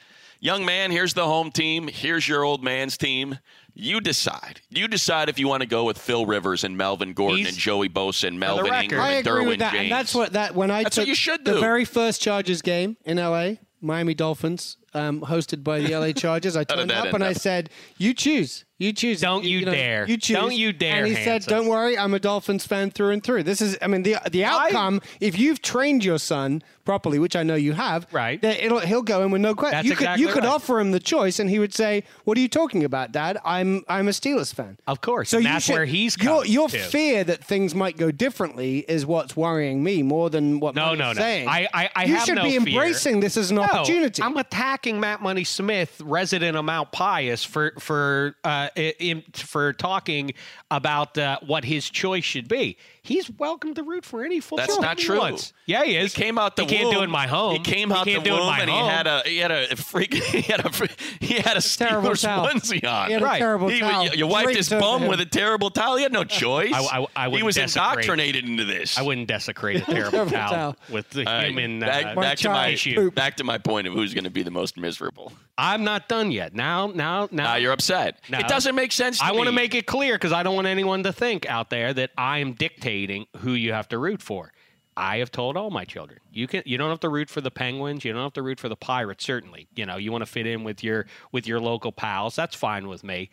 [SPEAKER 5] Young man, here's the home team. Here's your old man's team. You decide. You decide if you want to go with Phil Rivers and Melvin Gordon
[SPEAKER 4] He's-
[SPEAKER 5] and Joey Bosa and Melvin
[SPEAKER 4] record-
[SPEAKER 5] Ingram
[SPEAKER 4] I
[SPEAKER 6] I
[SPEAKER 5] and
[SPEAKER 6] agree
[SPEAKER 5] Derwin
[SPEAKER 6] with that,
[SPEAKER 5] James.
[SPEAKER 6] and that's what that when I
[SPEAKER 5] That's what
[SPEAKER 6] took
[SPEAKER 5] you should
[SPEAKER 6] the
[SPEAKER 5] do.
[SPEAKER 6] very first Chargers game in LA, Miami Dolphins, um, hosted by the LA Chargers. I
[SPEAKER 5] did
[SPEAKER 6] turned
[SPEAKER 5] that
[SPEAKER 6] up
[SPEAKER 5] end
[SPEAKER 6] and I
[SPEAKER 5] up?
[SPEAKER 6] said, "You choose, you choose."
[SPEAKER 4] Don't you
[SPEAKER 6] know,
[SPEAKER 4] dare.
[SPEAKER 6] You choose.
[SPEAKER 4] Don't you dare,
[SPEAKER 6] And he said,
[SPEAKER 4] Hanson.
[SPEAKER 6] "Don't worry, I'm a Dolphins fan through and through." This is, I mean, the the outcome. if you've trained your son properly, which I know you have,
[SPEAKER 4] Right.
[SPEAKER 6] then It'll he'll go in with no question.
[SPEAKER 4] That's
[SPEAKER 6] You could you
[SPEAKER 4] exactly
[SPEAKER 6] could
[SPEAKER 4] right.
[SPEAKER 6] offer him the choice, and he would say, "What are you talking about, Dad? I'm I'm a Steelers fan."
[SPEAKER 4] Of course.
[SPEAKER 6] So
[SPEAKER 4] and
[SPEAKER 6] you
[SPEAKER 4] that's
[SPEAKER 6] should-
[SPEAKER 4] where he's
[SPEAKER 6] your
[SPEAKER 4] coming
[SPEAKER 6] your
[SPEAKER 4] to.
[SPEAKER 6] fear that things might go differently is what's worrying me more than what
[SPEAKER 4] No,
[SPEAKER 6] Matt's
[SPEAKER 4] no, no.
[SPEAKER 6] saying.
[SPEAKER 4] I- I- I
[SPEAKER 6] you
[SPEAKER 4] have
[SPEAKER 6] should
[SPEAKER 4] no
[SPEAKER 6] be
[SPEAKER 4] fear.
[SPEAKER 6] embracing this as an
[SPEAKER 4] No,
[SPEAKER 6] opportunity.
[SPEAKER 4] I'm attacking Matt Money Smith, resident of Mount Pius, for for uh, i- in, for talking about uh, what his choice should be. He's welcome to root for any football.
[SPEAKER 5] That's not
[SPEAKER 4] team he
[SPEAKER 5] true.
[SPEAKER 4] wants. Yeah, he is.
[SPEAKER 5] He came out the
[SPEAKER 4] He can't
[SPEAKER 5] womb.
[SPEAKER 4] do it in my home.
[SPEAKER 5] He came out
[SPEAKER 4] can't
[SPEAKER 5] the
[SPEAKER 4] do it in
[SPEAKER 5] womb
[SPEAKER 4] my
[SPEAKER 5] and
[SPEAKER 4] home.
[SPEAKER 5] he had a he had a freak he had a fr- he had a
[SPEAKER 6] terrible
[SPEAKER 5] Steelers
[SPEAKER 6] towel.
[SPEAKER 5] onesie on.
[SPEAKER 6] He had a Right. terrible
[SPEAKER 5] He-
[SPEAKER 6] towel.
[SPEAKER 5] you- You wiped
[SPEAKER 6] Draped
[SPEAKER 5] his
[SPEAKER 6] over
[SPEAKER 5] bum
[SPEAKER 6] him.
[SPEAKER 5] with a terrible towel. He had no choice.
[SPEAKER 4] I- I- I
[SPEAKER 5] he
[SPEAKER 4] wouldn't
[SPEAKER 5] was
[SPEAKER 4] desecrate.
[SPEAKER 5] indoctrinated into this.
[SPEAKER 4] I wouldn't desecrate a terrible
[SPEAKER 6] Terrible
[SPEAKER 4] towel
[SPEAKER 6] towel.
[SPEAKER 4] with the
[SPEAKER 5] All right,
[SPEAKER 4] human.
[SPEAKER 5] back,
[SPEAKER 4] uh,
[SPEAKER 5] back to
[SPEAKER 6] child
[SPEAKER 5] my
[SPEAKER 4] poop.
[SPEAKER 5] back to my point of who's going to be the most miserable.
[SPEAKER 4] I'm not done yet. Now, now, now.
[SPEAKER 5] Now you're upset.
[SPEAKER 4] No.
[SPEAKER 5] It doesn't make sense. To
[SPEAKER 4] I want to
[SPEAKER 5] me.
[SPEAKER 4] make it clear because I don't want anyone to think out there that I am dictating who you have to root for. I have told all my children you can you don't have to root for the Penguins, you don't have to root for the Pirates. Certainly, you know you want to fit in with your with your local pals. That's fine with me.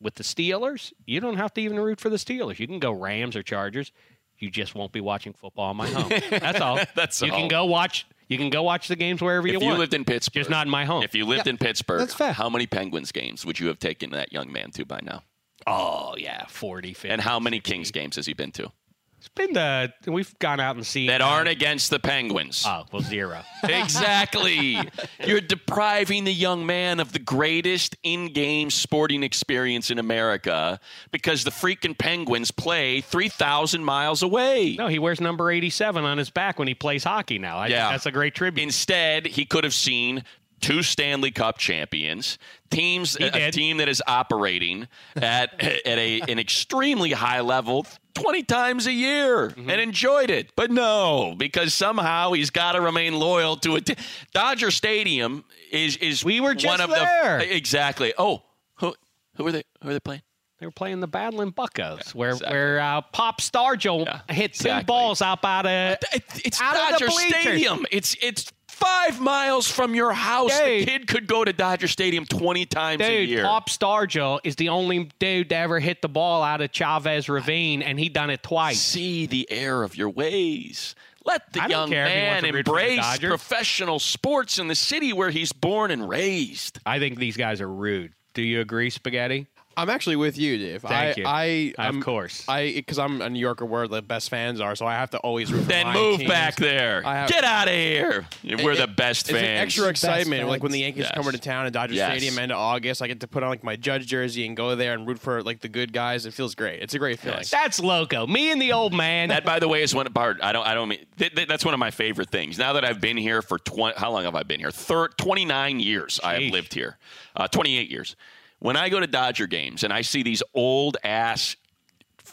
[SPEAKER 4] With the Steelers, you don't have to even root for the Steelers. You can go Rams or Chargers. You just won't be watching football on my home. That's all.
[SPEAKER 5] That's
[SPEAKER 4] you
[SPEAKER 5] all.
[SPEAKER 4] can go watch. You can go watch the games wherever you
[SPEAKER 5] If you,
[SPEAKER 4] want.
[SPEAKER 5] lived in Pittsburgh,
[SPEAKER 4] just not in my home.
[SPEAKER 5] If you lived in Pittsburgh,
[SPEAKER 6] that's fair.
[SPEAKER 5] how many Penguins games would you have taken that young man to by now?
[SPEAKER 4] oh yeah, 40, 50.
[SPEAKER 5] And how many Kings games has he been to
[SPEAKER 4] It's been the we've gone out and seen
[SPEAKER 5] that aren't against the Penguins?
[SPEAKER 4] Oh, well, zero.
[SPEAKER 5] Exactly. You're depriving the young man of the greatest in game sporting experience in America because the freaking Penguins play 3,000 miles away.
[SPEAKER 4] no, he wears number 87 on his back when he plays hockey now. I
[SPEAKER 5] Yeah.
[SPEAKER 4] think that's a great tribute.
[SPEAKER 5] Instead, he could have seen two Stanley Cup champions, teams a
[SPEAKER 4] did.
[SPEAKER 5] team that is operating at at a an extremely high level 20 times a year
[SPEAKER 4] Mm-hmm.
[SPEAKER 5] and enjoyed it. But no, because somehow he's got to remain loyal to a t- Dodger Stadium is is
[SPEAKER 4] We were just
[SPEAKER 5] one of
[SPEAKER 4] there.
[SPEAKER 5] the Exactly. Oh, who who are they who are they playing?
[SPEAKER 4] they were playing the Battling Buckos, where
[SPEAKER 5] exactly.
[SPEAKER 4] where uh, Pop Stargell
[SPEAKER 5] Yeah,
[SPEAKER 4] hit
[SPEAKER 5] exactly.
[SPEAKER 4] two balls up out of.
[SPEAKER 5] It- It's
[SPEAKER 4] Out of the
[SPEAKER 5] Dodger
[SPEAKER 4] bleachers.
[SPEAKER 5] Stadium. It's it's five miles from your house.
[SPEAKER 4] Dave.
[SPEAKER 5] The kid could go to Dodger Stadium twenty times a
[SPEAKER 4] Dude,
[SPEAKER 5] year.
[SPEAKER 4] Pop Stargell is the only dude to ever hit the ball out of Chavez Ravine, and he done it twice.
[SPEAKER 5] See the error of your ways. Let the
[SPEAKER 4] I don't
[SPEAKER 5] young
[SPEAKER 4] care if he wants
[SPEAKER 5] man
[SPEAKER 4] to root for the
[SPEAKER 5] embrace
[SPEAKER 4] Dodgers.
[SPEAKER 5] professional sports in the city where he's born and raised.
[SPEAKER 4] I think these guys are rude. Do you agree, Spaghetti?
[SPEAKER 7] I'm actually with you, Dave.
[SPEAKER 4] Thank
[SPEAKER 7] I,
[SPEAKER 4] you.
[SPEAKER 7] I,
[SPEAKER 4] Of
[SPEAKER 7] I'm-
[SPEAKER 4] course.
[SPEAKER 7] I because I'm a New Yorker where the best fans are, so I have to always root. for
[SPEAKER 5] Then
[SPEAKER 7] my
[SPEAKER 5] move
[SPEAKER 7] teams.
[SPEAKER 5] back there.
[SPEAKER 7] I have-
[SPEAKER 5] Get out of here. We're
[SPEAKER 7] It-
[SPEAKER 5] the
[SPEAKER 7] it's
[SPEAKER 5] best
[SPEAKER 7] an
[SPEAKER 5] fans.
[SPEAKER 7] extra excitement, like when the Yankees
[SPEAKER 5] Yes.
[SPEAKER 7] come into town at Dodger
[SPEAKER 5] Yes.
[SPEAKER 7] Stadium end of August. I get to put on like my Judge jersey and go there and root for like the good guys. It feels great. It's a great feeling.
[SPEAKER 4] That's loco. Me and the old man.
[SPEAKER 5] that, by the way, is one Bart. I don't. I don't mean. Th- th- that's one of my favorite things. Now that I've been here for twenty. How long have I been here? Thir- Twenty nine years. I have
[SPEAKER 4] Sheesh.
[SPEAKER 5] lived here. Uh, Twenty eight years. When I go to Dodger games and I see these old ass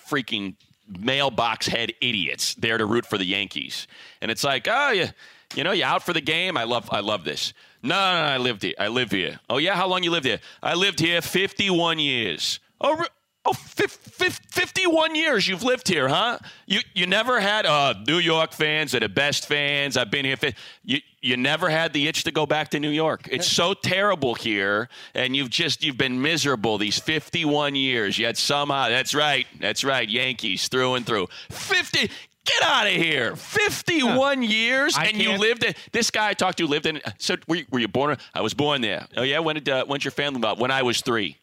[SPEAKER 5] freaking mailbox head idiots there to root for the Yankees. And it's like, oh, you, you know, you out for the game. I love, I love this. No, no, no, I lived here. I live here. Oh yeah, how long you lived here? I lived here 51 years. Oh. re- Oh, fif- fif- 51 years you've lived here, huh? You you never had uh, New York fans are the best fans. I've been here. Fi- you you never had the itch to go back to New York. It's so terrible here, and you've just you've been miserable these 51 years. Yet somehow, that's right, that's right, Yankees through and through. 50. Get out of here! 51 years,
[SPEAKER 4] I
[SPEAKER 5] and you
[SPEAKER 4] can't-
[SPEAKER 5] lived in. This guy I talked to lived in. So were you, were you born? I was born there. Oh yeah, when did uh, when's your family move? out? When I was three.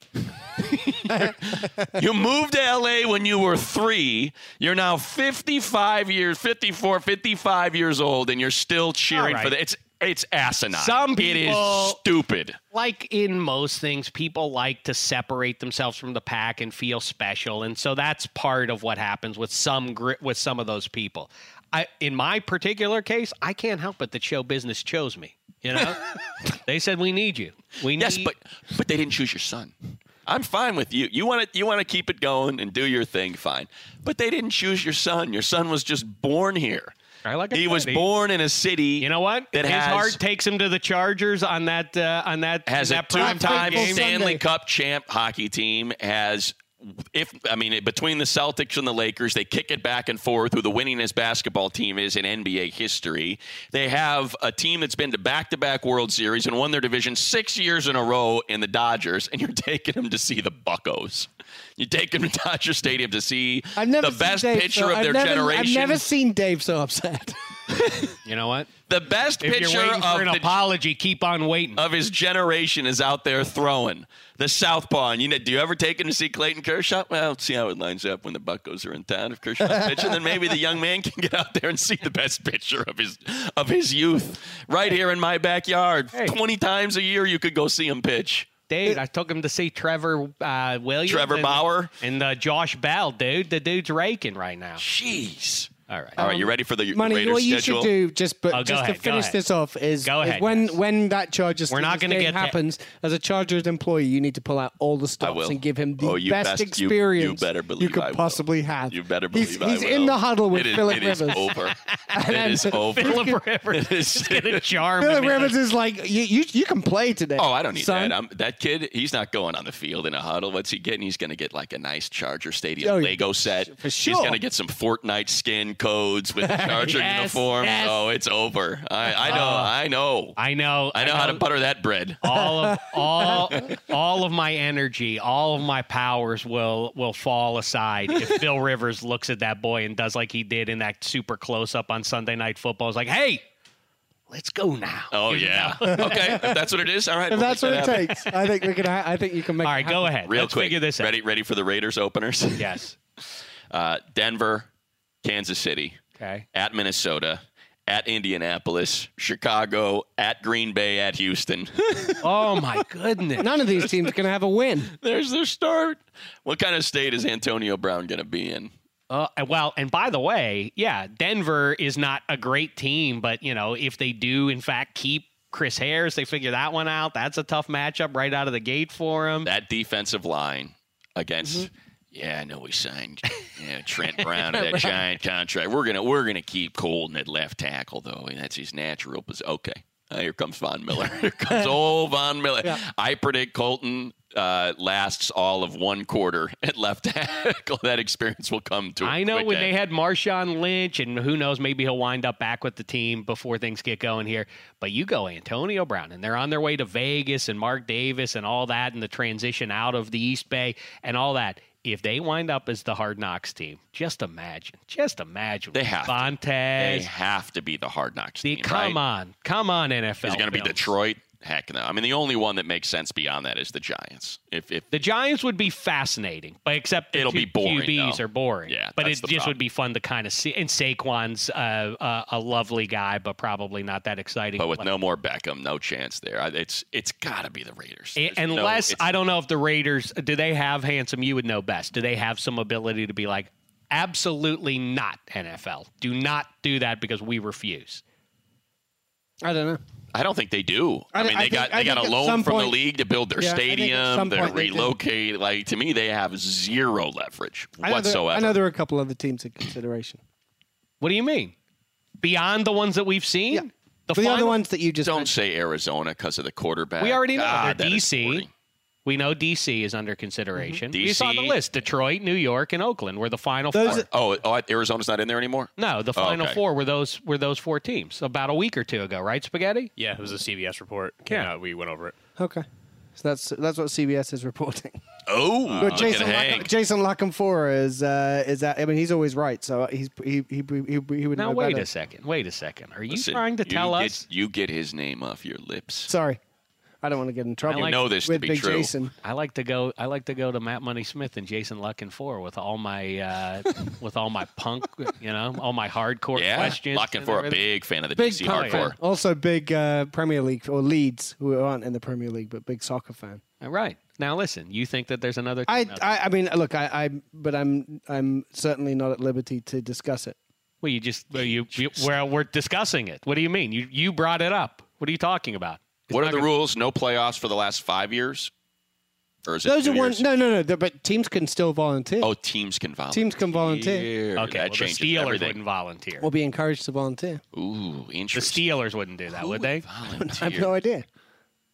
[SPEAKER 5] You moved to LA when you were three. You're now 55 years, 54, 55 years old, and you're still cheering
[SPEAKER 4] All right.
[SPEAKER 5] for the. It's it's asinine.
[SPEAKER 4] Some
[SPEAKER 5] it is
[SPEAKER 4] people-
[SPEAKER 5] stupid.
[SPEAKER 4] like in most things, people like to separate themselves from the pack and feel special, and so that's part of what happens with some gri- with some of those people. I, in my particular case, I can't help it that show business chose me. You know, they said we need you. We need
[SPEAKER 5] Yes, but but they didn't choose your son. I'm fine with you. You want to you want to keep it going and do your thing, fine. But they didn't choose your son. Your son was just born here.
[SPEAKER 4] I like
[SPEAKER 5] He
[SPEAKER 4] it.
[SPEAKER 5] was born in a city.
[SPEAKER 4] You know what?
[SPEAKER 5] That
[SPEAKER 4] His
[SPEAKER 5] has,
[SPEAKER 4] heart takes him to the Chargers on that uh, on that
[SPEAKER 5] has a
[SPEAKER 4] that prime
[SPEAKER 5] two-time
[SPEAKER 6] game.
[SPEAKER 5] Stanley
[SPEAKER 6] Sunday.
[SPEAKER 5] Cup champ hockey team has if I mean between the Celtics and the Lakers, they kick it back and forth. Who the winningest basketball team is in NBA history? They have a team that's been to back-to-back World Series and won their division six years in a row in the Dodgers, and you're taking them to see the Buckos. You take them to Dodger Stadium to see
[SPEAKER 6] I've never
[SPEAKER 5] the
[SPEAKER 6] seen
[SPEAKER 5] best
[SPEAKER 6] Dave
[SPEAKER 5] pitcher
[SPEAKER 6] so-
[SPEAKER 5] of
[SPEAKER 6] I've
[SPEAKER 5] their
[SPEAKER 6] never- I've
[SPEAKER 5] generation,
[SPEAKER 6] never seen Dave so upset.
[SPEAKER 4] You know what?
[SPEAKER 5] the best
[SPEAKER 4] If you're
[SPEAKER 5] pitcher
[SPEAKER 4] waiting
[SPEAKER 5] of
[SPEAKER 4] for an
[SPEAKER 5] the
[SPEAKER 4] apology, keep on waiting.
[SPEAKER 5] of his generation is out there throwing the southpaw. And you know, do you ever take him to see Clayton Kershaw? Well, see how it lines up when the Buckos are in town. If Kershaw's pitching, then maybe the young man can get out there and see the best pitcher of his of his youth right here in my backyard. Twenty times a year, you could go see him pitch.
[SPEAKER 4] dude, I took him to see Trevor uh, Williams,
[SPEAKER 5] Trevor
[SPEAKER 4] and-
[SPEAKER 5] Bauer.
[SPEAKER 4] and uh, Josh Bell, dude. The dude's raking right now.
[SPEAKER 5] Jeez.
[SPEAKER 4] All right.
[SPEAKER 5] All right, you ready for the
[SPEAKER 6] Um, Money,
[SPEAKER 5] Raiders
[SPEAKER 6] what you
[SPEAKER 5] schedule?
[SPEAKER 6] should do just but
[SPEAKER 4] Oh, go
[SPEAKER 6] just
[SPEAKER 4] ahead,
[SPEAKER 6] to
[SPEAKER 4] go
[SPEAKER 6] finish
[SPEAKER 4] ahead.
[SPEAKER 6] this off is,
[SPEAKER 4] Go
[SPEAKER 6] is
[SPEAKER 4] ahead,
[SPEAKER 6] when
[SPEAKER 4] yes.
[SPEAKER 6] when that Chargers
[SPEAKER 4] We're not
[SPEAKER 6] Steelers
[SPEAKER 4] gonna
[SPEAKER 6] game
[SPEAKER 4] get there.
[SPEAKER 6] happens as a Chargers employee, you need to pull out all the stops
[SPEAKER 5] will.
[SPEAKER 6] and give him the
[SPEAKER 5] Oh, you
[SPEAKER 6] best
[SPEAKER 5] best- you- you
[SPEAKER 6] experience
[SPEAKER 5] better believe
[SPEAKER 6] could
[SPEAKER 5] I will.
[SPEAKER 6] possibly have.
[SPEAKER 5] You better believe
[SPEAKER 6] he's,
[SPEAKER 5] I
[SPEAKER 6] he's
[SPEAKER 5] will.
[SPEAKER 6] in the huddle with
[SPEAKER 5] It is-
[SPEAKER 6] Philip Rivers.
[SPEAKER 5] It is over. it is over.
[SPEAKER 4] Philip Rivers is gonna charm
[SPEAKER 6] Philip
[SPEAKER 4] him.
[SPEAKER 6] Rivers is like you, you. You can play today.
[SPEAKER 5] Oh, I don't need
[SPEAKER 6] son.
[SPEAKER 5] that. I'm, that kid, he's not going on the field in a huddle. What's he getting? He's going to get like a nice Charger Stadium
[SPEAKER 6] Oh, yeah.
[SPEAKER 5] Lego set.
[SPEAKER 6] For
[SPEAKER 5] He's
[SPEAKER 6] sure.
[SPEAKER 5] going to get some Fortnite skin codes with the Charger
[SPEAKER 4] Yes,
[SPEAKER 5] uniform.
[SPEAKER 4] yes.
[SPEAKER 5] Oh, it's over. I, I know. I know.
[SPEAKER 4] I know. Oh,
[SPEAKER 5] I know how to butter that bread.
[SPEAKER 4] all of all all of my energy, all of my powers will will fall aside if Phil Rivers looks at that boy and does like he did in that super close up on Sunday Night Football. It's like, hey, let's go now.
[SPEAKER 5] Oh, yeah. okay. If that's what it is, all right.
[SPEAKER 6] If
[SPEAKER 5] we'll
[SPEAKER 6] that's
[SPEAKER 5] make
[SPEAKER 6] what
[SPEAKER 5] that
[SPEAKER 6] it
[SPEAKER 5] happen.
[SPEAKER 6] takes, I think we can. ha- I think you can make.
[SPEAKER 4] All
[SPEAKER 6] it
[SPEAKER 4] right, go
[SPEAKER 6] happen.
[SPEAKER 4] ahead.
[SPEAKER 5] Real
[SPEAKER 4] let's
[SPEAKER 5] quick.
[SPEAKER 4] figure this out.
[SPEAKER 5] Ready, ready for the Raiders openers?
[SPEAKER 4] Yes.
[SPEAKER 5] Uh, Denver, Kansas City.
[SPEAKER 4] Okay.
[SPEAKER 5] at Minnesota, at Indianapolis, Chicago, at Green Bay, at Houston.
[SPEAKER 4] Oh my goodness.
[SPEAKER 6] None of these teams are going to have a win.
[SPEAKER 5] There's their start. What kind of state is Antonio Brown going to be in?
[SPEAKER 4] Uh, well, and by the way, yeah, Denver is not a great team, but you know if they do in fact keep Chris Harris, they figure that one out. That's a tough matchup right out of the gate for him.
[SPEAKER 5] That defensive line against.
[SPEAKER 4] Mm-hmm.
[SPEAKER 5] Yeah, I know we signed you know, Trent Brown to that giant contract. We're gonna we're gonna keep Colton at left tackle though. and That's his natural position. Okay, Uh, here comes Von Miller. Here comes old Von Miller. I predict Colton uh, lasts all of one quarter at left tackle. That experience will come to. a
[SPEAKER 4] I know
[SPEAKER 5] quick
[SPEAKER 4] when
[SPEAKER 5] end.
[SPEAKER 4] they had Marshawn Lynch, and who knows, maybe he'll wind up back with the team before things get going here. But you go Antonio Brown, and they're on their way to Vegas and Mark Davis and all that, and the transition out of the East Bay and all that. If they wind up as the Hard Knocks team, just imagine, just imagine.
[SPEAKER 5] They have to.
[SPEAKER 4] Fontes,
[SPEAKER 5] They have to be the hard knocks.
[SPEAKER 4] the
[SPEAKER 5] team,
[SPEAKER 4] come
[SPEAKER 5] right?
[SPEAKER 4] on, come on, NFL.
[SPEAKER 5] Is it going to be
[SPEAKER 4] Films.
[SPEAKER 5] Detroit? Heck no. I mean, the only one that makes sense beyond that is the Giants. If if
[SPEAKER 4] The Giants would be fascinating, but except the
[SPEAKER 5] It'll
[SPEAKER 4] two
[SPEAKER 5] be boring,
[SPEAKER 4] QBs
[SPEAKER 5] though.
[SPEAKER 4] are boring.
[SPEAKER 5] Yeah,
[SPEAKER 4] but it
[SPEAKER 5] that's
[SPEAKER 4] just
[SPEAKER 5] the
[SPEAKER 4] would
[SPEAKER 5] problem.
[SPEAKER 4] be fun to kind of see. And Saquon's uh, uh, a lovely guy, but probably not that exciting.
[SPEAKER 5] but with
[SPEAKER 4] Like-
[SPEAKER 5] no more Beckham, no chance there. I- It's it's got to be the Raiders.
[SPEAKER 4] I-
[SPEAKER 5] There's no-
[SPEAKER 4] unless
[SPEAKER 5] it's-
[SPEAKER 4] I don't know if the Raiders do they have handsome. You would know best. Do they have some ability to be like, absolutely not NFL. Do not do that because we refuse.
[SPEAKER 6] I don't know.
[SPEAKER 5] I don't think they do. I,
[SPEAKER 6] I
[SPEAKER 5] mean,
[SPEAKER 6] think-
[SPEAKER 5] they
[SPEAKER 6] I
[SPEAKER 5] got
[SPEAKER 6] think- I
[SPEAKER 5] they got a
[SPEAKER 6] think at
[SPEAKER 5] loan
[SPEAKER 6] some
[SPEAKER 5] from the
[SPEAKER 6] point-
[SPEAKER 5] league to build their
[SPEAKER 6] Yeah, I think at
[SPEAKER 5] stadium.
[SPEAKER 6] some
[SPEAKER 5] They
[SPEAKER 6] point they did.
[SPEAKER 5] relocate. Like to me, they have zero leverage
[SPEAKER 6] I know there-
[SPEAKER 5] whatsoever.
[SPEAKER 6] I know there are a couple other teams in consideration.
[SPEAKER 4] What do you mean? Beyond the ones that we've seen,
[SPEAKER 6] Yeah.
[SPEAKER 4] the,
[SPEAKER 6] The other
[SPEAKER 4] final-
[SPEAKER 6] ones that you just
[SPEAKER 5] don't
[SPEAKER 6] mentioned.
[SPEAKER 5] say Arizona because of the quarterback.
[SPEAKER 4] We already know
[SPEAKER 5] Uh, God,
[SPEAKER 4] they're
[SPEAKER 5] that is
[SPEAKER 4] DC.
[SPEAKER 5] boring. Mm-hmm.
[SPEAKER 4] We know DC is under consideration.
[SPEAKER 5] DC.
[SPEAKER 4] We saw the list: Detroit, New York, and Oakland were the final
[SPEAKER 6] Those
[SPEAKER 4] four.
[SPEAKER 6] are-
[SPEAKER 5] Oh, oh, Arizona's not in there anymore.
[SPEAKER 4] no, the
[SPEAKER 5] Oh,
[SPEAKER 4] final
[SPEAKER 5] okay.
[SPEAKER 4] four were those were those four teams about a week or two ago, right? Spaghetti.
[SPEAKER 7] Yeah, it was a CBS report. Came
[SPEAKER 4] Yeah.
[SPEAKER 7] out, we went over it.
[SPEAKER 6] Okay. So that's that's what CBS is reporting.
[SPEAKER 5] Oh,
[SPEAKER 6] But
[SPEAKER 5] look
[SPEAKER 6] Jason
[SPEAKER 5] at
[SPEAKER 6] Lock-
[SPEAKER 5] Hank.
[SPEAKER 6] Jason Lockenfora is uh, is that I mean he's always right, so he's he he he, he would
[SPEAKER 4] Now
[SPEAKER 6] know
[SPEAKER 4] wait
[SPEAKER 6] better.
[SPEAKER 4] a second. Wait a second. Are you
[SPEAKER 5] Listen,
[SPEAKER 4] trying to
[SPEAKER 5] you
[SPEAKER 4] tell
[SPEAKER 5] get-
[SPEAKER 4] us?
[SPEAKER 5] you get his name off your lips?
[SPEAKER 6] Sorry, I don't want to get in trouble.
[SPEAKER 4] I like-
[SPEAKER 5] know this to
[SPEAKER 6] with
[SPEAKER 5] be
[SPEAKER 6] Big
[SPEAKER 5] true.
[SPEAKER 6] Jason.
[SPEAKER 4] I like to go. I like to go to Matt Money Smith and Jason Luck and four with all my uh, with all my punk, you know, all my hardcore
[SPEAKER 5] Yeah,
[SPEAKER 4] questions.
[SPEAKER 5] locking
[SPEAKER 4] and
[SPEAKER 5] for a
[SPEAKER 4] everything.
[SPEAKER 5] big fan of the
[SPEAKER 6] Big
[SPEAKER 5] DC
[SPEAKER 6] punk
[SPEAKER 5] hardcore.
[SPEAKER 6] fan. Also big uh, Premier League or Leeds who aren't in the Premier League, but big soccer fan.
[SPEAKER 4] All right. Now listen. You think that there's another?
[SPEAKER 6] I
[SPEAKER 4] no.
[SPEAKER 6] I, I mean look, I, I but I'm I'm certainly not at liberty to discuss it.
[SPEAKER 4] Well, you just well, you, you well, we're discussing it. What do you mean? You you brought it up. What are you talking about? It's
[SPEAKER 5] What
[SPEAKER 4] not
[SPEAKER 5] are the
[SPEAKER 4] gonna-
[SPEAKER 5] rules? No playoffs for the last five years, or is it
[SPEAKER 6] Those
[SPEAKER 5] two
[SPEAKER 6] are one.
[SPEAKER 5] years?
[SPEAKER 6] No, no, no. th- But teams can still volunteer.
[SPEAKER 5] Oh, teams can volunteer.
[SPEAKER 6] teams can volunteer
[SPEAKER 4] Okay,
[SPEAKER 5] that
[SPEAKER 4] well, the
[SPEAKER 5] changes
[SPEAKER 4] Steelers
[SPEAKER 5] everything.
[SPEAKER 4] wouldn't volunteer.
[SPEAKER 6] or be encouraged to volunteer.
[SPEAKER 5] Ooh,
[SPEAKER 4] the
[SPEAKER 5] interesting.
[SPEAKER 4] Steelers wouldn't do that, would they?
[SPEAKER 5] Oh,
[SPEAKER 6] I have no idea.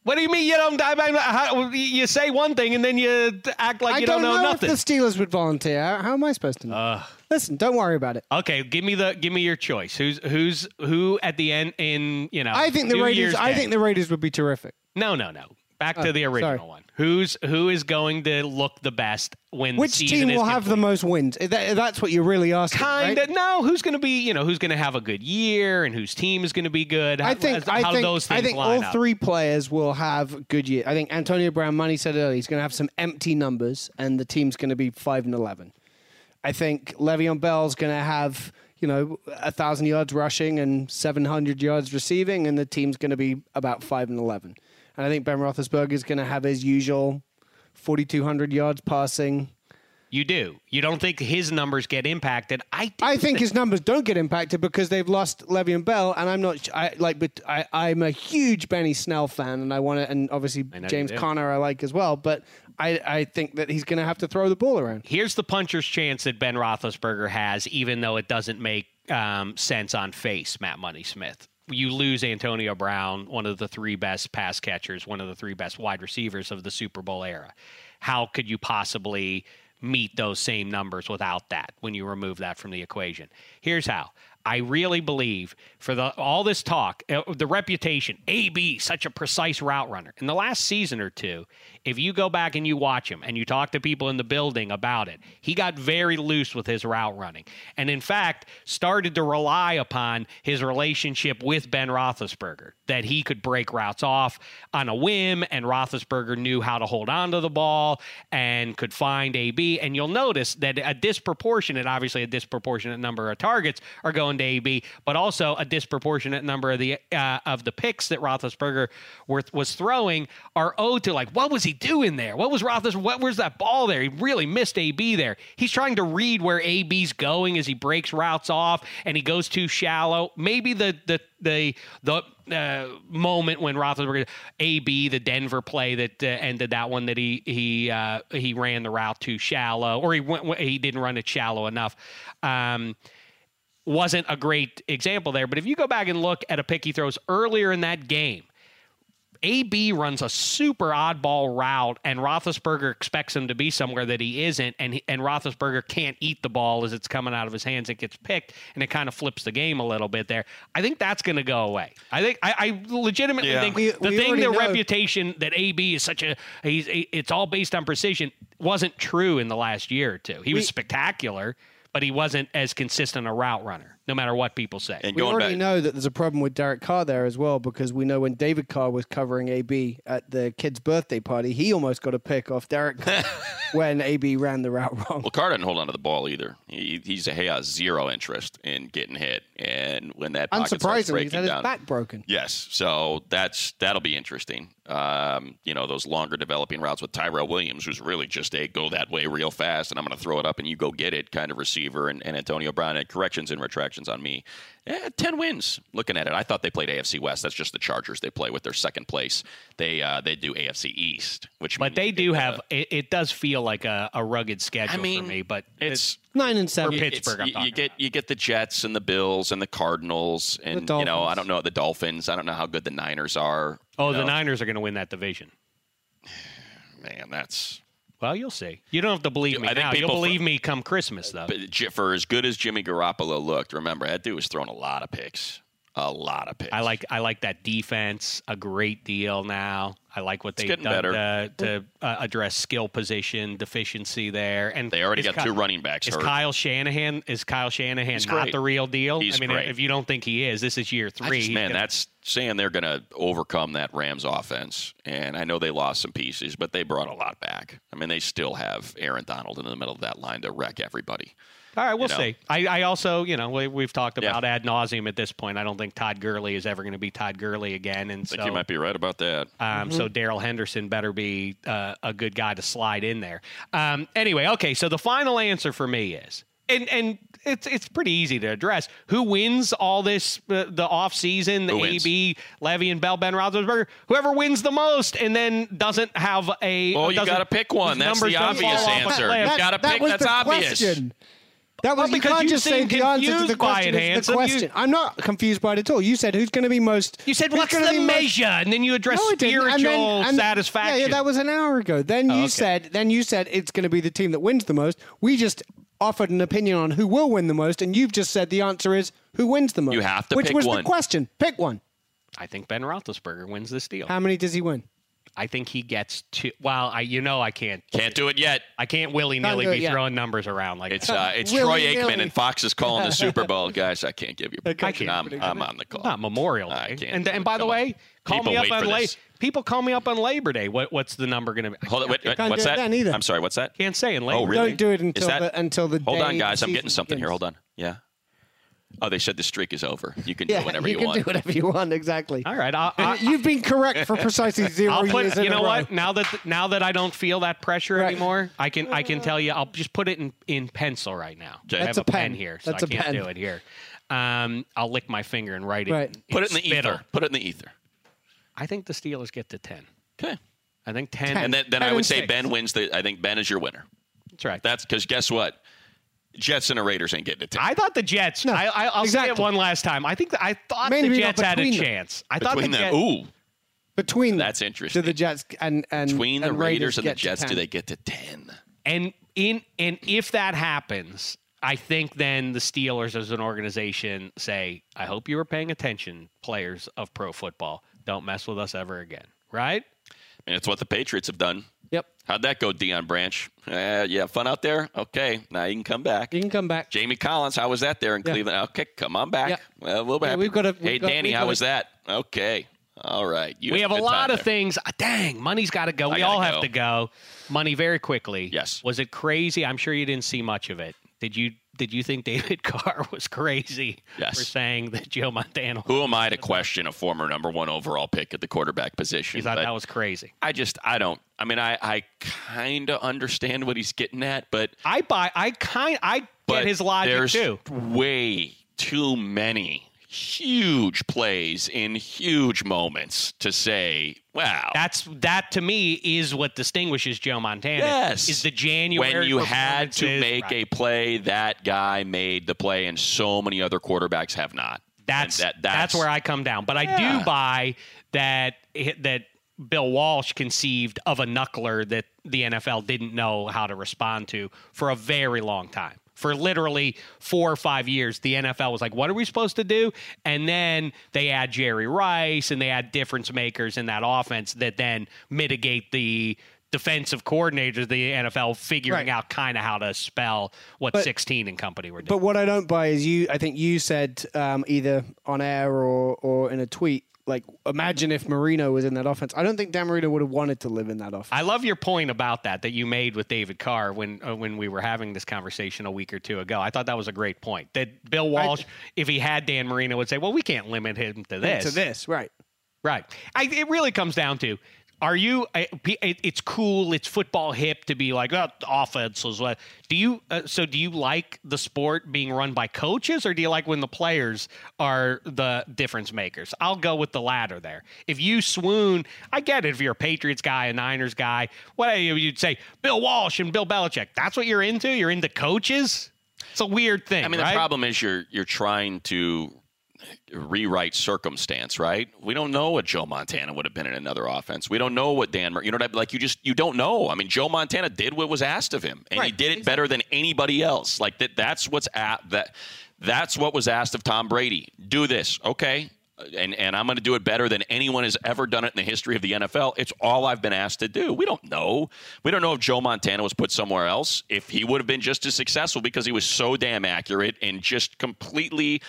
[SPEAKER 4] What do you mean you don't? I mean, how, you say one thing and then you act like
[SPEAKER 6] I
[SPEAKER 4] you don't, know, nothing.
[SPEAKER 6] if the Steelers would volunteer. How- How am I supposed to know? Listen, don't worry about it.
[SPEAKER 4] okay, give me the give me your choice. Who's who's who at the end in you know?
[SPEAKER 6] I think the
[SPEAKER 4] Ah, New
[SPEAKER 6] Raiders.
[SPEAKER 4] Year's
[SPEAKER 6] I
[SPEAKER 4] Day?
[SPEAKER 6] think the Raiders would be terrific.
[SPEAKER 4] no no no. Back to the original
[SPEAKER 6] sorry.
[SPEAKER 4] one. Who's who is going to look the best when the
[SPEAKER 6] Which
[SPEAKER 4] season
[SPEAKER 6] team
[SPEAKER 4] is
[SPEAKER 6] will have the
[SPEAKER 4] complete?
[SPEAKER 6] most wins? Is that- that's what you're really asking.
[SPEAKER 4] kind
[SPEAKER 6] right?
[SPEAKER 4] of no who's going to be you know who's going to have a good year and whose team is going to be good how,
[SPEAKER 6] I think.
[SPEAKER 4] how,
[SPEAKER 6] I
[SPEAKER 4] do
[SPEAKER 6] think.
[SPEAKER 4] those things
[SPEAKER 6] I think
[SPEAKER 4] line
[SPEAKER 6] all
[SPEAKER 4] up?
[SPEAKER 6] three players will have good year. I think Antonio Brown. Money said earlier he's going to have some empty numbers, and the team's going to be five and eleven. I think Le'Veon Bell's going to have you know a thousand yards rushing and seven hundred yards receiving, and the team's going to be about five and eleven. And I think Ben Roethlisberger is going to have his usual 4,200 yards passing.
[SPEAKER 4] You do. You don't think his numbers get impacted. I, do
[SPEAKER 6] I think his numbers don't get impacted because they've lost Levy and Bell, and I'm not. I like, but I, I'm a huge Benny Snell fan, and I want to, and obviously
[SPEAKER 4] know you
[SPEAKER 6] James
[SPEAKER 4] do.
[SPEAKER 6] Conner I like as well. But I, I think that he's going to have to throw the ball around.
[SPEAKER 4] Here's the puncher's chance that Ben Roethlisberger has, even though it doesn't make um, sense on face, Matt Money Smith. You lose Antonio Brown, one of the three best pass catchers, one of the three best wide receivers of the Super Bowl era. How could you possibly meet those same numbers without that when you remove that from the equation? Here's how. I really believe for the all this talk, uh, the reputation, AB, such a precise route runner. In the last season or two, if you go back and you watch him and you talk to people in the building about it, he got very loose with his route running. And in fact, started to rely upon his relationship with Ben Roethlisberger, that he could break routes off on a whim, and Roethlisberger knew how to hold on to the ball and could find AB. And you'll notice that a disproportionate, obviously, a disproportionate number of targets are going to AB, but also a disproportionate number of the uh, of the picks that Roethlisberger were, was throwing are owed to like what was he doing there? What was Roethlisberger? What was that ball there? He really missed AB there. He's trying to read where AB's going as he breaks routes off and he goes too shallow. Maybe the the the the uh, moment when Roethlisberger AB the Denver play that uh, ended that one that he he uh, he ran the route too shallow or he went he didn't run it shallow enough. Um, wasn't a great example there, but if you go back and look at a pick he throws earlier in that game, AB runs a super oddball route, and Roethlisberger expects him to be somewhere that he isn't, and he, and Roethlisberger can't eat the ball as it's coming out of his hands. It gets picked, and it kind of flips the game a little bit there. I think that's going to go away. I think I, I legitimately
[SPEAKER 5] Yeah.
[SPEAKER 4] think
[SPEAKER 6] We-
[SPEAKER 4] the
[SPEAKER 6] we
[SPEAKER 4] thing,
[SPEAKER 6] already
[SPEAKER 4] the
[SPEAKER 6] know-
[SPEAKER 4] reputation that AB is such a he's it's all based on precision wasn't true in the last year or two. He was spectacular, but he wasn't as consistent a route runner, no matter what people say.
[SPEAKER 5] And
[SPEAKER 6] We
[SPEAKER 5] going
[SPEAKER 6] already
[SPEAKER 5] back,
[SPEAKER 6] know that there's a problem with Derek Carr there as well because we know when David Carr was covering AB at the kid's birthday party, he almost got a pick off Derek Carr when AB ran the route wrong.
[SPEAKER 5] well, Carr doesn't hold on to the ball either. He, he's a he has zero interest in getting hit, and when that pocket starts
[SPEAKER 6] Unsurprisingly, he's
[SPEAKER 5] breaking
[SPEAKER 6] had his
[SPEAKER 5] down,
[SPEAKER 6] back broken.
[SPEAKER 5] Yes, so that's that'll be interesting. Um, you know, those longer developing routes with Tyrell Williams, who's really just a go that way real fast, and I'm going to throw it up and you go get it kind of receiver, and, and Antonio Brown had corrections and retractions on me. Eh, Ten wins looking at it. I thought they played AFC West. That's just the Chargers. They play with their second place. They uh, they do AFC East, which
[SPEAKER 4] But
[SPEAKER 5] means
[SPEAKER 4] they
[SPEAKER 5] that
[SPEAKER 4] do
[SPEAKER 5] uh,
[SPEAKER 4] have it, it does feel like a, a rugged schedule
[SPEAKER 5] mean,
[SPEAKER 4] for me, but
[SPEAKER 5] It's
[SPEAKER 6] Nine and
[SPEAKER 4] For
[SPEAKER 6] seven.
[SPEAKER 4] Pitt-
[SPEAKER 5] it's-
[SPEAKER 4] Pittsburgh I'm
[SPEAKER 5] you- You,
[SPEAKER 4] talking
[SPEAKER 5] get you get the Jets and the Bills and the Cardinals and
[SPEAKER 6] The
[SPEAKER 5] you know I
[SPEAKER 6] Dolphins.
[SPEAKER 5] don't know the Dolphins. I don't know how good the Niners are.
[SPEAKER 4] oh, the
[SPEAKER 5] know.
[SPEAKER 4] Niners are going to win that division.
[SPEAKER 5] Man, that's
[SPEAKER 4] Well, you'll see. You don't have to believe me
[SPEAKER 5] I think
[SPEAKER 4] now. You'll
[SPEAKER 5] people-
[SPEAKER 4] believe me come Christmas though.
[SPEAKER 5] but J- for as good as Jimmy Garoppolo looked. Remember that dude was throwing a lot of picks, a lot of picks.
[SPEAKER 4] I like I like that defense a great deal now. I like what they've
[SPEAKER 5] getting
[SPEAKER 4] done
[SPEAKER 5] better.
[SPEAKER 4] to, to uh, address skill position deficiency there. And
[SPEAKER 5] They already
[SPEAKER 4] is
[SPEAKER 5] got
[SPEAKER 4] Ky-
[SPEAKER 5] two running backs
[SPEAKER 4] Is
[SPEAKER 5] hurt.
[SPEAKER 4] Kyle Shanahan is Kyle Shanahan
[SPEAKER 5] He's
[SPEAKER 4] not
[SPEAKER 5] great.
[SPEAKER 4] the real deal?
[SPEAKER 5] He's
[SPEAKER 4] I mean,
[SPEAKER 5] great.
[SPEAKER 4] if you don't think he is, this is year
[SPEAKER 5] I
[SPEAKER 4] three.
[SPEAKER 5] just-
[SPEAKER 4] He's
[SPEAKER 5] man,
[SPEAKER 4] gonna-
[SPEAKER 5] that's saying they're going to overcome that Rams offense. And I know they lost some pieces, but they brought a lot back. I mean, they still have Aaron Donald in the middle of that line to wreck everybody.
[SPEAKER 4] All right, we'll
[SPEAKER 5] you know.
[SPEAKER 4] see. I, I also, you know, we, we've talked
[SPEAKER 5] Yeah.
[SPEAKER 4] about ad nauseum at this point. I don't think Todd Gurley is ever going to be Todd Gurley again, and
[SPEAKER 5] I think
[SPEAKER 4] so
[SPEAKER 5] you might be right about that.
[SPEAKER 4] um,
[SPEAKER 6] Mm-hmm.
[SPEAKER 4] so Daryl Henderson better be uh, a good guy to slide in there. Um, anyway, okay, so the final answer for me is, and and it's it's pretty easy to address. Who wins all this uh, the off season? The
[SPEAKER 5] Who wins?
[SPEAKER 4] AB Levy and Bell Ben Roethlisberger. Whoever wins the most, and then doesn't have a.
[SPEAKER 5] Oh, you
[SPEAKER 4] doesn't-
[SPEAKER 5] gotta pick one.
[SPEAKER 4] whose
[SPEAKER 5] That's
[SPEAKER 4] numbers
[SPEAKER 5] the
[SPEAKER 4] don't fall
[SPEAKER 5] obvious
[SPEAKER 4] off a
[SPEAKER 5] answer.
[SPEAKER 4] cliff.
[SPEAKER 5] You gotta
[SPEAKER 6] that
[SPEAKER 5] pick,
[SPEAKER 6] was
[SPEAKER 5] that's
[SPEAKER 6] the
[SPEAKER 5] obvious.
[SPEAKER 6] Question. That
[SPEAKER 4] Well,
[SPEAKER 6] was, you
[SPEAKER 4] because
[SPEAKER 6] can't
[SPEAKER 4] you
[SPEAKER 6] just say
[SPEAKER 4] seem
[SPEAKER 6] the answer to the
[SPEAKER 4] confused by
[SPEAKER 6] question
[SPEAKER 4] it,
[SPEAKER 6] is the
[SPEAKER 4] Hanson.
[SPEAKER 6] question.
[SPEAKER 4] You-
[SPEAKER 6] I'm not confused by it at all. You said who's going to be most.
[SPEAKER 4] You said
[SPEAKER 6] who's
[SPEAKER 4] what's
[SPEAKER 6] gonna
[SPEAKER 4] the
[SPEAKER 6] be most-
[SPEAKER 4] measure, and then you address
[SPEAKER 6] No, I didn't.
[SPEAKER 4] spiritual
[SPEAKER 6] And then- and-
[SPEAKER 4] satisfaction.
[SPEAKER 6] Yeah, yeah, that was an hour ago.
[SPEAKER 5] Oh,
[SPEAKER 6] Then you
[SPEAKER 4] okay.
[SPEAKER 6] said, then you said it's going to be the team that wins the most. We just offered an opinion on who will win the most, and you've just said the answer is who wins the most.
[SPEAKER 5] You have to
[SPEAKER 6] which
[SPEAKER 5] pick
[SPEAKER 6] was the
[SPEAKER 5] one.
[SPEAKER 6] question. Pick one.
[SPEAKER 4] I think Ben Roethlisberger wins this deal.
[SPEAKER 6] How many does he win?
[SPEAKER 4] I think he gets two. Well, I you know I can't
[SPEAKER 5] Can't do it yet.
[SPEAKER 4] I can't willy nilly
[SPEAKER 6] Can't do
[SPEAKER 4] be
[SPEAKER 6] it yet.
[SPEAKER 4] throwing numbers around like
[SPEAKER 5] It's
[SPEAKER 4] that.
[SPEAKER 5] uh, it's Troy
[SPEAKER 6] Willy-nilly.
[SPEAKER 5] Aikman and Fox is calling the Super Bowl, guys. I can't give you. a prediction.
[SPEAKER 4] can't
[SPEAKER 5] I'm, I'm on the call.
[SPEAKER 4] not Memorial
[SPEAKER 5] I
[SPEAKER 4] Day.
[SPEAKER 5] can't
[SPEAKER 4] And
[SPEAKER 5] do
[SPEAKER 4] and
[SPEAKER 5] it.
[SPEAKER 4] by the
[SPEAKER 5] Come on.
[SPEAKER 4] way, call
[SPEAKER 5] People
[SPEAKER 4] me up
[SPEAKER 5] wait
[SPEAKER 4] on
[SPEAKER 5] for
[SPEAKER 4] Labor.
[SPEAKER 5] this.
[SPEAKER 4] People call me up on Labor Day. What what's the number going to be?
[SPEAKER 5] Hold on. Wait, wait,
[SPEAKER 6] do
[SPEAKER 5] what's
[SPEAKER 6] it
[SPEAKER 5] that?
[SPEAKER 6] then either.
[SPEAKER 5] I'm sorry. What's that?
[SPEAKER 4] Can't say in Labor.
[SPEAKER 5] Oh, really?
[SPEAKER 6] Don't do it
[SPEAKER 5] Is
[SPEAKER 6] until
[SPEAKER 5] that-
[SPEAKER 6] the until the
[SPEAKER 5] Hold
[SPEAKER 6] day
[SPEAKER 5] on,
[SPEAKER 6] the
[SPEAKER 5] guys. I'm getting
[SPEAKER 6] season
[SPEAKER 5] something here.
[SPEAKER 6] begins.
[SPEAKER 5] Hold on. Yeah. Oh, they said the streak is over. You can
[SPEAKER 6] Yeah,
[SPEAKER 5] do whatever
[SPEAKER 6] you,
[SPEAKER 5] you,
[SPEAKER 6] can
[SPEAKER 5] want.
[SPEAKER 6] do whatever you want. Exactly.
[SPEAKER 4] All right, I'll,
[SPEAKER 6] And
[SPEAKER 4] I,
[SPEAKER 6] You've been correct for precisely 0
[SPEAKER 4] I'll
[SPEAKER 6] years
[SPEAKER 4] put.
[SPEAKER 6] in
[SPEAKER 4] You
[SPEAKER 6] a
[SPEAKER 4] know
[SPEAKER 6] row.
[SPEAKER 4] what? Now that now that I don't feel that pressure anymore, I can I can tell you. I'll just put it in, in pencil right now.
[SPEAKER 5] Okay.
[SPEAKER 4] I have
[SPEAKER 6] That's
[SPEAKER 4] a,
[SPEAKER 6] a
[SPEAKER 4] pen.
[SPEAKER 6] pen.
[SPEAKER 4] here, so
[SPEAKER 6] That's
[SPEAKER 4] I
[SPEAKER 6] a
[SPEAKER 4] can't
[SPEAKER 6] pen.
[SPEAKER 4] do it here. Um, I'll lick my finger and write it.
[SPEAKER 6] Right.
[SPEAKER 5] Put it in the
[SPEAKER 4] spittle.
[SPEAKER 5] ether. Put it in the ether.
[SPEAKER 4] I think the Steelers get to ten.
[SPEAKER 5] Okay.
[SPEAKER 4] I think ten.
[SPEAKER 5] And then, then I
[SPEAKER 6] Ten
[SPEAKER 5] would
[SPEAKER 6] and
[SPEAKER 5] say
[SPEAKER 6] six.
[SPEAKER 5] Ben wins. The, I think Ben is your winner.
[SPEAKER 4] that's right.
[SPEAKER 5] That's because guess what? Jets and the Raiders ain't getting it.
[SPEAKER 4] I thought the Jets. I, I, I'll say it
[SPEAKER 6] exactly.
[SPEAKER 4] one last time. I think I thought
[SPEAKER 6] Maybe
[SPEAKER 4] the
[SPEAKER 6] not
[SPEAKER 4] Jets had a
[SPEAKER 6] between them.
[SPEAKER 4] chance. I thought the
[SPEAKER 5] between
[SPEAKER 4] Jets.
[SPEAKER 5] the ooh,
[SPEAKER 6] Between them,
[SPEAKER 5] That's interesting.
[SPEAKER 6] Do the Jets and and
[SPEAKER 5] between the
[SPEAKER 6] and
[SPEAKER 5] Raiders, and the
[SPEAKER 6] get to
[SPEAKER 5] Jets, do
[SPEAKER 6] 10.
[SPEAKER 5] they get to ten?
[SPEAKER 4] And in and if that happens, I think then the Steelers as an organization say, I hope you were paying attention, players of pro football. Don't mess with us ever again. Right?
[SPEAKER 5] And it's what the Patriots have done.
[SPEAKER 6] Yep.
[SPEAKER 5] How'd that go, Dion Branch? Uh, yeah, fun out there. Okay, now you can come back.
[SPEAKER 6] You can come back.
[SPEAKER 5] Jamie Collins, how was that there in Cleveland? Okay, come on back.
[SPEAKER 6] Yeah.
[SPEAKER 5] Well, we'll be
[SPEAKER 6] Yeah,
[SPEAKER 5] happy.
[SPEAKER 6] we've gotta-
[SPEAKER 5] hey,
[SPEAKER 6] we've got-
[SPEAKER 5] Danny,
[SPEAKER 6] we've
[SPEAKER 5] how
[SPEAKER 6] gotta-
[SPEAKER 5] was that? Okay, all right. You
[SPEAKER 4] we have a
[SPEAKER 5] good
[SPEAKER 4] lot
[SPEAKER 5] time
[SPEAKER 4] of
[SPEAKER 5] there.
[SPEAKER 4] things. Ah, Dang, money's got to go.
[SPEAKER 5] I
[SPEAKER 4] we
[SPEAKER 5] gotta
[SPEAKER 4] all
[SPEAKER 5] go.
[SPEAKER 4] have to go. Money very quickly.
[SPEAKER 5] Yes.
[SPEAKER 4] Was it crazy? I'm sure you didn't see much of it. Did you? Did you think David Carr was crazy
[SPEAKER 5] Yes.
[SPEAKER 4] for saying that Joe Montana?
[SPEAKER 5] Who am I to question a former number one overall pick at the quarterback position?
[SPEAKER 4] You thought
[SPEAKER 5] But-
[SPEAKER 4] that was crazy.
[SPEAKER 5] I just I don't. I mean, I I kind of understand what he's getting at, but
[SPEAKER 4] I buy. I kind. I
[SPEAKER 5] but
[SPEAKER 4] get his logic
[SPEAKER 5] there's Oh.
[SPEAKER 4] too.
[SPEAKER 5] Way too many huge plays in huge moments to say, wow.
[SPEAKER 4] That's that to me is what distinguishes Joe Montana.
[SPEAKER 5] Yes.
[SPEAKER 4] is the January
[SPEAKER 5] when you had to
[SPEAKER 4] performances-
[SPEAKER 5] make
[SPEAKER 4] Right.
[SPEAKER 5] a play, that guy made the play, and so many other quarterbacks have not. And
[SPEAKER 4] That's,
[SPEAKER 5] that-
[SPEAKER 4] that's where I come down. But I
[SPEAKER 5] Yeah.
[SPEAKER 4] do buy that that Bill Walsh conceived of a knuckler that the NFL didn't know how to respond to for a very long time. For literally four or five years, the NFL was like, "What are we supposed to do?" And then they add Jerry Rice and they add difference makers in that offense that then mitigate the defensive coordinators. of The NFL figuring
[SPEAKER 6] Right.
[SPEAKER 4] out kind of how to spell what
[SPEAKER 6] But-
[SPEAKER 4] sixteen and company were doing.
[SPEAKER 6] But what I don't buy is you. I think you said um, either on air or or in a tweet. Like, imagine if Marino was in that offense. I don't think Dan Marino would have wanted to live in that offense.
[SPEAKER 4] I love your point about that that you made with David Carr when uh, when we were having this conversation a week or two ago. I thought that was a great point. That Bill Walsh, if he had Dan Marino, would say, "Well, we can't limit him to this."
[SPEAKER 6] to this, right?
[SPEAKER 4] right? I, it really comes down to: Are you? I- p- it- It's cool. It's football hip to be like, "Oh, the offense is what." Do you? Uh, so, do you like the sport being run by coaches, or do you like when the players are the difference makers? I'll go with the latter there. If you swoon, I get it. If you're a Patriots guy, a Niners guy, what you'd say, Bill Walsh and Bill Belichick. That's what you're into. You're into coaches. It's a weird thing.
[SPEAKER 5] I mean,
[SPEAKER 4] right?
[SPEAKER 5] the problem is you're you're trying to rewrite circumstance, right? We don't know what Joe Montana would have been in another offense. We don't know what Dan, Mur- you know, what I- like you just you don't know. I mean, Joe Montana did what was asked of him, and he did it better than anybody else. Like that, that's what's at that. That's what was asked of Tom Brady. Do this, okay? And and I'm going to do it better than anyone has ever done it in the history of the NFL. It's all I've been asked to do. We don't know. We don't know if Joe Montana was put somewhere else, if he would have been just as successful because he was so damn accurate and just completely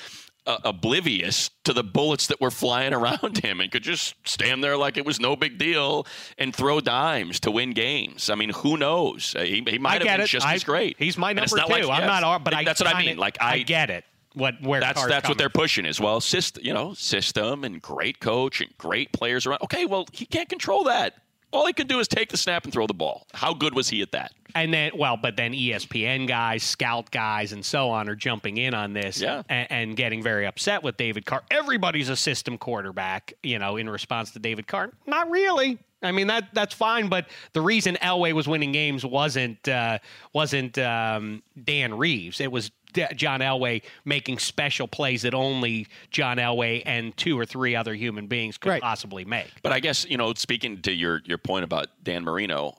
[SPEAKER 5] uh, oblivious to the bullets that were flying around him and could just stand there like it was no big deal and throw dimes to win games. I mean, who knows? Uh, He, he
[SPEAKER 4] I
[SPEAKER 5] might
[SPEAKER 4] get
[SPEAKER 5] have been
[SPEAKER 4] it.
[SPEAKER 5] just
[SPEAKER 4] I-
[SPEAKER 5] as great.
[SPEAKER 4] He's my
[SPEAKER 5] And it's
[SPEAKER 4] number two.
[SPEAKER 5] not like-
[SPEAKER 4] I'm
[SPEAKER 5] yes.
[SPEAKER 4] not, ar- but I
[SPEAKER 5] that's what I
[SPEAKER 4] kinda-
[SPEAKER 5] mean. Like I,
[SPEAKER 4] get it. What where
[SPEAKER 5] that's
[SPEAKER 4] Carr's
[SPEAKER 5] that's what they're
[SPEAKER 4] coming
[SPEAKER 5] pushing is well, system, you know, system and great coach and great players around. Okay, well, he can't control that. All he can do is take the snap and throw the ball. How good was he at that?
[SPEAKER 4] and then well, but then E ESPN guys, scout guys, and so on are jumping in on this
[SPEAKER 5] Yeah.
[SPEAKER 4] and, and getting very upset with David Carr. Everybody's a system quarterback, you know, in response to David Carr. Not really. I mean that that's fine, but the reason Elway was winning games wasn't uh, wasn't um, Dan Reeves. It was D- John Elway making special plays that only John Elway and two or three other human beings could
[SPEAKER 6] Right.
[SPEAKER 4] possibly make.
[SPEAKER 5] But I guess you know, speaking to your your point about Dan Marino,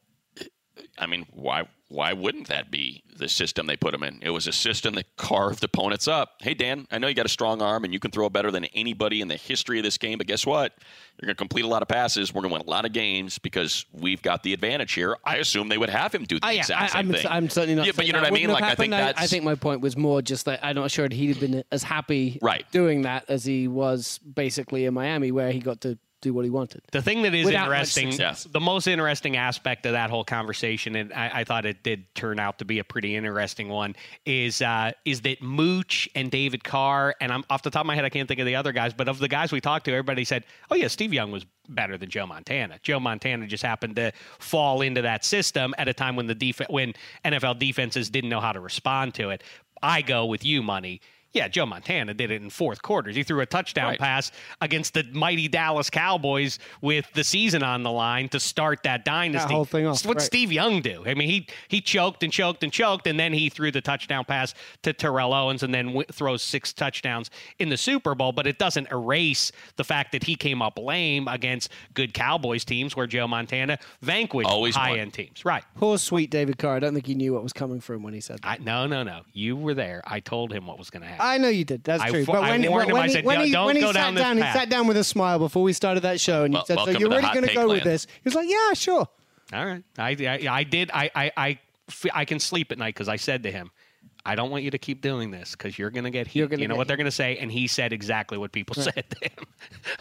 [SPEAKER 5] I mean, why why wouldn't that be the system they put him in? It was a system that carved opponents up. Hey Dan, I know you got a strong arm and you can throw better than anybody in the history of this game, but guess what? You're going to complete a lot of passes. We're going to win a lot of games because we've got the advantage here. I assume they would have him do the
[SPEAKER 6] Oh, yeah,
[SPEAKER 5] exact
[SPEAKER 6] I,
[SPEAKER 5] same
[SPEAKER 6] I'm,
[SPEAKER 5] thing.
[SPEAKER 6] I'm certainly not.
[SPEAKER 5] Yeah, but
[SPEAKER 6] saying
[SPEAKER 5] you know
[SPEAKER 6] that
[SPEAKER 5] what I mean.
[SPEAKER 6] wouldn't
[SPEAKER 5] Like
[SPEAKER 6] have
[SPEAKER 5] I think
[SPEAKER 6] happened.
[SPEAKER 5] that's.
[SPEAKER 6] I think my point was more just that I'm not sure that he'd have been as happy
[SPEAKER 5] Right.
[SPEAKER 6] doing that as he was basically in Miami, where he got to do what he wanted.
[SPEAKER 4] The thing that is
[SPEAKER 6] Without much
[SPEAKER 4] interesting,
[SPEAKER 5] success.
[SPEAKER 4] the most interesting aspect of that whole conversation, and I, I thought it did turn out to be a pretty interesting one, is uh, is that Mooch and David Carr, and I'm off the top of my head, I can't think of the other guys, but of the guys we talked to, everybody said, "Oh yeah, Steve Young was better than Joe Montana. Joe Montana just happened to fall into that system at a time when the def- when NFL defenses didn't know how to respond to it." I go with you, money. Yeah, Joe Montana did it in fourth quarters. He threw a touchdown
[SPEAKER 5] Right.
[SPEAKER 4] pass against the mighty Dallas Cowboys with the season on the line to start that dynasty.
[SPEAKER 6] whole thing off,
[SPEAKER 4] It's what
[SPEAKER 6] right.
[SPEAKER 4] Steve Young do? I mean, he he choked and choked and choked, and then he threw the touchdown pass to Terrell Owens, and then w- throws six touchdowns in the Super Bowl. But it doesn't erase the fact that he came up lame against good Cowboys teams, where Joe Montana vanquished
[SPEAKER 5] Always won.
[SPEAKER 4] high end teams. Right.
[SPEAKER 6] Poor sweet David Carr. I don't think he knew what was coming for him when he said that.
[SPEAKER 4] I, no, no, no. You were there. I told him what was going to happen.
[SPEAKER 6] I know you did. That's
[SPEAKER 4] I
[SPEAKER 6] true.
[SPEAKER 4] fo-
[SPEAKER 6] But
[SPEAKER 4] I
[SPEAKER 6] when,
[SPEAKER 4] warned
[SPEAKER 6] when,
[SPEAKER 4] him, I
[SPEAKER 6] he-
[SPEAKER 4] said,
[SPEAKER 6] when
[SPEAKER 4] "No,
[SPEAKER 6] he,
[SPEAKER 4] don't
[SPEAKER 6] when he
[SPEAKER 4] go
[SPEAKER 6] sat
[SPEAKER 4] down this
[SPEAKER 6] down,
[SPEAKER 4] path."
[SPEAKER 6] he sat down with a smile before we started that show, and you
[SPEAKER 5] Well,
[SPEAKER 6] said, "So
[SPEAKER 5] welcome
[SPEAKER 6] you're
[SPEAKER 5] to the
[SPEAKER 6] really
[SPEAKER 5] hot
[SPEAKER 6] going to
[SPEAKER 5] take
[SPEAKER 6] go with
[SPEAKER 5] land.
[SPEAKER 6] this?" He was like, "Yeah, sure."
[SPEAKER 4] All right. I I, I did. I I I, f- I can sleep at night because I said to him, I don't want you to keep doing this because you're gonna get heat.
[SPEAKER 6] You're gonna
[SPEAKER 4] you know
[SPEAKER 6] get
[SPEAKER 4] what they're gonna say, and he said exactly what people said to him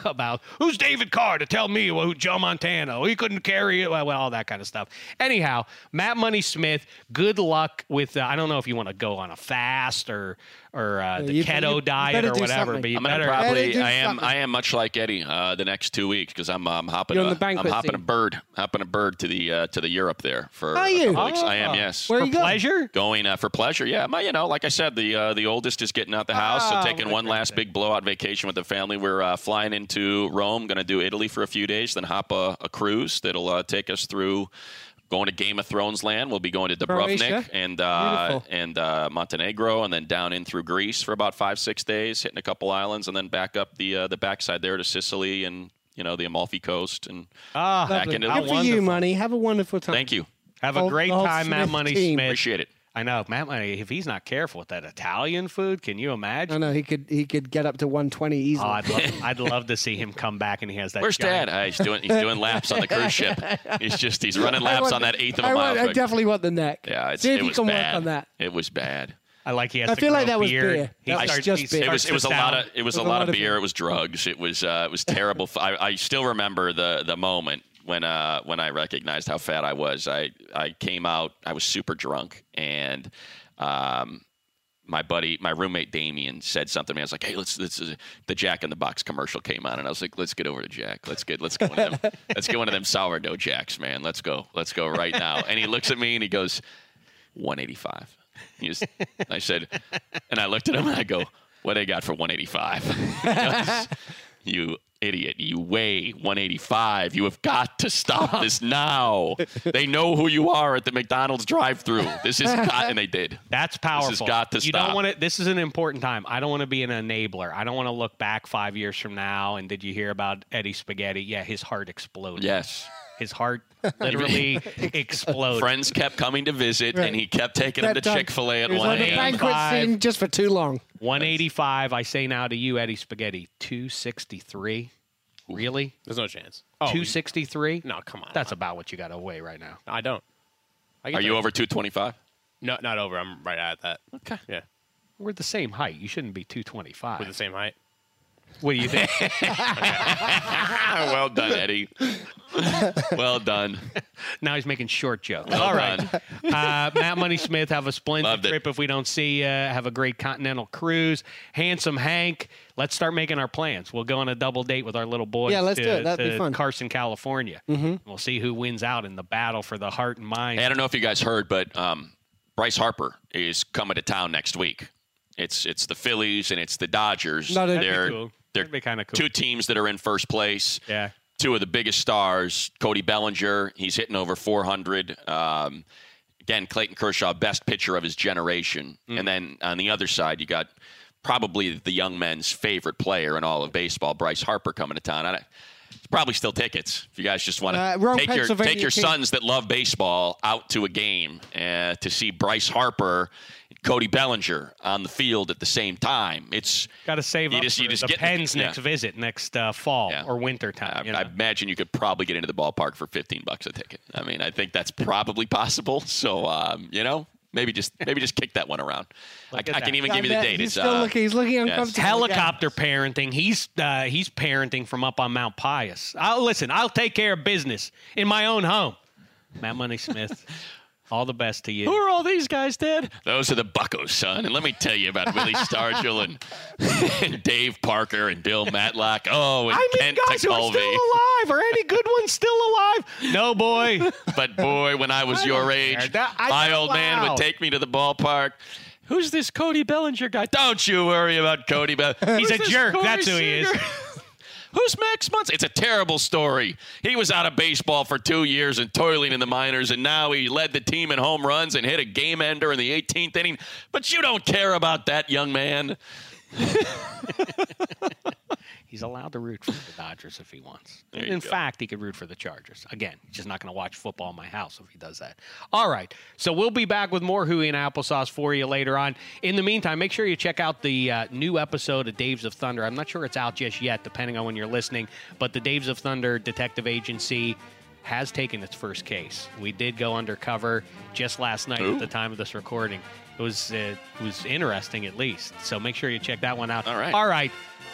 [SPEAKER 4] about who's David Carr to tell me who Joe Montana? He couldn't carry it. Well, well, all that kind of stuff. Anyhow, Matt Money Smith. Good luck with. Uh, I don't know if you want to go on a fast or or uh, the
[SPEAKER 6] you-
[SPEAKER 4] keto
[SPEAKER 6] you
[SPEAKER 4] diet
[SPEAKER 6] better
[SPEAKER 4] or
[SPEAKER 6] do
[SPEAKER 4] whatever,
[SPEAKER 6] something.
[SPEAKER 4] but you
[SPEAKER 5] I'm
[SPEAKER 4] better.
[SPEAKER 5] gonna
[SPEAKER 6] Better
[SPEAKER 5] probably.
[SPEAKER 6] do
[SPEAKER 5] I am.
[SPEAKER 6] something.
[SPEAKER 5] I am much like Eddie uh, the next two weeks because I'm um, hopping.
[SPEAKER 6] You're on
[SPEAKER 5] a-
[SPEAKER 6] the banquet
[SPEAKER 5] I'm hopping a
[SPEAKER 6] scene.
[SPEAKER 5] bird. Hopping a bird to the uh, to the Europe there for.
[SPEAKER 6] Are
[SPEAKER 5] a
[SPEAKER 6] you?
[SPEAKER 5] couple weeks. I am. Yes.
[SPEAKER 6] Where
[SPEAKER 4] Ah. for
[SPEAKER 6] you going?
[SPEAKER 4] pleasure.
[SPEAKER 5] Going uh, for pleasure, yeah. My, you know, like I said, the uh, the oldest is getting out the house,
[SPEAKER 6] Ah,
[SPEAKER 5] so taking
[SPEAKER 6] what a
[SPEAKER 5] one
[SPEAKER 6] great
[SPEAKER 5] last big blowout vacation with the family. We're uh, flying into Rome, going to do Italy for a few days, then hop a, a cruise that'll uh, take us through. Going to Game of Thrones land. We'll be going to Dubrovnik
[SPEAKER 6] Croatia.
[SPEAKER 5] and uh,
[SPEAKER 6] Beautiful.
[SPEAKER 5] and uh, Montenegro, and then down in through Greece for about five six days, hitting a couple islands, and then back up the uh, the backside there to Sicily and you know the Amalfi Coast and
[SPEAKER 4] Ah,
[SPEAKER 5] back into
[SPEAKER 6] Good
[SPEAKER 5] the.
[SPEAKER 6] for you, money. Have a wonderful time.
[SPEAKER 5] Thank you,
[SPEAKER 4] have a
[SPEAKER 6] Whole-
[SPEAKER 4] great
[SPEAKER 6] the whole
[SPEAKER 4] time, Matt
[SPEAKER 6] Smith
[SPEAKER 4] Money
[SPEAKER 6] team.
[SPEAKER 4] Smith.
[SPEAKER 5] appreciate it.
[SPEAKER 4] I know, Matt. Money, if he's not careful with that Italian food, can you
[SPEAKER 6] I
[SPEAKER 4] imagine?
[SPEAKER 6] know he could he could get up to 120
[SPEAKER 4] Oh,
[SPEAKER 6] easily.
[SPEAKER 4] I'd, love, I'd love to see him come back and he has that.
[SPEAKER 5] Where's
[SPEAKER 4] giant-
[SPEAKER 5] Dad? Ah, he's doing he's doing laps on the cruise ship. He's just he's running
[SPEAKER 6] I
[SPEAKER 5] laps
[SPEAKER 6] want-
[SPEAKER 5] on that eighth of a
[SPEAKER 6] I
[SPEAKER 5] mile.
[SPEAKER 6] want- I
[SPEAKER 5] Greg.
[SPEAKER 6] definitely want the neck.
[SPEAKER 5] yeah, it's,
[SPEAKER 6] see if
[SPEAKER 5] it
[SPEAKER 6] you
[SPEAKER 5] was
[SPEAKER 6] can
[SPEAKER 5] bad.
[SPEAKER 6] work on that.
[SPEAKER 5] It was bad.
[SPEAKER 4] I like he has.
[SPEAKER 6] I
[SPEAKER 4] to
[SPEAKER 6] feel like
[SPEAKER 4] grow
[SPEAKER 6] that was
[SPEAKER 4] beard.
[SPEAKER 6] beer.
[SPEAKER 4] He
[SPEAKER 6] That was
[SPEAKER 4] starts-
[SPEAKER 6] just
[SPEAKER 4] he
[SPEAKER 6] beer.
[SPEAKER 5] It was
[SPEAKER 4] starts
[SPEAKER 5] it was
[SPEAKER 4] to
[SPEAKER 5] a lot
[SPEAKER 4] sound-
[SPEAKER 5] of it was a lot of beer.
[SPEAKER 6] beer.
[SPEAKER 5] It was drugs. It was uh, it was terrible. I, I still remember the the moment when uh when I recognized how fat I was. I I came out. I was super drunk and. Um, my buddy, my roommate Damien said something to me. I was like, "Hey, let's." This is the Jack in the Box commercial came on, and I was like, "Let's get over to Jack. Let's get let's go one of them. let's get one of them sourdough jacks, man. Let's go. Let's go right now." And he looks at me and he goes, "185." He was, I said, and I looked at him and I go, "What I got for 185?" you idiot! You weigh 185. You have got to stop this now. They know who you are at the McDonald's drive-through. This is got, and they did.
[SPEAKER 4] That's powerful.
[SPEAKER 5] got to
[SPEAKER 4] you
[SPEAKER 5] stop.
[SPEAKER 4] don't want to. This is an important time. I don't want to be an enabler. I don't want to look back five years from now and did you hear about Eddie Spaghetti? Yeah, his heart exploded.
[SPEAKER 5] Yes.
[SPEAKER 4] his heart literally exploded.
[SPEAKER 5] Friends kept coming to visit, and he kept taking them
[SPEAKER 6] That
[SPEAKER 5] to
[SPEAKER 6] time.
[SPEAKER 5] Chick Fil A at
[SPEAKER 6] It was
[SPEAKER 5] one
[SPEAKER 6] on the
[SPEAKER 5] a.m.
[SPEAKER 6] banquet
[SPEAKER 4] Five.
[SPEAKER 6] scene just for too long.
[SPEAKER 4] 185. I say now to you, Eddie Spaghetti, 263. Really?
[SPEAKER 7] There's no chance. Oh,
[SPEAKER 4] 263?
[SPEAKER 7] no, come on.
[SPEAKER 4] That's about what you got to weigh right now.
[SPEAKER 7] I don't. I get
[SPEAKER 5] Are you
[SPEAKER 7] that.
[SPEAKER 5] over two twenty-five?
[SPEAKER 7] No, not over. I'm right at that. Okay. Yeah,
[SPEAKER 4] We're the same height. You shouldn't be 225.
[SPEAKER 7] we're the same height.
[SPEAKER 4] What do you think?
[SPEAKER 5] Ah, well done, Eddie. well done.
[SPEAKER 4] now he's making short jokes.
[SPEAKER 5] Well
[SPEAKER 4] All right.
[SPEAKER 5] done.
[SPEAKER 4] Uh, Matt Money Smith, have a splendid
[SPEAKER 5] Loved it.
[SPEAKER 4] trip if we don't see you. Have a great continental cruise. Handsome Hank, let's start making our plans. We'll go on a double date with our little boys
[SPEAKER 6] Yeah, let's
[SPEAKER 4] to,
[SPEAKER 6] do it. That'd be
[SPEAKER 4] to
[SPEAKER 6] fun. Mm-hmm.
[SPEAKER 4] Carson, California. And We'll see who wins out in the battle for the heart and mind.
[SPEAKER 5] Hey, I don't know if you guys heard, but um, Bryce Harper is coming to town next week. It's it's the Phillies and it's the Dodgers.
[SPEAKER 6] No, that'd be
[SPEAKER 5] they're
[SPEAKER 4] cool.
[SPEAKER 5] they're
[SPEAKER 4] That'd be kinda cool.
[SPEAKER 5] two teams that are in first place.
[SPEAKER 4] Yeah.
[SPEAKER 5] two of the biggest stars, Cody Bellinger. He's hitting over 400. Um, again, Clayton Kershaw, best pitcher of his generation. And then on the other side, you got probably the young men's favorite player in all of baseball, Bryce Harper, coming to town. I don't, it's probably still tickets if you guys just want
[SPEAKER 6] Uh,
[SPEAKER 5] to
[SPEAKER 6] wrong
[SPEAKER 5] take your
[SPEAKER 6] Pennsylvania
[SPEAKER 5] take your
[SPEAKER 6] team.
[SPEAKER 5] sons that love baseball out to a game uh, to see Bryce Harper, and Cody Bellinger on the field at the same time. It's
[SPEAKER 4] Got to save
[SPEAKER 5] You
[SPEAKER 4] up
[SPEAKER 5] just-
[SPEAKER 4] for
[SPEAKER 5] you just
[SPEAKER 4] the
[SPEAKER 5] get the-
[SPEAKER 4] Penn's
[SPEAKER 5] yeah.
[SPEAKER 4] next visit next uh, fall
[SPEAKER 5] Yeah.
[SPEAKER 4] or winter time.
[SPEAKER 5] I,
[SPEAKER 4] you know?
[SPEAKER 5] I imagine you could probably get into the ballpark for 15 bucks a ticket. I mean, I think that's probably possible. So, um, you know, Maybe just maybe just kick that one around. I, I
[SPEAKER 4] at
[SPEAKER 5] can
[SPEAKER 4] that.
[SPEAKER 5] even
[SPEAKER 6] I
[SPEAKER 5] give you the
[SPEAKER 6] bet
[SPEAKER 5] date.
[SPEAKER 6] He's
[SPEAKER 5] It's
[SPEAKER 6] still
[SPEAKER 5] uh,
[SPEAKER 6] looking. He's looking uncomfortable.
[SPEAKER 4] Helicopter parenting. He's uh, he's parenting from up on Mount Pius. I'll listen. I'll take care of business in my own home. Matt Money Smith. all the best to you.
[SPEAKER 5] Who are all these guys, Dad? Those are the Buckos, son. And let me tell you about Willie Stargell and, and Dave Parker and Bill Matlock. Oh, and
[SPEAKER 4] I mean,
[SPEAKER 5] Kent
[SPEAKER 4] guys who are still
[SPEAKER 5] Tekulve.
[SPEAKER 4] alive. Are any good ones still alive? No, boy.
[SPEAKER 5] But boy, when I was your age,
[SPEAKER 4] That- I-
[SPEAKER 5] my old man
[SPEAKER 4] wow.
[SPEAKER 5] would take me to the ballpark. Who's this Cody Bellinger guy? Don't you worry about Cody Bellinger.
[SPEAKER 4] He's a jerk. That's who he is.
[SPEAKER 5] Who's Max Muncy? It's a terrible story. He was out of baseball for two years and toiling in the minors, and now he led the team in home runs and hit a game ender in the 18th inning. But you don't care about that young man.
[SPEAKER 4] He's allowed to root for the Dodgers if he wants.
[SPEAKER 5] There you
[SPEAKER 4] in
[SPEAKER 5] go.
[SPEAKER 4] fact, he could root for the Chargers. Again, he's just not going to watch football in my house if he does that. All right. So we'll be back with more Hooey and Applesauce for you later on. In the meantime, make sure you check out the uh, new episode of Daves of Thunder. I'm not sure it's out just yet, depending on when you're listening, but the Daves of Thunder Detective Agency has taken its first case. We did go undercover just last night at the time of this recording. It was uh, it was interesting at least. So make sure you check that one out.
[SPEAKER 5] All right.
[SPEAKER 4] All right.